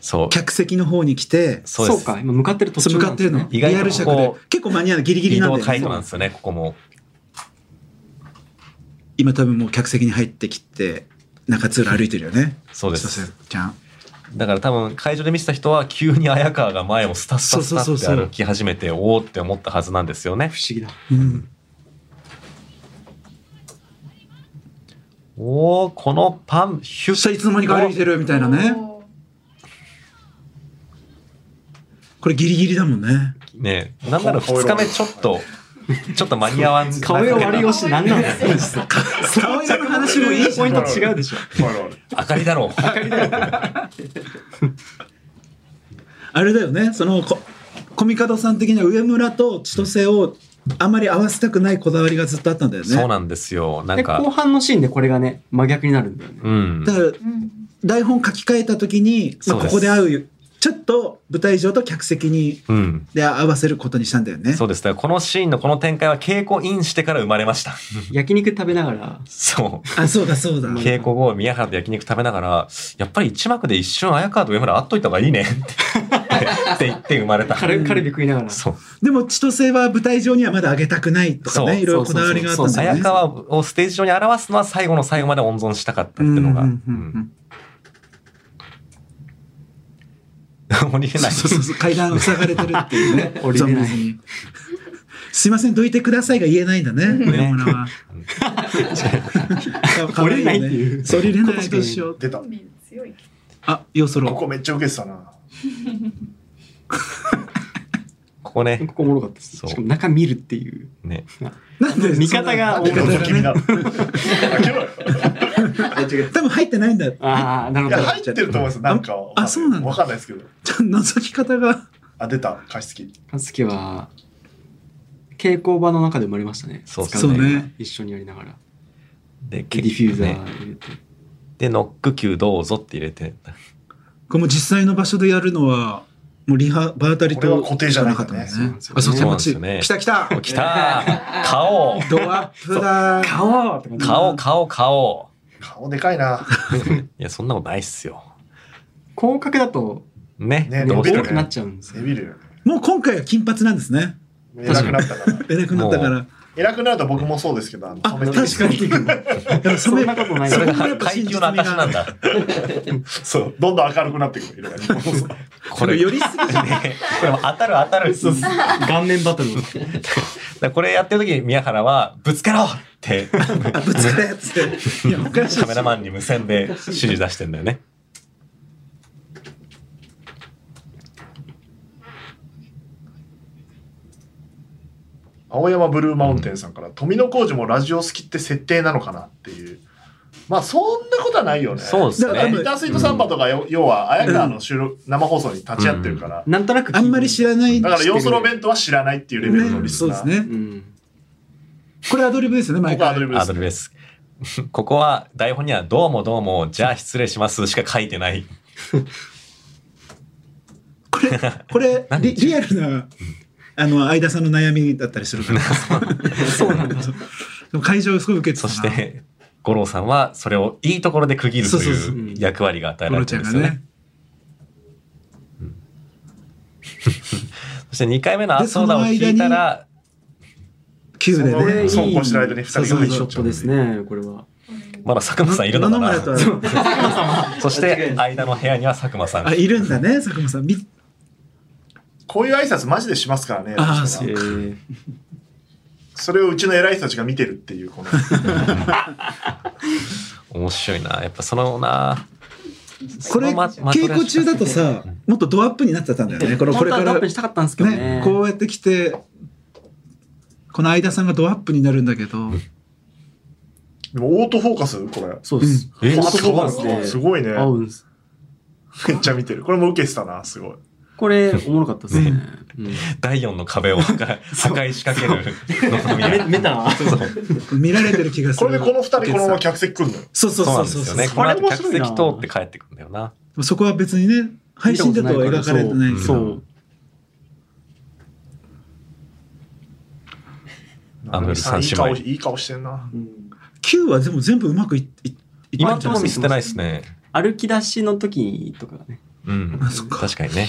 C: そう
E: 客席の方に来て
C: そう
D: そ
C: で
D: う
C: す
D: か、今向かってる途
E: そう
D: 中
E: 向
D: な
E: か
D: ん
E: っ
D: で
E: てる
D: す
E: の
D: ね。
C: 意外と
E: リアル尺
C: こ
E: で
C: こ
E: 結構間に合うギリギリ
C: 移
E: なん
C: 動
E: で、
C: タイトなんですよねここも
E: 今多分もう客席に入ってきて中通路歩いてるよね
C: そうです
E: 千歳ちゃん
C: だから多分会場で見てた人は急に綾川が前をスタスタスタ
E: そうそう
C: って
E: そうそう
C: 歩き始めておおって思ったはずなんですよね
D: 不。思議だ。
E: うん
C: おおこのパンヒ
E: そ
C: ュ
E: したらいつの間にか歩いてるみたいなねこれギリギリだもんね
C: ねえなんなら2日目ちょっとちょっと間に合わん
D: 顔色悪いよし、なんなの
E: 顔色の話もいいじゃ
D: ポイ
E: ん
D: ント違うでし ょ。
C: 明かりだろう
E: あれだよねそのこコミカドさん的には上村と千歳をあまり合わせたくないこだわりがずっとあったんだよね
C: そうなんですよなん
D: で、後
C: か
D: 半のシーンでこれがね、真逆になるんだよね。
C: うん
E: だから台本書き換えた時に、ま
C: そ
E: あ、
C: うで
E: こ
C: す
E: こで会うちょっと舞台上と客席に
C: うん
E: で合わせることにしたんだよね
C: そうですだからこのシーンのこの展開は稽古インしてから生まれました
D: 焼肉食べながら、
C: そう
E: あそうだそうだ
C: 稽古後、宮原で焼肉食べながら、やっぱり一幕で一瞬、綾川と上村会っといた方がいいねってって 言って生まれ た。
D: カルカルビ食いながら。
C: そう。
E: でも千歳は舞台上にはまだ上げたくないとか
C: そう
E: ねいろいろこだわりがあったんだよ
C: 綾
E: ね
C: 川をステージ上に表すのは最後の最後まで温存したかったっていうのが。う
E: うんうんうんうん
C: ん 降りれない。
E: そうそう そう階段を塞がれてるっていうね
D: 降りれない
E: ゾンビにすいませんどいてくださいが言えないんだね上村はか かわよね
D: 降りれないっていう
E: そう降りれないどうしよう
B: 出た。
F: ビ強い。
E: あよそろ
B: ここめっちゃ受けてた な。
C: ここね
D: こ。こおもろかったです。
C: そう
D: しかも中見るっていう。
C: ね。
E: なんで
D: 味方が
E: そんな
D: 多
E: 味
D: い
E: 方が
B: 君
E: ね
B: だ。開けろよ。
E: 多分入ってないんだ
D: ああ、なる
B: い
D: ほ
B: や
D: ど。
B: 入ってると思いますよ。なんかわかんい
E: あそうなんだ
B: わかんないですけど。
E: ちょっと覗き方が
B: あ出た加湿器。
D: かつきは、稽古場の中で生まれましたね。
C: そう
D: 使のが
E: そうね
D: 一緒にやりながら。
C: で、
D: デ
C: 結
D: ィ
C: 局
D: フューザー
C: ね。
D: 入れて。
C: で、ノック球どうぞって入れて。
E: これも実際の場所でやるのはもうリハ場当たり
B: これ
E: と
B: は固定じゃないんだね
E: かったもん
D: そうなんですよね
E: あそう
C: そうなん
E: そ
C: で
E: う
C: すよね
E: 来た来た
C: 来た ー顔
E: ドアップだー
D: 顔とか
C: 顔、顔、顔。
B: 顔でかいな。
C: いや、そんなことないっすよ。
D: 広角だと、
C: ね。
B: ね
C: ど
D: 多
C: う しても
B: ね
D: くなっちゃうんです
B: 背
D: よ。
B: びるよ。
E: もう今回は金髪なんですね
B: 偉くなったから。
E: 偉くなったから
B: 偉くなると僕もそうですけど、あの
E: あ
B: 染め
E: 確
B: てる
E: かにやっぱ
D: そんなことない
E: そ
C: それ
E: れが
C: が
E: やっぱ
C: 階
E: 真実
C: 級
E: 味
C: の証なん
E: が
C: だ。
B: そう、どんどん明るくなってくる色が。日本の
C: これ、
E: 寄りすぎじゃん
C: ねこれも当たる当たる。だか
D: 顔面バトル。
C: らこれやってる時に宮原は、ぶつけろって、
E: あぶつかるや ついやおかしい
C: カメラマンに無線で指示出してんだよね。
B: 青山ブルーマウンテンさんから、富野浩二もラジオ好きって設定なのかなっていう。まあ、そんなことはないよね。
C: そうです
E: だから多
C: ね
E: 分。
B: リターンスイートサンバとかよ、要は、綾川の収録、生放送に立ち会ってるから、
D: なんとなく。
E: あんまり知らない
B: だから、要素の
D: ン。
B: 弁当は知らないっていうレベルの
E: ね
B: リス
E: そうで
B: ナー。
E: すね
D: うん。
E: これアドリブですよね毎
B: 僕はア
E: 回
B: ドリブで
C: ア
B: す
C: ド。リブです。ここは台本には「どうもどうもじゃあ失礼します」しか書いてない
E: これこ れリリアルなあの相田さんの悩みだったりす るから
D: そうなんだ。
E: でも会場すごい受けてた
C: そ
E: な
C: して五郎さんはそれをいいところで区切ると
E: そうそうそう
C: いう役割が与え
E: ゴ
C: られ
E: ロ
C: て
E: ちゃ
C: る
E: ん
C: んで
E: が
C: すよね
E: ね。
C: そして2回目の「あそうだ」を聞いたら
E: 9で
B: その
E: ね
B: 上そうこうしてる間に二人が
D: そうそう
B: 入っ
D: いい
B: ち
D: シ
B: ゃ
D: ョ
B: う
D: ットですね、これは。
C: まだ佐久間さんいるの
E: 野
C: か
E: 々
C: な
E: 村とは
C: そして間の部屋には佐久間さん
E: あいるんだね佐久間さんみ
B: こういう挨拶マジでしますからね。
E: あー
B: 私
E: そ
B: は
E: う
D: えー
B: それをうちの偉い人たちが見てるっていう、こ の。
C: 面白いなやっぱそのな
E: これ
C: そのま
E: 稽古中だとさもっとドアップになってたんだよねこれこ
D: 本
E: れ
D: 当
E: か
D: はダ
E: ら
D: ップにしたかったんですけど
E: ね
D: ね。
E: こうやってきてこの相田さんがドアップになるんだけど
B: でも、オートフォーカスこれ。
D: そうです。
C: え
B: オート
D: そ
B: フ
D: う
B: ォ
D: なん
B: ーカ
D: ですね
B: スすごいね。
D: 合うんです。
B: めっちゃ見てる。これも受けてたな、すごい。
D: これ、おもろかったですね。うん
C: 第4の壁を破 壊破壊しかけるの
D: めメタな。
E: 見られてる気がす
B: こ
E: る
B: れでこの二人、このまま客席来るのよ。
E: そう そう
C: そうな
E: そ
C: ん
E: う
C: で
E: そ
C: す
E: うそ
C: よね
E: う
C: この後
D: 面白
C: 客
D: いな
C: 席通って帰ってくんだよな
E: そこは別にね配信だとは描かれてないけ
D: そ
E: ど
D: う。
C: あの三
B: いい
C: 姉
B: 顔
C: 妹
B: いい顔してんな。
D: うん
E: 9はでも全部うまくいいいった
C: 今
E: ん
C: ん
E: じ
C: と
E: ゃな
C: こ
E: い
C: 見
E: です
C: せ
E: か
C: てないですね
D: 歩き出しの時とかがね。
C: うん
E: あそっか
C: 確かにね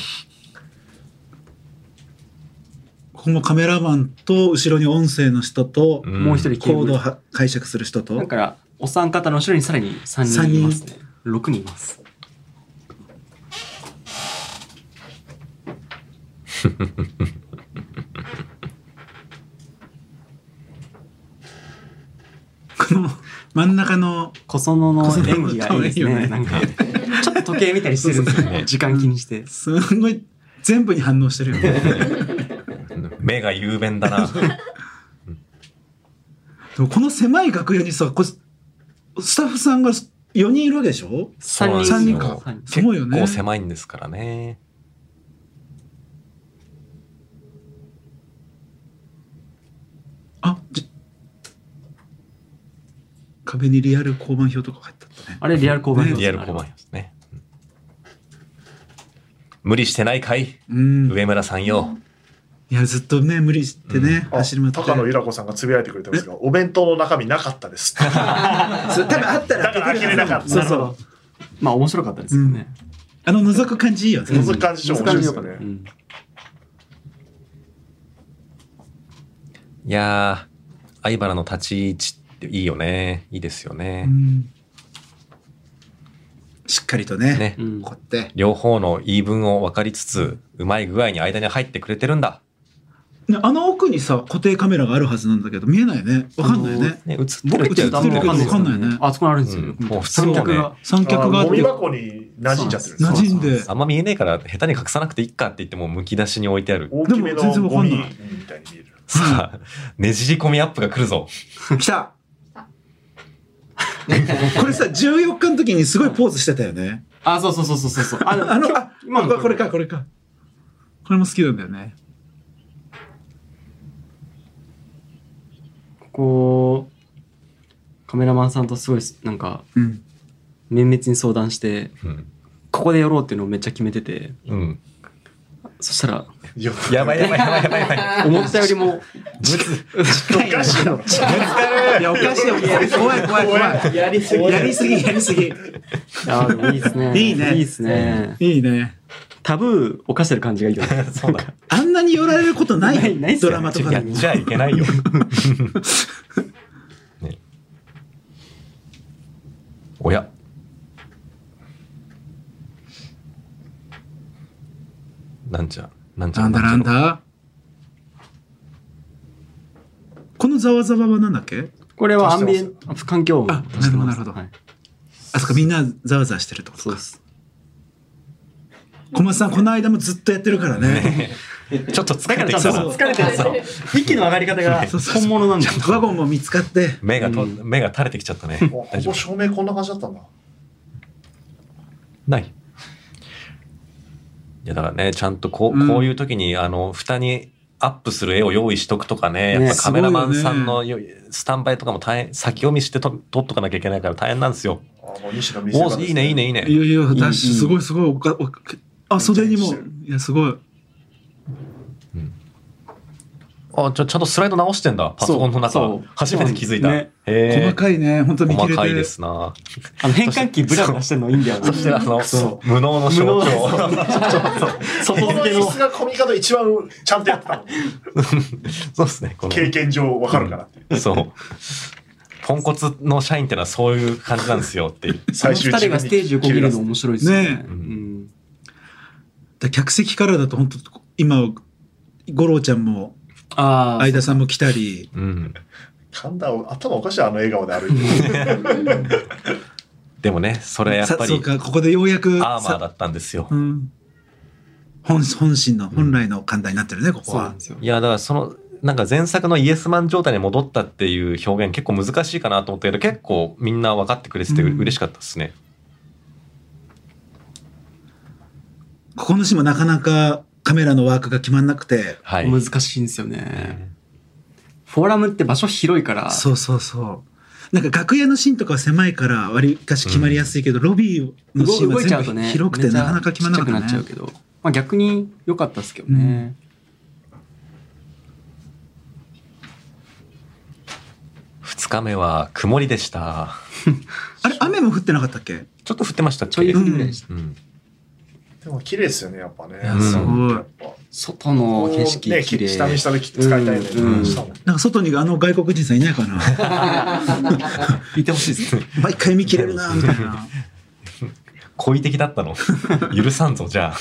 E: ここもカメラマンと後ろに音声の人と
C: うん
D: もう一人
E: コ
D: 警
E: ー
D: 部
E: ドをは解釈する人と
D: だから、お三方の後ろにさらに3人いますね。6人います。
E: この真ん中の
D: 小園の
E: 小園
D: 演
E: の
D: 技がいいですね。
E: 可
D: な
E: 愛いよね
D: んか、ちょっと時計見たりしてるんですよね。時間気にして。
E: すごい全部に反応してるよね
C: 目が雄弁だ な。
E: でもこの狭い楽屋にさこスタッフさんが4人いるわけでしょ
C: そうなん
D: 3
C: で
D: 人。
C: す
E: 三人
C: よ
E: か
D: 三人
E: すごいよね
C: 結構狭いんですからね。
E: あじ壁にリアル交番表とか書いてあったね
D: あれリアル交番表
C: リアル交番ですね。うん無理してないかい
E: うん
C: 上村さんよ。
E: いやずっとね無理してね、
B: あ
E: 走り回って
B: 高野由良子さんがつぶやいてくれてますが、お弁当の中身なかったです。
E: そう多分あったら
B: だから呆れなかった
E: そうそ
B: なる
E: う
D: まあ面白かったですよね。
E: あの覗く感じいいよね、
B: 覗く感じちょっと面白いですよね
D: う。ん
C: いやー、相原の立ち位置っていいよね。いいですよね
E: う。んしっかりとね
C: ね
D: う。ん
E: こうやって
C: 両方の言い分を分かりつつ、うまい具合に間に入ってくれてるんだ。
E: ねあの奥にさ固定カメラがあるはずなんだけど見えないねわかんないね
C: ね、映って
D: 僕
C: る
D: ちょっとあんま分かんないで
E: わかんな
D: すよ
E: いね
D: あそこにあるんですよね
C: うんもう普通にね
D: 三脚が
E: 三脚があ
B: あ
E: っ
B: ゴミ
E: て
B: 箱に馴染んじゃってるんです
E: 馴
B: よ。
E: 染んで
C: あんま見えねえから下手に隠さなくていいかって言ってもうむき出しに置いてある。
B: 大きめ
E: でも全然
B: のゴ
E: わかん
B: ミ
E: ない
B: みたいに見える。
C: さあ、ねじり込みアップが来るぞ。
E: 来た これさ14日の時にすごいポーズしてたよね
D: あ、そうそうそうそうそう。あの
E: あのあ
D: 今の
E: これこれかこれかこれも好きなんだよね
D: こう、カメラマンさんとすごい、なんか、
E: うん
D: 綿密に相談して、
C: うん。
D: ここでやろうっていうのをめっちゃ決めてて、
C: うん。
D: そしたら、
B: よく
C: やばいやばいやばいやばいや ばい。
D: 思ったよりも、
E: お かしいのいやおかしいよ怖い怖い怖い
D: やりす
E: やりすぎやりすぎ
D: あーでもいいですね。
E: いいね
D: いいですね。
E: いいね
D: タブー犯してる感じがいいよね。
C: そうだ。
E: あんなに寄られることない
D: ないないっす
E: ド
D: よ
E: ラ
D: ね
E: マとか
C: いや、
E: で
C: じゃあいけないよ。 ね、おや。なんちゃ、なんちゃ。
E: なんだなん
C: ちゃ
E: だこのざわざわはなんだっけ
D: これはアンビエント、環境音。
E: あなるほどなるほど
D: はい
E: あそっかみんなざわざわしてるってこと
D: そう
E: か
D: です。
E: 小松さんこの間もずっとやってるからね
C: ちょっと疲れてき
E: そ
C: た
E: うそう
C: な。
D: 疲れてる。息の上がり方が
E: そうそうそう
D: 本物なんだよ。
E: ワゴンも見つかって
C: 目がと、
D: うん
C: 目が垂れてきちゃったね。
B: こ
C: 大丈
B: こ
C: 夫。
B: 照明こんな感じだったんだ。
C: ない。いや、だからね、ちゃんとこう、
E: うん
C: こういう時に、あの、蓋に。アップする絵を用意しとくとかね、
D: ね
C: やっぱカメラマンさん
E: すご
C: のよスタンバイとかも大変、先読みしてと撮っとかなきゃいけないから大変なんですよ。
B: あもう西野見せ
C: お
B: 方
C: ーいいね、いいね、いいね。
E: いやいや、
D: い
E: ダッシ
D: い
E: ュ、
D: い
E: すごいすごい、おか、おか、あ、袖にも、いや、すごい。
C: あちゃちゃんとスライド直してんだパソコンの中
D: そう
C: は
D: そう
C: 初めて気づいた、
D: ね
C: へー
E: 細かいね、本当見切れ
C: 細
E: て
C: かい
E: る。
C: ですな
D: あの変換器ブラブラしてんのいいんだよね。
C: そしてあの
D: そ
C: 無能の
D: う。無
C: 象
D: 能
C: 徴
B: こ
D: 外
B: の
D: 付け
B: 椅
D: の
B: 子。が込み方一番ちゃんとやってたの。
C: そうですねこ
B: 経験上わかるから。
C: のそうポンコツの社員ってのはそういう感じなんですよっていう
D: その
B: 最終
D: 二人がステージをこぎるの面白いですよね
E: ね。
D: うん
E: だ客席からだと、本当、今、五郎ちゃんも、
D: ああ
E: 相、田さんも来たり。
C: うん
B: 神田を頭おかしいあの笑顔で歩いてる。
C: でもねそれやっ
E: さ
C: ぱ
E: そう
C: り
E: か、ここでようやく。
C: アーマーだ
E: さ
C: ったんですよ
E: うん。本、本心の、本来の寛大になってるね、ここ
D: そうなん
E: は
D: で。すよ。
C: いやだからそのなんか前作のイエスマン状態に戻ったっていう表現結構難しいかなと思ったけど結構みんな分かってくれててう
E: うん
C: 嬉しかったですね、
E: ここのシーンもなかなか、カメラのワークが決まんなくて。
C: はい
D: 難しいんですよね。フォーラムって場所広いから、
E: そうそうそう。なんか楽屋のシーンとかは狭いから割かし決まりやすいけど、ロビーのシーン
D: 動
E: はい
D: ちゃうと
E: 全部
D: ね、
E: 広く
D: め
E: て
D: っちゃ
E: なかなか決まらなかった
D: ちっちゃくなっ
E: ね
D: ちゃうけど、まあ逆に良かったですけどね。
C: 2日目は曇りでした
E: あれ雨も降ってなかったっけ
C: ちょっと降ってましたっ
D: ちょい
C: け
D: 降りぐらいでした。
C: うん
B: でも綺麗ですよね、やっぱね。
C: んす
E: ごい
B: やっぱ
D: 外の景色
B: ね、
D: 綺麗。
B: 下見下で使いたいね。
D: うん
B: 下も
E: なんか外にあの外国人さんいない かな
D: いてほしい ですね。
E: 毎回見切れるなみたいな。
C: 好意的だったの許さんぞじゃあ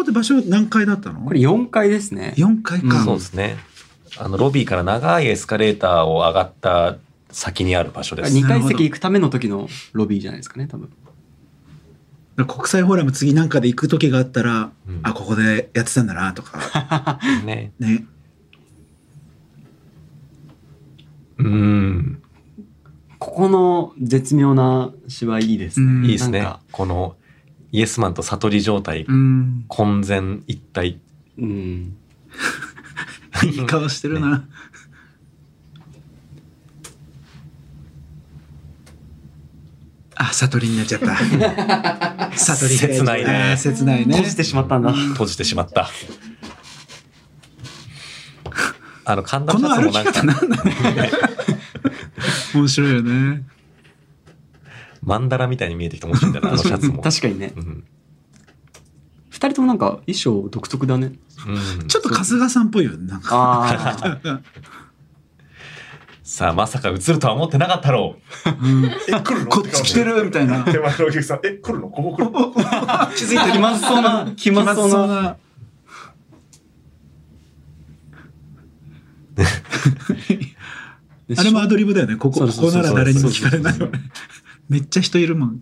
E: って場所何階だったの
D: これ4階ですね。
E: 4階
D: う
E: か
D: ん
C: そうですね。あの、ロビーから長いエスカレーターを上がった先にある場所です。
D: 2階席行くための時のロビーじゃないですかね、多分。
E: 国際フォーラム次なんかで行く時があったら、
C: うん
E: あここでやってたんだなとか
C: ね。
E: ね
C: うん。
D: ここの絶妙な芝居いいです
E: うん
D: ね。
C: いいですね
D: なんか。
C: この、イエスマンと悟り状態、
E: うん
C: 混然一体。
D: うん。
E: いい顔してるな、あ悟りになっちゃった悟り
C: 切ないね
E: あー切ないね
D: 閉じてしまったんだ。
C: 閉じてしま った。あの、神田
E: この歩き方
C: か、
E: なんだね面白いよね
C: マンダラみたいに見えてきて面白いんだよな、あのシャツも。
D: 確かにね。
C: うん
D: 2人ともなんか衣装独特だね。
C: うん
E: ちょっと春日さんっぽいよねなんか
D: ああ。
C: さあ、まさか映るとは思ってなかったろ
B: え、来るの
E: こっち来てるみたい な
B: 手前のお客さん、え、来るのここ来るの
E: 気づいてる
D: 気まずそうな、気まずそうな。
E: なあれもアドリブだよね。ここ、
D: そう
E: こ
D: そうそ
E: こ
D: うそ
E: な
D: う
E: ら誰にも聞かれないよね。めっちゃ人いるもん。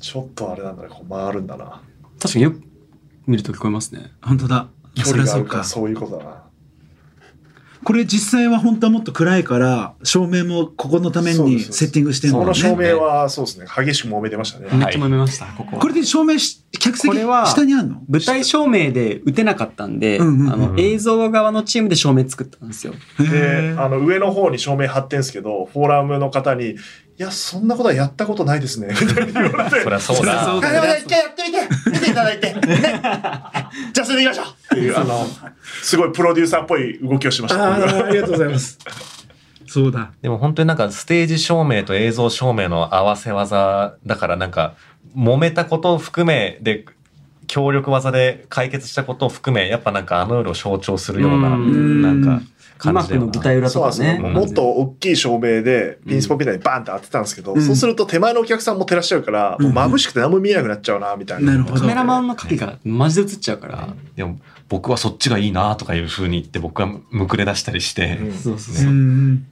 B: ちょっとあれなんだね、こう回るんだな。
D: 確かによく見ると聞こえますね。
E: 本当だ。
B: 距
E: そり
B: 離
E: ゃ
B: があ
E: そ
B: る
E: う
B: から
E: か。
B: そういうことだな。
E: これ実際は本当はもっと暗いから、照明もここのため
B: そうで
E: に
B: すそうです
E: セッティングしてんだ
B: こ
E: よ
B: の照
E: ね。
B: 明は、そうですね、激しく揉めてましたね。
D: め
C: は
D: っ
C: い
D: ちゃ揉めました、ここは。
E: これで照明し、客席
D: これは
E: 下にあんの
D: 舞台照明で打てなかったんで、
E: うんうんうん
D: あの映像側のチームで照明作ったんですよ。
E: へ
B: で、
E: ー
B: あの、上の方に照明貼ってんすけど、フォーラムの方に、いや、そんなことはやったことないですね。みたいに言われ
C: う。
B: て
C: そり。ゃそ う
E: そりゃそ
C: だ
E: う。だ
B: あでも一回やってみて見ていただいて、ね、じゃあそれでいきましょうっていうあのすごいプロデューサーっぽい動きをしました
E: あ
B: 僕は
E: ーありがとうございます。そうだ。
C: でも本当になんかステージ照明と映像照明の合わせ技だからなんか揉めたことを含めで協力技で解決したことを含めやっぱなんかあの夜を象徴するような
D: うん
C: なんか感
D: マ
C: じ
D: ッ
C: だ
D: ク
C: よ
D: の舞台
C: な。
D: 裏
B: そ
D: と
B: うなんで
D: か
B: すよ
D: ね。
B: もっと大きい照明でピンスポケットにバンって当てたんですけど、そうすると手前のお客さんも照らしちゃうから、もう眩しくて何も見えなくなっちゃうなみたいな
E: なるほど
D: カメラマンの影がマジで映っちゃうから。
C: でも僕はそっちがいいなとかいう風に言って僕はむくれ出したりして、
B: うん
D: そうそう
E: う
D: そう。
E: ん。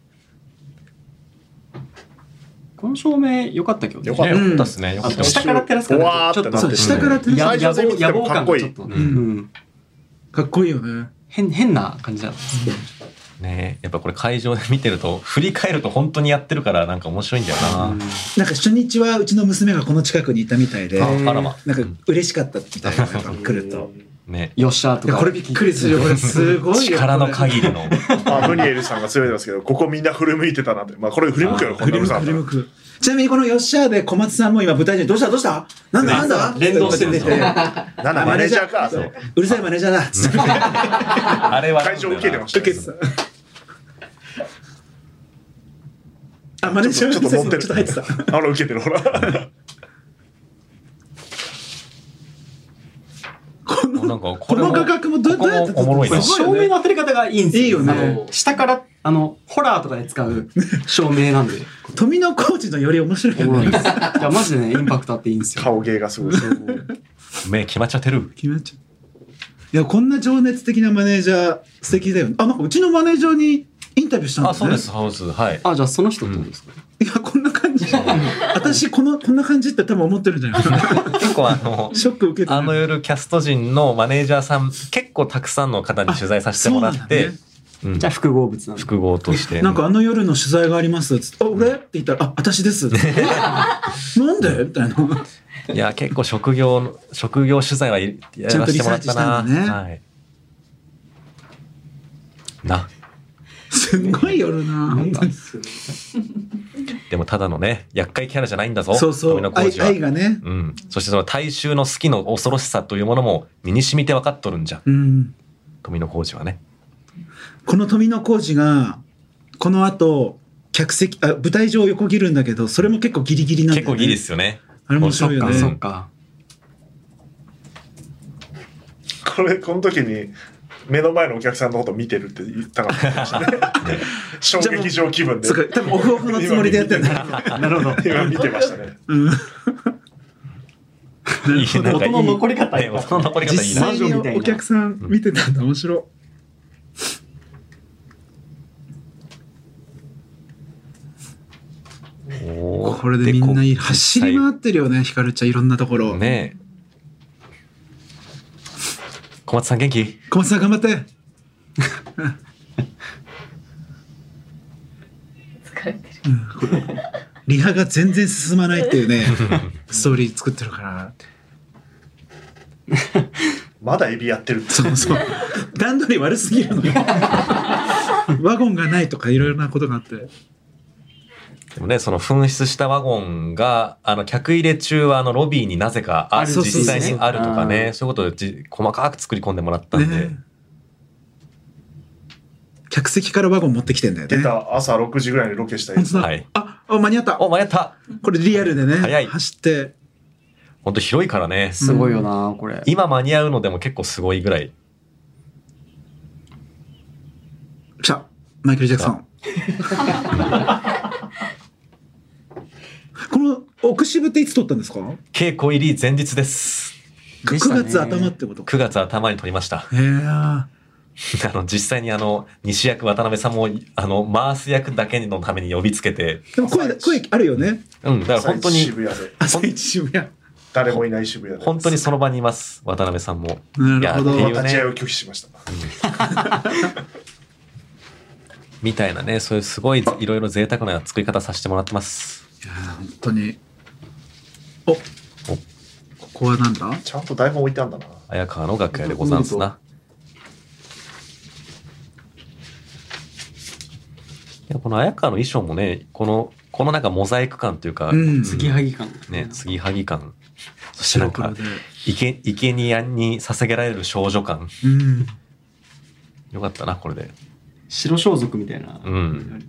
D: この照明良かったけどね。
B: 良かった
C: よかったっすね。よか
D: あ
C: った
D: の下から照らすか
B: うわー
D: ら
B: って
D: ちょっと
B: なって
E: そう下から照らす
D: や
B: 最初で見て
D: 野
B: も
D: 望
B: かっ
D: 感
B: こ
D: が
B: いい
D: ちょっとね
C: う
D: うんん
E: かっこいいよね。
D: 変変な感じだったんですけど
C: ねやっぱこれ会場で見てると振り返ると本当にやってるからなんか面白いんだよな。
E: なんか初日はうちの娘がこの近くにいたみたいで、
C: あ
E: なん
C: あらま。
E: か嬉しかったみたいな、やっぱ来ると。
C: ね
D: よっしゃーと
E: いや
D: か。
E: これびっくりするよ。これすごいよ。
C: 力の限りの。
B: あムニエルさんが強いですけどここみんな振り向いてたなってまあこれ振り向くよねこん
E: 振り
B: なの
E: 向く
B: さ
E: 振り向くちなみにこの「よっしゃー」で小松さんも今舞台上に「どうしたどうしたなんだなんだ?」
C: 連動してる
E: 出て
B: なんだマネージャーか
E: そううるさいマネージャーだ」っつって
C: あれはなん
B: 会
C: だ
B: 場
C: よな
B: 受けてまし
E: 受
B: た
E: け
B: ね
E: てたあマネージャー
B: ちょっと持ってる
E: ちょっと入ってた
B: あら受けてるほら
E: この
C: なんかこ
E: こ
C: れも
E: の画角もどどう
C: ここも
E: やって撮
C: おもろ
E: っ
C: いな
D: これ
E: てす
D: 照
E: ごいよね
D: 明の当たり方がいいんですよ。
E: いいよね
D: あの下から、あの、ホラーとかで使う照明なんで。
E: 富野コーチのより面白い
D: お
E: よ
D: もろい
E: ね
D: です。いや、マジでね、インパクトあっていいんですよ。
B: 顔芸がすごい
C: 目決まっちゃってる。
E: 決まっちゃういやこんな情熱的なマネージャー素敵だよねあなんかうちのマネージャーにインタビューしたんだ、ね、
C: あ、そうです、ハウス。はい。
D: あ、じゃあその人ってことですか、
E: いやこんな感じ私このこんな感じって多分思ってるんじゃないかな
C: 結構あの、
E: ショック受けてない
C: あの夜キャスト陣のマネージャーさん、結構たくさんの方に取材させてもらっ
E: あそ
C: て
E: うなんだね、
C: うん
D: じゃあ複合物なんで。
C: 複合として。
E: なんかあの夜の取材がありますっつって「あ俺?」って言ったら「あ私です」えなんで?」みたいな
C: いや、結構職業の、職業取材はいや
E: ちゃん
C: ら
E: と
C: せて
E: リサ
C: も
E: ー
C: らっ
E: チしたた
C: な。
E: んだね
C: はい。な、
E: すんごい夜な
D: な
E: 本
D: ん
E: 当
D: か
E: に
C: でもただのね、厄介キャラじゃないんだぞ。
E: そうそ
C: 富野
E: う
C: 浩
E: 愛
C: 二は
E: 愛がね
C: うん。そしてその大衆の好きの恐ろしさというものも身に染みて分かっとるんじゃん。
E: うん
C: 富野浩二はね。
E: この富野浩二がこの後客席あ舞台上を横切るんだけどそれも結構ギリギリなんだ
C: 結
E: よね
C: 構いいですよね。
E: あれ面白いよ
D: そっ
E: ね
D: か。
B: これこの時に目の前のお客さんのこと見てるって言ったかったですね衝撃場気分で
E: そうか多分オフオフのつもりでやってるんだ
D: なるほど。
B: 今見てましたね
E: うん
C: いいなんかい
D: 音
C: い
D: の残り方
C: ね音の残り方いい
E: 実
C: な
E: 際に
D: 魔女みたいな
E: お客さん見てたんだ面白いこれでみんない走り回ってるよねひかるちゃんいろんなところ、
C: ねえ小松さん元気
E: 小松さん頑張って
F: 疲れてる。
E: リハが全然進まないっていうねストーリー作ってるから
B: まだエビやってるって
E: そうそう段取り悪すぎるのよワゴンがないとかいろいろなことがあって
C: でもね、その紛失したワゴンが、あの、客入れ中は、あの、ロビーになぜか、あ
D: ある
C: 実際
E: そうそう
C: に
D: そう
C: あるとか
D: あ
C: ね、
D: ー
C: そういうことをじ細かく作り込んでもらったんで、
E: ね客席からワゴン持ってきてんだよね
B: 出た朝6時ぐらいにロケしたや
E: 本当
B: つ
E: だ、
C: はい
E: ああ間に合った
C: お、間に合った
E: これリアルでね
C: 早い
E: 走って
C: ほんと広いからね。
D: すごいよな、これ。
C: 今間に合うのでも結構すごいぐらい。
E: 来たマイケル・ジャクソンこの奥渋っていつ撮ったんですか9
C: 稽古入り前日です。
D: でしたね
E: 月頭ってことか
C: 9月頭に撮りました。
E: へえ
C: あの、実際にあの、西役渡辺さんも、あの、回す役だけのために呼びつけて、
E: でも声声あるよね
C: うん、だから本当に、
B: 渋谷で
E: 朝一渋谷
B: 誰もいない渋谷で
C: 本当にその場にいます、渡辺さんも。
E: なるほど
C: いやってい
B: 立
C: う
B: ち会い
C: ね、
B: を拒否しました
C: みたいなね、そういうすごいいろいろ贅沢な作り方させてもらってます。
E: いやー本当におここはなんだ
B: ちゃんと台本置いてあんだな
C: 綾川の楽屋でござんすな。いやこの綾川の衣装もね、この、このなんかモザイク感というか、
E: うん
D: 継ぎはぎ感。
C: ね、継ぎはぎ感。そしてな
E: 白黒
C: んか
E: で、
C: いけ、いけにやに捧げられる少女感。
E: うん
C: よかったな、これで。
D: 白装束みたいな。
C: うん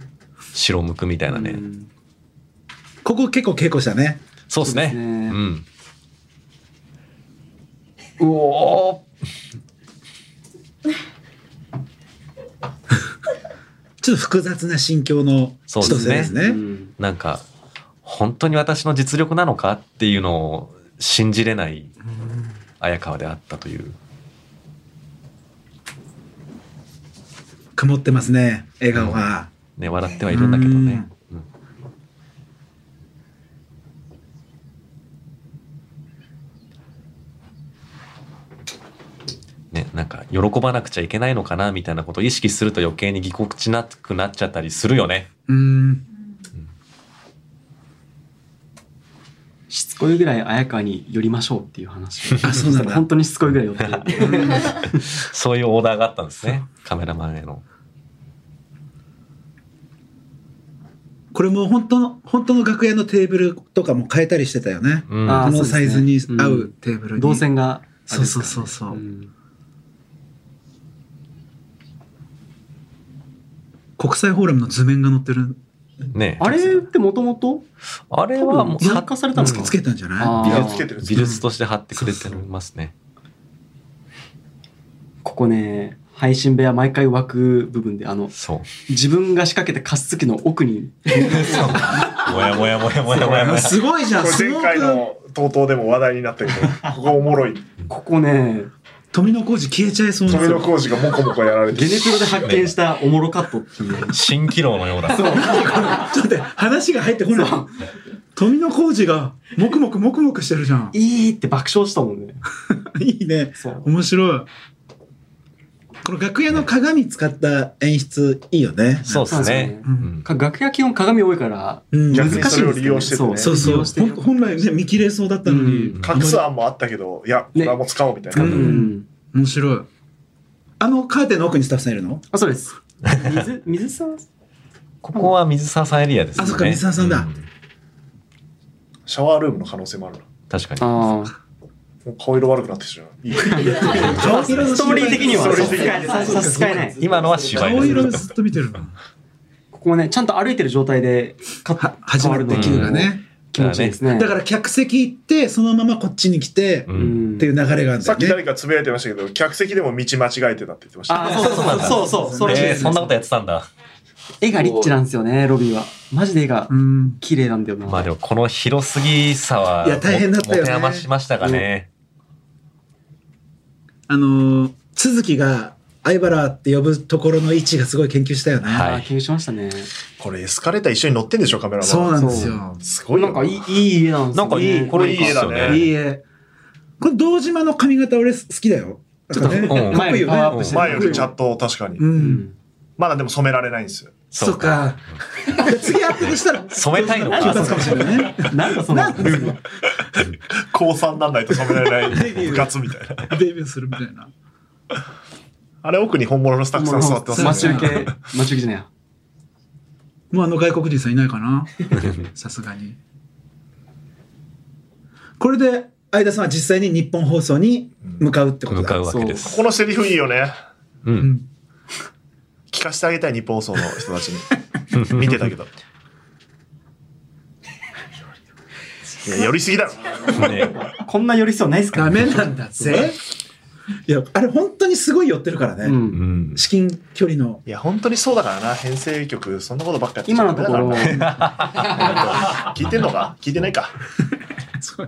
C: 白むくみたいなね。
D: うん
E: ここ結構稽古したね
C: そうですね。う
D: そうですね
C: ん。うおー
E: ちょっと複雑な心境の千歳ですね
D: う
E: で
D: ん
C: なんか、本当に私の実力なのかっていうのを信じれない綾川であったという。
E: 曇ってますね笑顔が、
C: ね、笑ってはいるんだけどね。うんね、なんか喜ばなくちゃいけないのかなみたいなことを意識すると余計にぎこちなくなっちゃったりするよね。
E: うん
D: しつこいぐらい綾川に寄りましょうっていう話を。
E: あそうなんだ
D: 本当にしつこいぐらい寄ってる。
C: そういうオーダーがあったんですね。カメラマンへの。
E: これも本当の本当の楽屋のテーブルとかも変えたりしてたよね、
C: うん、
D: あ
E: こ
D: ー
E: のサイズに
D: そうですね
E: 合
D: う
E: うんテーブルに、
D: 動線があれですからね。
E: そうそうそうそうん国際フォーラムの図面が載ってる
C: ね
D: あれってもともと
C: あれはもう
D: 多分参加されたん
E: つ
D: です
E: けつけ
D: か
E: たんじゃ
D: あ
E: な
D: ー
B: 美術つけてるんです
C: 美
B: よ
C: 術として貼ってくれてますね。
D: ここね、配信部屋毎回湧く部分で、あの、
C: そう。
D: 自分が仕掛けた加湿器の奥に、
C: もやもやもやもやもやも
E: い
C: や。
E: すごいじゃん
B: こ
E: ス
B: れ
E: モ
B: 前回
E: ーク
B: の TOTO でも話題になったけ どここおもろい
D: ここね、
E: 富野浩二消えちゃいそうな
B: 富野浩二がモコモコやられて
D: ゲネプロで発見したおもろカットっていう。
C: 蜃気楼のようだ。
E: ちょっと待って話が入ってこない富野浩二がもくもくもくもくしてるじゃん
D: いいって爆笑したもんね。
E: いいね
D: そう。
E: 面白いこの楽屋の鏡使った演出いいよね
C: そうですね。
E: う
C: うんん
D: か楽屋基本鏡多いから、
E: うん
B: 逆
D: 難しい
B: にそれを
D: んですよね
B: 利用しててね
E: そうそうほん本来ね見切れそうだったのに、
D: う
B: 隠す案もあったけどいやこれはもう使おうみたいな、
E: う
D: うんん。
E: 面白いあのカーテンの奥にスタッフさんいるの
D: あ、そうです。水、 水さん
C: ここは水沢さんエリアですよね。
E: あそっか水沢さんだ
C: う
B: シャワールームの可能性もあるな
C: 確かに。
D: あ
B: もう顔色悪くなってきてるないい
E: 顔色の
D: ストーリー的には
B: ストーリー
D: 差し支えない差し支えない。
C: 今のは芝
E: 顔
C: 居
E: 色
C: です。
E: ずっと見てるな
D: ここもね、ちゃんと歩いてる状態で、か
E: は始まって
D: 変わるのが
E: Q がね、
D: 気持ちいいですね。
E: だから客席行ってそのままこっちに来て、
C: う。
D: うんん。
E: っていう流れがあるんだ
B: さ
E: よ
B: っき誰
E: ね
B: かつぶやいてましたけど客席でも道間違えてたって言ってました
D: あ、そうそうそうそうそう、そう
C: えー
D: です
C: そんなことやってたんだ。
D: 絵がリッチなんですよね、ロビーは。マジで絵が
E: うん。
D: 綺麗なんだよな。
C: まあでもこの広すぎさは、
E: いや大変だったよね
C: も持て余しましたがね。
E: あのー、鈴木が、相原って呼ぶところの位置がすごい研究したよね。
C: はい
D: あー研究しましたね。
B: これエスカレーター一緒に乗ってんでしょ、カメラマン。
E: そうなんですよ。
B: すごいよ
D: なんかいいいい家なんです
C: な
D: よ、
C: んかいい、これいいですよ
B: いい絵だ
E: いい
C: ね。
E: え。これ、堂島の髪型俺好きだよ。ちょっとね、
C: ちょっとうん
E: かっこいいよ
D: 前よりパワーア
E: ね
D: ッ。プして
B: 前よりチャットを確かに。
E: う。
D: うんん。
B: まだでも染められないんですよ。
E: そっか。 次アップにしたら、
C: 染めたいのか
E: 金髪かもしれないね。
D: なんかそのルール。
B: 高3になんないと染められ ない部活みたいな。
E: デビューするみたいな。
B: あれ奥に本物のスタッフさん座って
D: 待
B: ます
D: ち
B: ね。
D: 受け、待ち受けじゃないや。
E: もうあの外国人さんいないか なさすがに。これで、相田さんは実際に日本放送に向かうってこと
C: 向
E: だ。
C: かうわけです。
B: ここのセリフいいよね。
C: う。
E: うん ん
B: 聞かせてあげたい日本放送の人たちに。見てたけど。いや、寄りすぎだろ。
C: ね
D: こんな寄りそうないですか
E: ダメなんだぜ。いや、あれ本当にすごい寄ってるからね。
D: うん
C: う。ん。
E: 至近距離の。
B: いや、本当にそうだからな。編成局、そんなことばっかやってちゃ
D: 今のところ
B: ダ、メだからな 聞いてんのか聞いてないか。
E: すごい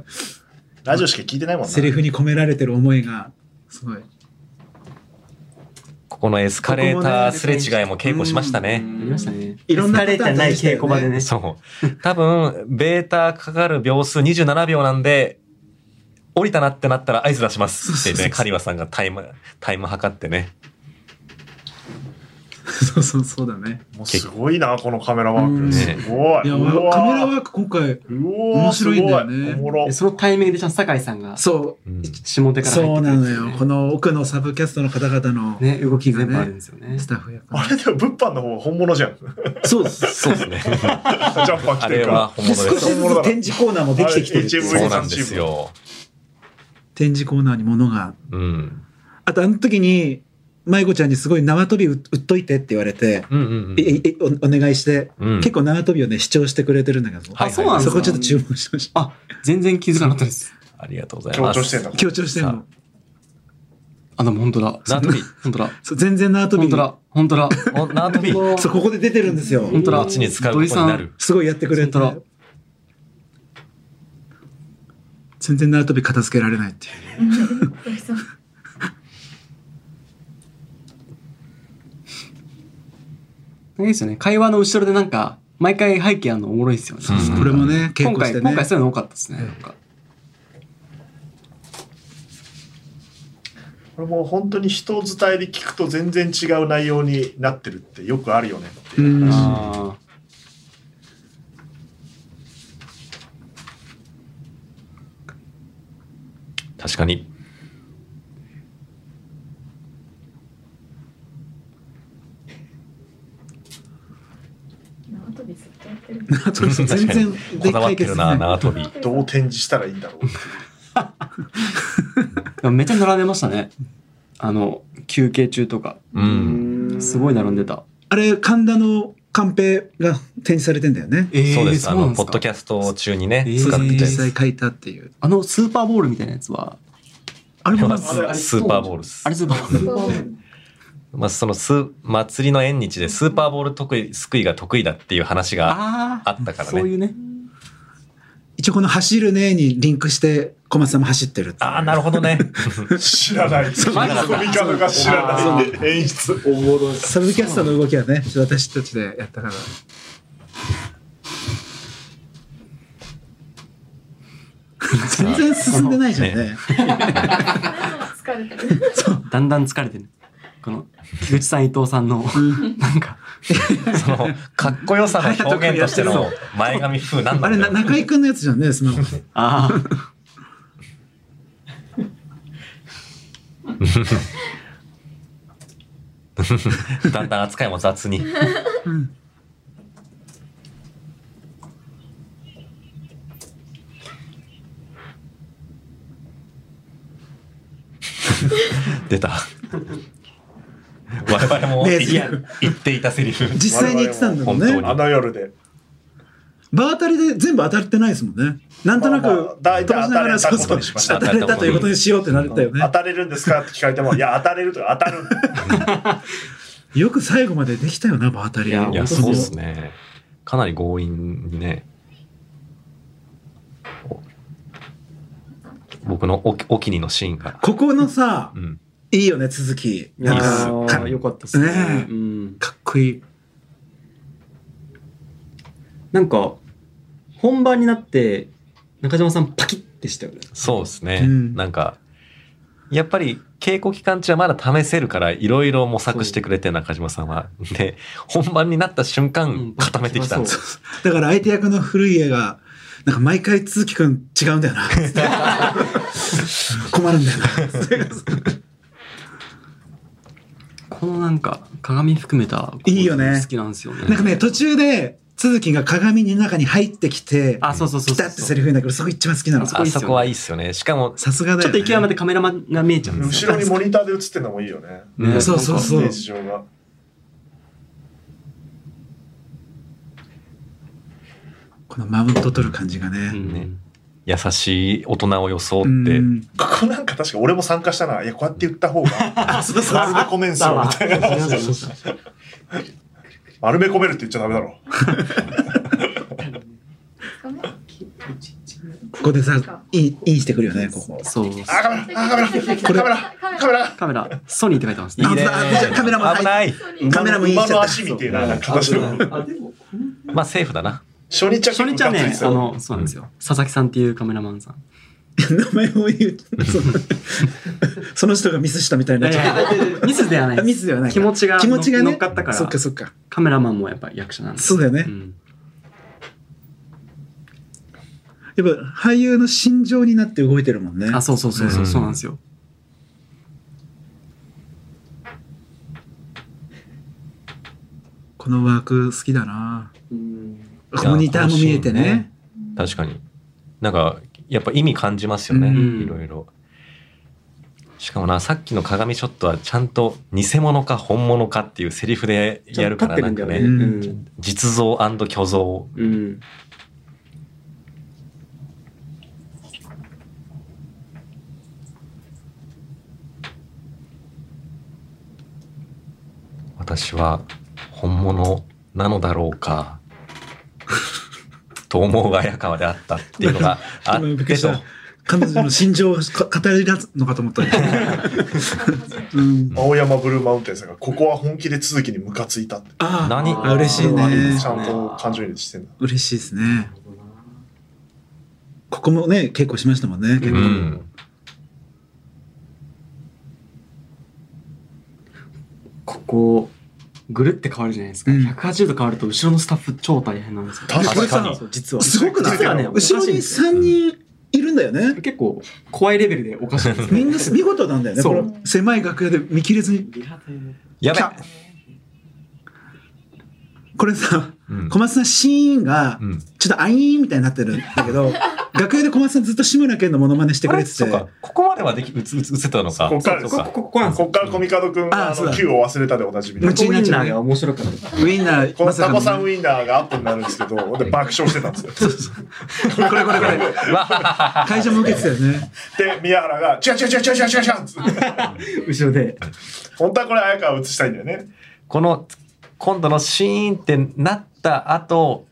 B: ラジオしか聞いてないもんな。
E: セリフに込められてる思いが、すごい。
C: ここのエスカレーターすれ違いも稽古しましたね。
D: ありましたね。
E: いろんなパターン
D: エスカレーターない稽古場でね。
C: そう。多分、ベータかかる秒数27秒なんで、降りたなってなったら合図出しますっ
E: そう
C: て
E: そう
C: ね、
E: そう
C: カリワさんがタイム、タイム測ってね。
E: そうそうそうだね。
B: もうすごいな、このカメラワー
E: う
B: ク。
E: ん
B: すご
E: い
B: い。
E: や、
B: う
E: カメ
B: わ
E: ラワーク今回、
B: うお
E: 面
B: す
E: 白
B: ご
E: い
B: い
E: んだよね
B: おもろ
D: えそのタイミングでちゃんと酒井さんが
E: そ
C: うん
D: 下
E: う、
D: 手から入って
E: そう
D: く
E: な
D: るん
E: の
D: です
E: よ。この奥のサブキャストの方々の
D: ね、動き全部あるんですよね
E: ス。タッフやから。
B: あれでも物販の方は本物じゃん。ジ
E: そうです。
C: そうですね。
B: ャンパー着
C: あ
B: て
C: れ
B: るか
C: は本
E: で
C: 物
E: 少し
C: です。
E: ずつ展示コーナーもできてきてるってい
B: あ
E: う
B: れ
C: そうなんですよ。
E: 展示コーナーに物が
C: うん。
E: あとあの時に迷子ちゃんにすごい縄跳び売っといてって言われて、
C: うんうん
E: ええおお願いして、
C: うん。
E: 結構縄跳びをね視聴してくれてるんだけど、
C: はい
D: あ、そうなんです
E: そ
D: か
E: こちょっと注文してほしい
D: あ、全然気づかなかったです。
C: ありがとうござ
B: ら。
C: いま
B: 強調
C: す。
B: してんだ。
E: 強調してん
C: さ
E: の
D: あ、でも本当だ。
C: 縄跳び
D: 本当だ。
E: そう全然縄跳
D: 本
E: び
D: 当だ。本当だ。
C: お縄 跳び、こ
E: そうここで出てるんですよ
D: 本当だ。
C: っちに使うことになる。
E: すごいやってくれて
D: 本当だ
E: 全然縄跳び片付けられないっていう
F: 土井さん
D: 鳥さん。いいですよね。会話の後ろでなんか、毎回背景あるのおもろいですよね。
C: うん
E: これもね稽
D: 今
E: 古し
D: 回、
E: てね
D: 今回そういうの多かったですね。なんか
B: これもう本当に人伝えで聞くと全然違う内容になってるってよくあるよねって
E: う
B: いう。
E: ん
D: ああ。
C: 確かに。
F: 縄跳びずっとやってる。
E: 縄跳びそう全然
C: こ
E: で
C: だわっ
E: 解
C: て
E: 決
C: る
E: し
C: な、
E: ない
C: 縄跳び。
B: どう展示したらいいんだろう。
D: でもめっちゃ並んでましたね。あの、休憩中とか。
C: うん。
D: すごい並んでた。
E: あれ神田のカンペが展示されてんだよね
D: え
C: そうです。あの、ポッドキ
D: ャ
C: ャスト中にね
D: え、ー
E: そ
C: 使
E: うです
C: って
E: ね
C: て
E: 実。際書いたっていう
D: あの、スーパーボールみたいなやつは、
E: あれもなんか
B: あれ
C: スーパーボールです
D: あ。れスーパーボール。
C: まあ、そのス祭りの縁日でスーパーボール得意、すくいが得意だっていう話が
D: あ
C: あったから
D: そうい
C: ね。
D: うね。
E: 一応この「走るね」にリンクして小松さんも走ってるっていう
C: ああ、なるほどね。
B: 知らない。その込み方が知らない。演出。
G: おもろい。
E: サブキャスターの動きはねちょっと私たちでやったから全然進んでないじゃんね
F: 疲れてる。
D: だんだん疲れてる。この、菊池さん、伊藤さんの、なんか、
C: その、かっこよさの表現としての前髪風なん
E: あ
C: だ
E: れ
C: ろ
E: な
C: う。
E: 中居君のやつじゃんねスマホ
D: ああ。
C: だんだん扱いも雑に。 出た。我々も
E: ね
C: いや言っていたセリフ。
E: 実際に言ってたんだもん
C: 我々
E: ね
C: も
B: あの夜で。
E: 場当たりで全部当たってないですもんねなんとな
B: まあまあ
E: く
B: 大体
E: 飛ばしながら
B: 当たれた
E: そうそう
B: ことにしました
E: 当たれたということにしようってなれたよね
B: 当たれるんですかって聞かれても、いや、当たれるとか当たる。
E: よく最後までできたよな、場当たり。
D: いや
C: い
D: 本
C: や、
D: 当
C: そう
D: で
C: ですすね。かなり強引にね。お僕のおお気に入りのシーンが。
E: ここのさ
C: う、ん。
E: いいよね、続き。
D: いや
E: なん
C: いいっす
E: か、
D: ー、よかったですね。
E: ねえ
D: うん。
E: かっこいい。
D: なんか、本番になって、中島さんパキッてしたよね。
C: そうですね。
E: うん
C: なんか、やっぱり稽古期間中はまだ試せるから、いろいろ模索してくれて、中島さんは。で、本番になった瞬
D: うん
C: 間、固めてきたんですよ。
E: だから相手役の古家が、なんか毎回都築くん違うんだよ な。困るんだよな。
D: このなんか、鏡含めた、
E: いいよね
D: 好きなんですよね。
E: なんかね、途中で、都築が鏡の中に入ってきて、
D: あ、そうそうそう
E: 来
D: そ
E: た
D: う。
E: ってセリフ言うんだけど、そこ一番好きなの。
D: そこ
C: あ
D: いいっすよね
C: そこはいいっすよね。しかも、
E: さすがだ
D: ちょ
E: よ、
D: っと
E: ね。
D: 池山でカメラマンが見えちゃうんです
B: 後ろにモニターで映ってるのもいいよね。
D: よ。ね
E: そうそうそ
B: ス
E: う
B: テージ上が。
E: このマウント取る感じが
D: う
E: ね。
D: ん
C: ね優しい大人を装
E: う
C: って、
E: ん。
B: ここなんか確か俺も参加したな。いや、こうやって言った方が、
E: あ、そうそう
B: 丸め込めんす
D: だ
B: よ、
D: わ
B: みたいな。 丸め込めるって言っちゃダメだろ。
F: 捕まえ
E: ここでさ、イン、インしてくるよね、ここ。
D: そう。
B: あ、カメラあ、カメラカメラカメラ
D: カメラ、ソニーって書いてます
E: い
D: ね
E: い。ねあじゃあカメラも入っ
C: 危ない。
E: カメラもインし
B: 馬
E: ちゃ
B: の
E: った。
B: 足みたいな形の。
D: あでも
C: まあ、セーフだな。
B: 初日は
D: 初日はね、あの、そうなんですよ。佐々木さんっていうカメラマンさん。
E: 名前を言う。そのその人がミスしたみたいに
D: い
E: な
D: や
E: っ
D: い
E: ちゃう。
D: やミスではない
E: ミスではない
D: 気
E: か。
D: 持ちが
E: 気持ちがね。
D: 乗っかったか
E: そっ
D: ら
E: か、そっか。
D: カメラマンもやっぱ役者なんです
E: そうだよね。
D: うん
E: やっぱ俳優の心情になって動いてるもんね。
D: あそうそうそうそううんそうなんですよ
E: このワーク好きだな。
D: うん
E: モニターも見えてね。
C: 確かに。なんか、やっぱ意味感じますよね。
D: うん
C: いろいろ。しかもな、さっきの鏡ショットはちゃんと偽物か本物かっていうセリフでやるからなんかね、
E: よね
C: 実像虚像。
D: うん
C: 私は本物なのだろうか。 と思うが綾川であったっていうのがあっ
E: 今びっく
C: て
E: りし
C: と
E: た。彼女の心情をか語り出すのかと思った。うん。
B: 青山ブルーマウンテンさんが、ここは本気で続きにムカついたって。
E: ああ、
C: 何
E: あ嬉しい
B: ち
E: ね
B: ゃんと感情移入してんだ。
E: 嬉しいですね。ここもね、結構しましたもんね。結
C: う
E: 構
C: ん。
D: ここぐるって変わるじゃないですか、
E: うん
D: 180度変わると後ろのスタッフ超大変なんですよ
B: 確
E: かに
D: これさ
E: 確か
D: そう実は
E: すごくない
D: 実はね
E: 後ろに
D: おかしいんですよ
E: 3人いるんだよね。
D: 結構怖いレベルでおかしいんですよ
E: みんな見事なんだよね。
D: そ
E: こ
D: う
E: の狭い楽屋で見切れずに。
D: リハで
C: やべ
E: 来。たこれさ、
C: うん
E: 小松さんシーンが
C: う、ん
E: ちょっとアイーンみたいになってるんだけど、楽屋で小松さんずっと志村けんのモノマネしてくれてて
C: あ。そうかここまではできうつうつうつたのか。
B: こっから
C: そ
B: で
C: う
B: す
C: そう
D: ここここなんです
B: こ
D: よ
B: っからコミカド君が、
E: あ
B: あ
E: そうだ
B: の、Q を忘れたでおなじみ
E: う
B: の
E: ん。ちになっちゃうね
D: ウインナーが面白かった
E: ウインナー、
B: こ
E: ま
B: の
E: さ
B: タ
E: か
B: コ
E: の
B: さんウインナーがアップになるんですけど、で爆笑してたんですよ。
E: これこれこれ。 会場も受けてたよね。
B: で、宮原が、違う違う違う違う違う違う違うっつって
D: 後ろで
B: 本当はこれ綾川映したいんだよね。
C: この今度のシーンってなった後、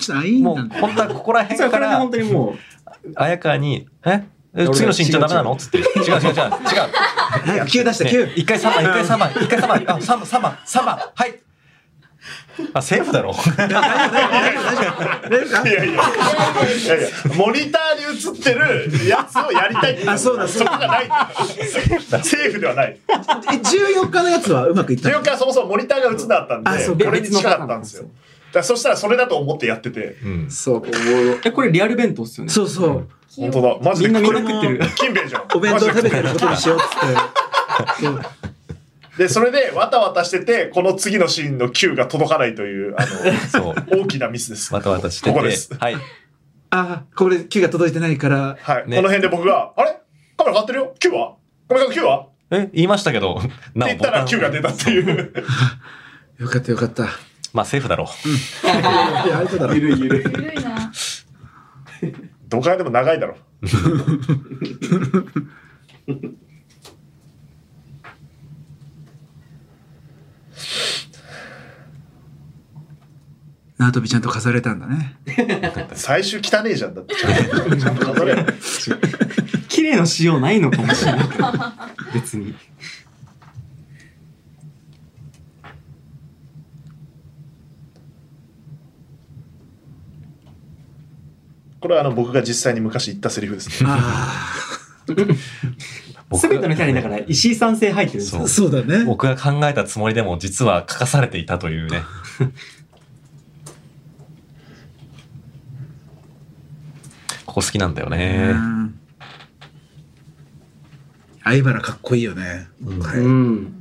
E: ちょっとアイーン
C: もう
E: なんだよ。
C: 本当はここら
D: そ
C: 辺か
D: れこれで
C: ら
D: 本当にもう
C: 綾川に「ええ次のシーンじゃダメなの?」っつって「違う違う違う違う」
E: 早く9出して
C: ね
E: 9。
C: 一回三番一回三番一回三番あ三番三番三番はいあセーフだろ
E: 大丈夫
B: いやいや、いやいや、モニターに映ってるやつをやりたいってい
E: あそうだそう
B: そ
E: だ
B: こがない。セーフではない。
E: かえ、14日のやつはうまくいった
B: 14
E: の
B: 日はそもそもモニターが映んなかった
E: あそうんか
B: で、これに近かったんですよ。だからそしたらそれだと思ってやってて、
C: うん
E: そう。
D: えこれリアル弁当っすよね
E: そうそう。
B: 本当だ、マジで
D: みんな
B: これ
D: みんな食ってる
B: 金兵衛じゃん。
E: お弁当
B: マジで
E: 食べてることにしようっつって。そう
B: で、それでわたわたしてて、この次のシーンの Q が届かないという、あ
C: そう
B: の、大きなミスです。
C: また私して
B: ここです
C: てはい
E: あ、これ9が届いてないから、
B: はい、
C: ね
B: この辺で僕が、あれカメラ変わってるよ ?Q はカメラ Q は
C: え言いましたけど
B: っ
C: な
B: て言
C: お
B: ったら
C: ボ
B: Q
C: タン
B: が出たっていう。
E: よかったよかった。い
C: まあセーフだろ
E: や、あいつだろ。
D: るゆる
F: 緩いな。
B: どこからでも長いだろ。
E: 縄跳びちゃんと飾れたんだね。
B: 最終汚ねえじゃんだってちゃんとちゃんと飾れよ
D: 綺麗な仕様ないのかもしれないけど別に
B: これはあの僕が実際に昔言ったセリフですね
E: あ
C: 僕
D: 全てのキャラにだから石井さん性入ってるんです
E: あ、
D: よ
E: そうだね。
C: 僕が考えたつもりでも実は書かされていたというね。ここ好きなんだよね。
E: うん相原かっこいいよね。はい
D: うん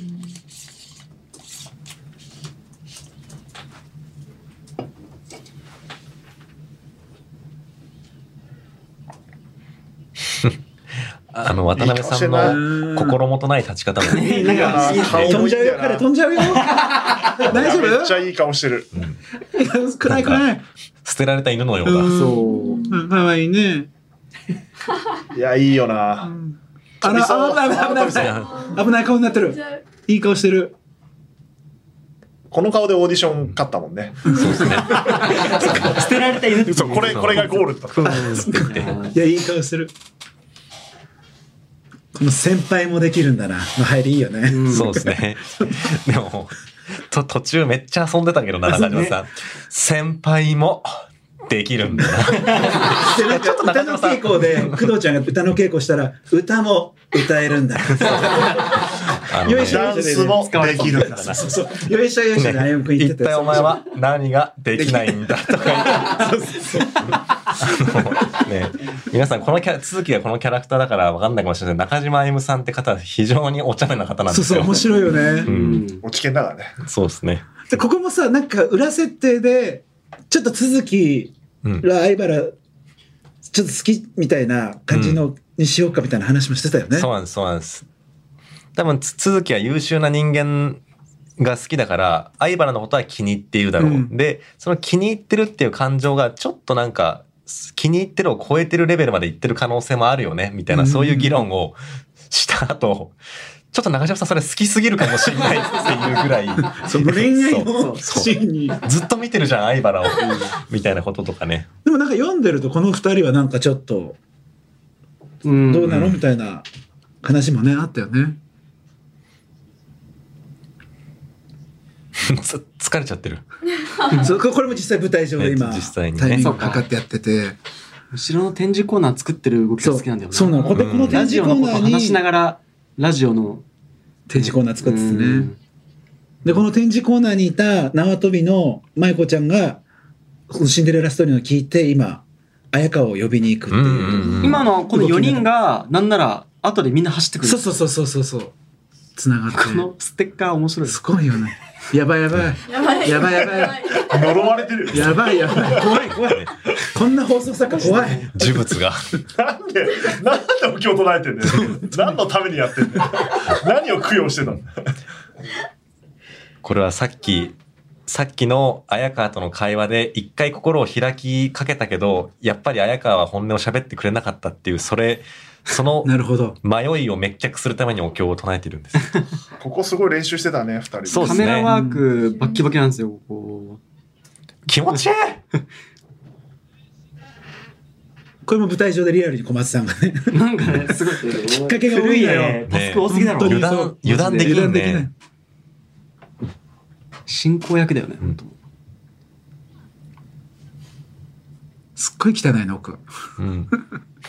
C: あの、渡辺さんの心もとない立ち方も。
D: ねなんか
B: いいな顔
E: 飛
B: も
E: ん
B: いい
E: じゃうよ、彼飛んじゃうよ。大丈
B: めっちゃ
E: 夫
B: いい顔してる
E: 暗い暗い。
C: 捨てられた犬のようだ。
E: うん
D: そう
E: うんかわいいね。
B: いやいいよな
E: あ
B: 飛び
E: ら、
B: そう
E: 危ない危ない危ない。危ない顔になってる。
F: ゃ
E: いい顔してる。
B: この顔でオーディション勝ったもんね
C: そうですね。
D: 捨てられた犬って
B: そうこれこれがゴールだった
E: いや、いい顔してる。この先輩もできるんだな。の入りいいよね。
C: そうですね。でも、と、途中めっちゃ遊んでたけどな、中島さん。先輩も、できるんだな。
E: でなんか
C: 中
E: 歌の
C: 島さん
E: 稽古で工藤ちゃんが歌の稽古したら歌も歌えるんだ。
C: あの
E: よいしょ
B: ダンスもできるんだな
E: そうそう。 よいしょよいしょで歩くん言っ
C: 一
E: てた
C: 体
E: よ
C: お前は何ができないんだとか言ってあのね皆さんこのキャラ続きがこのキャラクターだから分かんないかもしれない中島歩夢さんって方は非常にお茶目な方なんで
E: そう
C: す
E: そう
C: よ
E: 面白いよ
C: う
E: ね。
C: ん、
B: もう危険だからね
C: そうですね、
E: でここもさなんか裏設定でちょっと続き
C: うん、
E: ら相原ちょっと好きみたいな感じのにしようかみたいな話もしてたよね。
C: そうなんですそうなんです多分つ続きは優秀な人間が好きだから相原のことは気に入っているだろう、
E: うん
C: でその気に入ってるっていう感情がちょっとなんか気に入ってるを超えてるレベルまでいってる可能性もあるよねみたいな、
E: うん
C: そういう議論をした後ちょっと中島さんそれ好きすぎるかもしれないっていうぐらい
E: その恋愛
C: そ
E: の
C: うそう
E: シーンに。
C: ずっと見てるじゃん相原をみたいなこととかね
E: でもなんか読んでるとこの二人はなんかちょっと
D: うん
E: どうなのみたいな話もねあったよね。
C: つ疲れちゃってる
E: そうこれも実際舞台上で今
C: えっと実際にね
E: タイミング測ってやってて。
D: 後ろの展示コーナー作ってる動きが
E: そう
D: 好きなんだよね
E: そうなの。これ
C: うん
E: この
D: ラ
E: 展
D: ジ
E: 示
D: オ
E: コ
D: の
E: ー
D: こ
E: ナ
D: と
E: ーに
D: 話しながらラジオの
E: 展示コーナー作ってて
D: う
E: ね
D: ん。
E: で、この展示コーナーにいた縄跳びの舞子ちゃんが、このシンデレラストーリーのを聞いて、今、綾香を呼びに行くって
C: うんうん
E: いうう。
C: ん
D: 今のこの4人がなんなら後でみんな走ってくる
E: そうそうそうそうそうそう。つながって
D: こ。のステッカー面白いです
E: すごいよね。やばいやばい。
F: やばい
E: やばいやばい
B: 呪われてるよ
E: やばいやばい。怖い怖い。こんな放送作家怖い。
C: 呪物が
B: なんでなんでお経唱えてんだよ何のためにやってんだよ何を供養してたの
C: これはさっき、さっきの綾川との会話で一回心を開きかけたけど、やっぱり綾川は本音を喋ってくれなかったっていう、それ、その
E: なるほど。
C: 迷いを滅却するためにお経を唱えてるんです。
B: ここすごい練習してたね二人
C: そうっ
D: カ
C: すね
D: メラワークバッキバキなんですよここ
C: 気 持ちいい
E: これも舞台上でリアルに小松さんがね。
D: なんかねすごいきっ
E: かけが多
D: 古
E: い
D: い
E: ん だよ
D: ねタスク多すぎだろ
E: 本当
C: 油
E: にそう
C: 断、油断でき
E: 油
C: る
E: 断できな
C: ね
E: い。。
D: 進行役だよね本当
E: すっごい汚いの奥。
C: うん。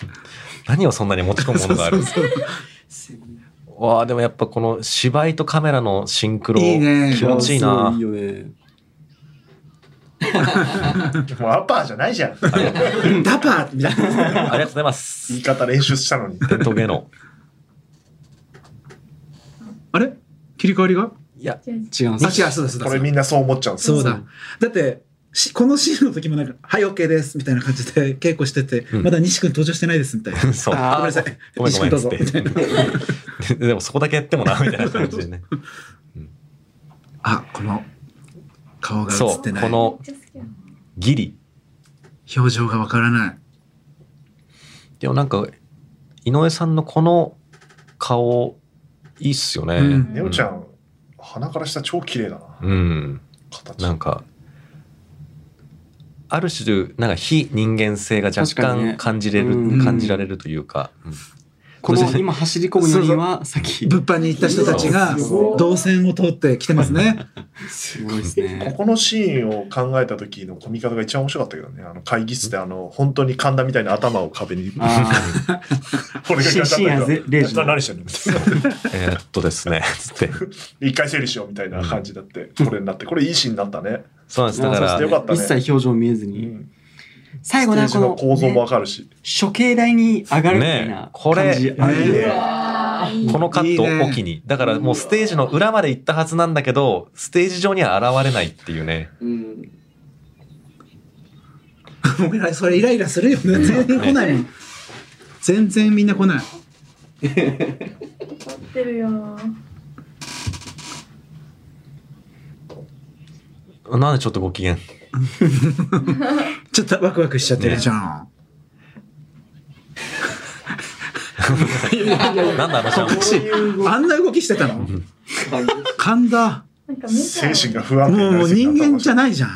C: 何をそんなに持ち込むものがあ る
E: そうそう
C: わあでもやっぱこの芝居とカメラのシンクロ、
E: いいね
C: 気持ちいい
D: やす
C: な。
D: ごいいいよね
B: もうアッパーじゃないじゃん
E: ダパーみたいな。
C: ありがとうございま
B: 言い
C: す。
B: 方練習したのに
C: 伝統芸能。
E: あれ切り替わりが
C: いや、
D: 違うん
E: あ、
D: です
E: 違
D: よ
E: う、そうだそうだ。
B: これみんなそう思っちゃうんです
E: そう
B: よ
E: だ。だって、しこのシーンの時もなんか、はい、OK です、みたいな感じで稽古してて、
C: ん
E: まだ西君登場してないです、みたいな。ご
C: そう。
E: めんなさい。
C: ごめん
E: 西
C: ごめ
E: 君
C: ん
E: ど
C: っ
E: う
C: つ
E: ぞ
C: っ。て
E: みたいな。
C: ででもそこだけやってもなみたいな感じでね
E: あ、この、顔が
C: そ
E: 映っ
C: う
E: てな
C: こ
E: い。
C: のギリ
E: 表情がわからない。
C: でもなんか井上さんのこの顔いいっすよね、
E: うん
B: ネオちゃん鼻から下超綺麗だな
C: うん
B: 形
C: なんかある種なんか非人間性が若
D: 確かにね
C: 干感じれる、
D: うん
C: 感じられるというか、うん
D: この今走り込む4人はさっき
E: 物販に行った人たちが動線を通ってきてますね。
D: すごいです
B: こ
D: ね
B: このシーンを考えた時の込み方が一番面白かったけどねあの会議室であの本当に神田みたいな頭を壁に
D: あ
B: これがガチャガチャ
D: 深夜0時
B: な何してんのみたいな
C: えーっとですねつって
B: 一回整理しようみたいな感じだって、これになってこれいいシーンになったね、
C: そうなんですだか
B: あそうで
C: ら
B: すよかった
D: あ
B: ね
D: 一切表情見えず
B: う
D: に
B: ん、
D: 最
B: ステ
D: 後
B: ー
D: な
B: ジ
D: こ
B: の
D: の
B: 構造もわ
D: ね
B: かるし、
D: 処刑台に上がるみたい
C: ね
D: な
C: これ
D: 感じあ
B: いい
D: れ
B: ね
C: このカット
E: いいね
C: を機にだからもうステージの裏まで行ったはずなんだけどステージ上には現れないっていうね
D: うん
E: 俺らそれイライラするよね。全然来ないもん。全然みんな来ない。
F: 撮ってるよ
C: なんでちょっとご機嫌
E: ちょっとワクワクしちゃってるじゃん。
C: なんだあのちゃん
E: 告知あんな動きしてたの神田。
F: なんか見た
B: 精神が不安定にな
E: も
B: り
E: う
B: すぎた
E: 人間じゃないじゃん。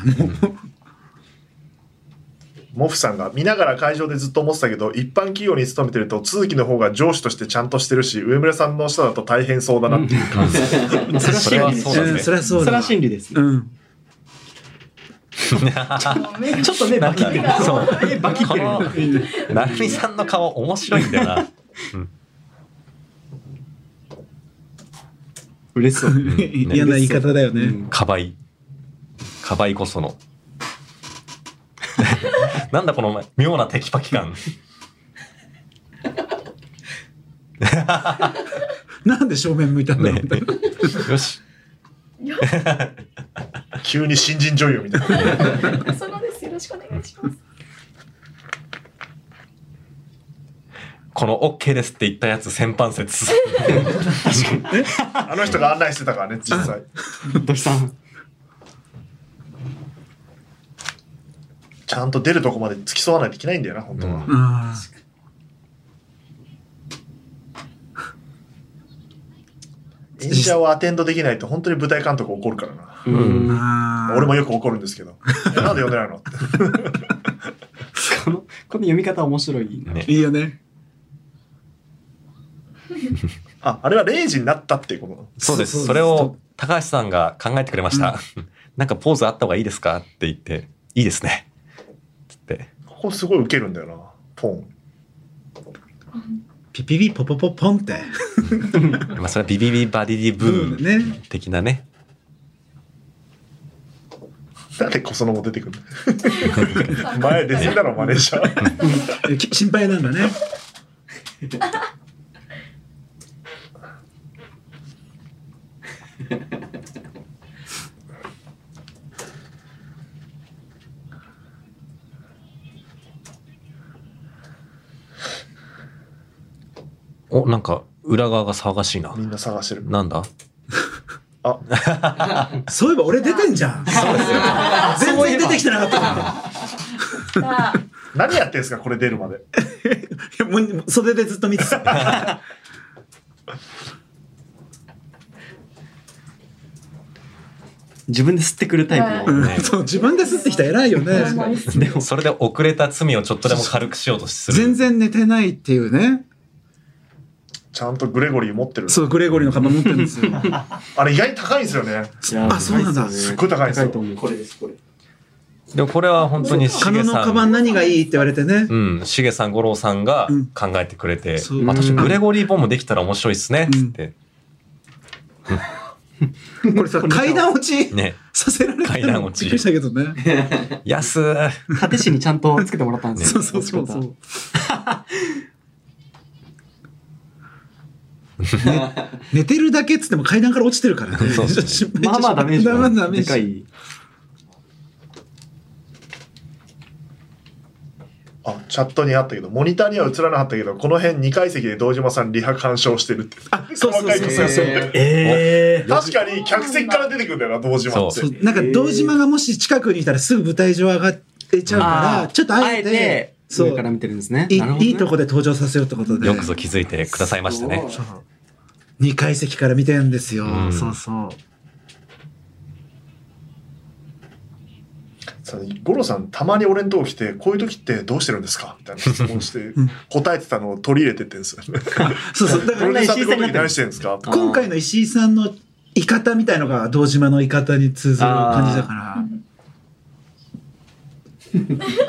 B: モフさんが見ながら会場でずっと思ってたけど一般企業に勤めてると都築の方が上司としてちゃんとしてるし上村さんの下だと大変そうだなっていう感じ、
D: まあそれは
C: それはそ
D: 心理です
C: うだね
E: ん、そりゃそう
D: それは
E: だ。
D: 心理ですね
E: うん。
F: 目
D: ちょっと目バキってる
C: そう
D: 目バキってる
C: こなるみさんの顔面白いんだよな
D: 嬉しそう
E: 嫌な言い方だよね。
C: かばいかばいこそのなんだこの妙なテキパキ感
E: なんで正面向いたんだろう
C: ね。よし
B: 急に新人女優みたいな
F: そのですよろしくお願いします
C: この OK ですって言ったやつ先般説
B: あの人が案内してたからね実際
D: 土井さん
B: ちゃんと出るとこまで付き添わないといけないんだよな本当は、
C: うん
E: あ
B: 演者をアテンドできないと本当に舞台監督怒るからな
D: うん
E: ーあー。
B: 俺もよく怒るんですけどなんで呼んでないのって
D: このこの読み方面白いな
C: ね
E: いいよね。
B: ああれは0時になったっていうこと
C: そ
E: そ
C: うで
E: うです
C: すそれを高橋さんが考えてくれました、なんかポーズあった方がいいですかって言っていいですねつって
B: ここすごいウケるんだよなポン
E: ピピピポポポポンって。
C: まあそれはビビビバディディブ
E: ブ
C: ー
E: ームね。
C: 的なね
B: なんでこそのも出てくるの前出てたろマネージャー
E: えき心配なんだね。
C: おなんか裏側が騒がしいな
B: みんな探してる
C: なんだ
B: あ
E: そういえば俺出てんじゃん。そうですよ。全然出てきてなかったか
F: 来た
B: 何やってんすかこれ出るまで
E: ら。いやもう袖でずっと見てた。
D: 自分で吸ってくるタイプの
E: うんそう自分で吸ってきたら偉いよね。
C: でもそれで遅れた罪をちょっとでも軽くしようとする
E: 全然寝てないっていうね。
B: ちゃんとグレゴリー持ってる
E: そうグレゴリーの釜持ってるんですよ。
B: あれ意外に高いんですよね
D: いや
E: あそうなんだ
D: 高いっすよね
B: すっごい高いんですよ
D: と思うこれですこれ
C: でもこれは本当にし
E: 金
C: げ
E: の
C: さ
E: カバン
C: ん
E: 何がいいって言われてね。
C: うん、しげさん、五郎さんが
E: うん
C: 考えてくれて、
E: そう
C: あ、確か
E: うん
C: グレゴリー・ボンもできたら面白いっすね、
E: うん
C: つって。
E: これさ階段落ち
C: ね、
E: させられた
C: 階段落ち
E: びっくりしたけどね。
C: やすー
D: 縦紙にちゃんとつけてもらったんです
E: そ
D: よ
E: うそうそうそう。ね寝てるだけっつっても階段から落ちてるからね。
C: そうそう
E: 心配しちゃ
D: ま
E: う
D: あまあダメージ
E: まあまあダ
D: は
E: メ
D: で
E: ージ
D: かい
B: あチャットにあったけどモニターには映らなかったけどこの辺2階席で堂島さんリハ鑑賞してるって
E: あそうそうそう
B: 細かいこと
E: そう
B: やってる
D: え
B: 確かに客席から出てくるんだよな堂島って
C: そ
E: そうなんか堂島がもし近くにいたらすぐ舞台上上がってちゃうからちょっとあえてそ
D: 上
E: う
D: から見てるんですね
E: いい,、
D: なるほどね
E: とこで登場させようってことで
C: よくぞ気づいてくださいましたね。
D: すごい
E: 2階席から見てるんですよ、
C: うん
E: そうそう
B: さ五郎さんたまに俺んとこ来てこういう時ってどうしてるんですかみたいな質問して答えてたのを取り入れてってんですよね。
E: そうそう。だか
B: プロ
E: ら
B: デューサーってこ
D: に
B: の時
D: なってる
B: 何してるんですか
D: あー
E: 今回の石井さんのいかたみたいのが堂島のいかたに通ずる感じだか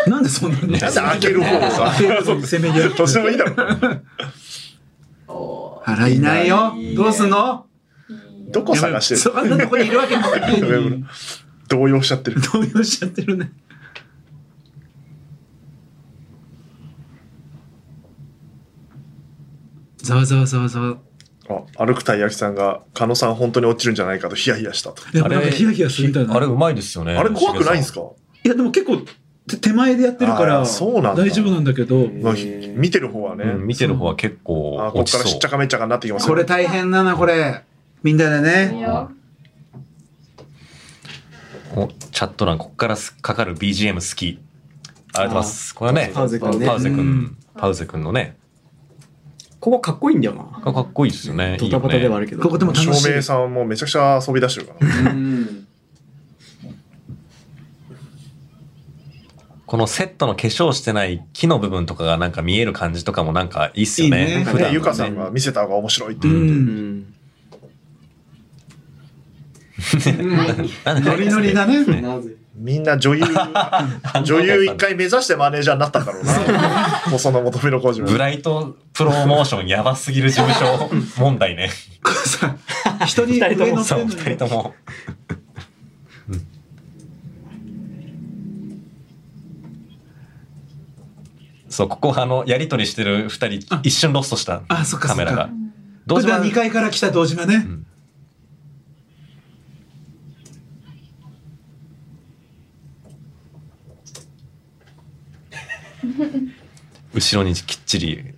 E: ら。なんでそんなに。
B: なんで開ける方をさ
E: 開ける方に攻める
B: どっちでもいいだろう。
E: あらいないよ。どうすんの？
B: どこ探して
E: そんなとこにいるわけない
B: る
E: の
B: 上
E: に
B: 村 動揺しちゃってる。
E: 動揺しちゃってるね。ざわざわざわざわ。
B: あ歩くたい焼きさんが「狩野さん本当に落ちるんじゃないか」とヒヤヒヤしたと。
E: やっぱなんかヒヤヒヤするみたいな。
C: あれうまいですよね。
B: あれ怖くないんです
C: か
B: か
E: いやでも結構手手前でやってるか
B: あー
E: ら
B: そうなんだ
E: 大丈夫なんだけど
B: まあひ見てる方はね。
C: うん、見てる方は結構
B: あこ
C: 落
B: っ
C: ち
B: からし
C: そ
B: っ
C: う
B: ちゃ。かめっちゃかになってきますよ
E: これ大変だなこれみんなで
F: いい
E: ね
F: よ
C: おチャット欄、こっからすかかる BGM 好き。ありがとうございます。これはね、
D: パウゼ君ね
C: パウゼ
E: う
C: 君
E: ん、
C: パウゼ君のね、
D: ここかっこいいんだよな。
C: かっこいいですよね。い
D: ド
C: い
D: タ
C: よ
D: バタではあ
C: ね。
D: るけど。
E: ここでも楽し
B: 照
E: い
B: 明さんもめちゃくちゃ遊び出してるからな。
D: うん
C: このセットの化粧してない木の部分とかがなんか見える感じとかもなんかいいっす
E: い
C: よ
E: い
C: ね。
E: ね
B: なん
C: 普
B: か
C: 段の
B: ね、
C: ね
B: ゆかさんが見せた方が面白いって
E: う
B: 言って、
D: うんん。
C: なんか
E: ノリノリだね
D: なぜ
B: みんな女優、女優一回目指してマネージャーになったんだろうな。細野元めの工事も。
C: ブライトプロモーションやばすぎる事務所問題ね。
E: これ さ人に
D: 二人とも
E: 上の
C: そう、
E: 線
C: 二人とも。そう、ここあの、やりとりしてる二人、一瞬ロストした。
E: あそっかそっか
C: カメラが。ど
E: こ
C: う
E: れ
C: しま
E: だ2階から来た堂島ね
C: ん後ろにきっちり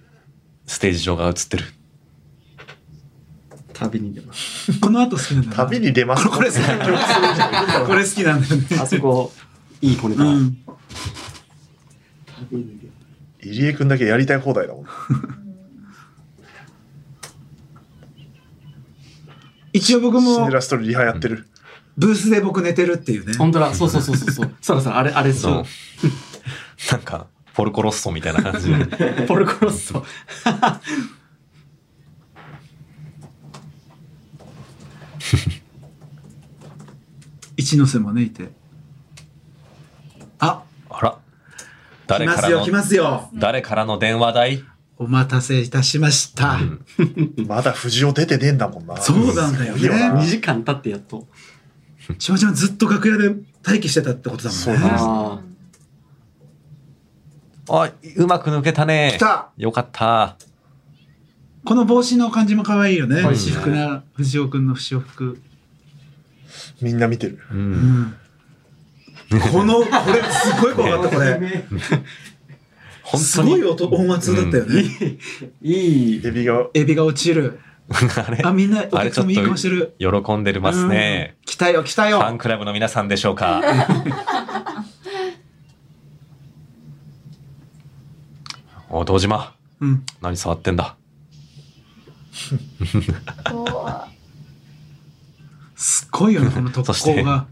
C: ステージ上が映ってる。
D: 旅に出ます。
E: この後好きなんだな
B: 旅に出ます。
E: これ好きなんだよねこれ好きなんだよね
D: あそこ、いい骨だ
E: う
D: な。
E: ん
D: 旅に出ま
B: 入江君だけやりたい放題だもん。
E: 一応僕
B: シン
E: も
B: デレラストーリーリハやってる。
E: ブースで僕寝てるっていうね
D: す本当だ、そうそうそうそ うそう。そうだそうだ、あれ、あれそ
C: そうう。。なんか、ポルコロッソみたいな感じで。
D: ポルコロッソ。
E: 一ノ瀬もねいてあ
C: あら。
E: 来
C: 誰
E: ま
C: か
E: す
C: ら
E: よ来
C: の、
E: ますよ
C: 誰からの電話代
E: お待たせいたしました
B: まだ藤尾出てねえんだもんな。
E: そうなんだよね
B: すごいな
D: 2時間経ってやっと。
E: しまちゃんずっと楽屋で待機してたってことだ
B: そ
E: も
B: うん
E: ね
B: だ
D: あ
C: あ、うまく抜けたね。
E: 来た
C: よかった。
E: この帽子の感じも可愛いよね
D: 可愛いね
E: 私服な藤尾くんの不織服、
B: みんな見てる。
C: う。
E: うんん、このこれすごい怖かったこ
D: あ。
E: れ
C: 本
E: す
C: 当に
E: ごい音音圧だったよね、
D: いい。
B: エビが、
E: エビが落ちる
C: あれ
E: あみんなお
C: あ
E: 客
C: れちょ
E: さん
C: っ
E: もいい顔してる
C: と喜んでますね。
E: うん来たよ来た
C: ファン
E: よ
C: クラブの皆さんでしょうか。 お、堂島、
E: うん
C: 何触ってんだ。
F: 怖
E: すごいよねこの特
C: そして
E: 攻が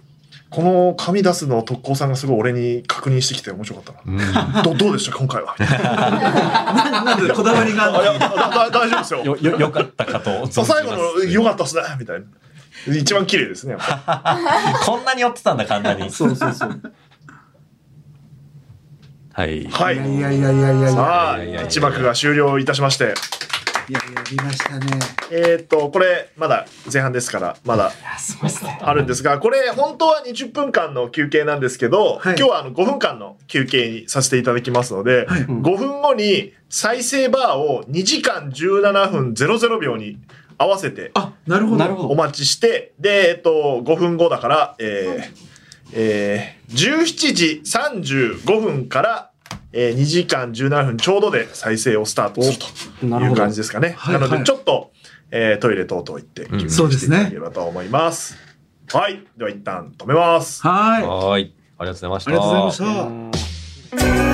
B: この紙出すのを特攻さんがすごい俺に確認してきて面白かったな。
C: うん、
B: どどうでした今 回は。みたいな
E: ななんでこだわりが
B: あい
E: あ
B: や
E: る
B: だだ 大丈夫ですよ。
C: よ、よ、よかったかと 存じ
B: そ
C: ま
B: う
C: す。
B: 最後の良かったっすねみたいな一番綺麗ですねやっぱ
C: こんなに寄ってたんだ、簡単に。
D: そうそうそう。
C: はい。
B: はい
E: いやいやいやいやいやいや
B: さ
C: いやいやいやい
B: あ
C: や
B: 一幕が終了いたしまして
E: いややりましたね
B: えーっとこれまだ前半ですからまだ
D: あ、すごいっすね。
B: あるんですがこれ本当は20分間の休憩なんですけど、
E: はい
B: 今日はあの5分間の休憩にさせていただきますので、
E: はい
B: 5分後に再生バーを2時間17分00秒に合わせて
E: あなるほど
D: なるほ
B: お待ちして、で、えっと、5分後だから、えーえー、17時35分から、えー、2時間17分ちょうどで再生をスタートすると
D: ど。ないる
B: う
D: ほど
B: 感。じですかね。
E: はい
B: なので、
E: はい
B: ちょっと、えートイレ等々行って、
C: ん
B: 休憩
E: そうで
B: してい
E: すね
B: ただければと思います。はい。では、一旦止めます。
E: はーい
C: はーい。ありがとうございました。
E: ありがとうございました
D: あー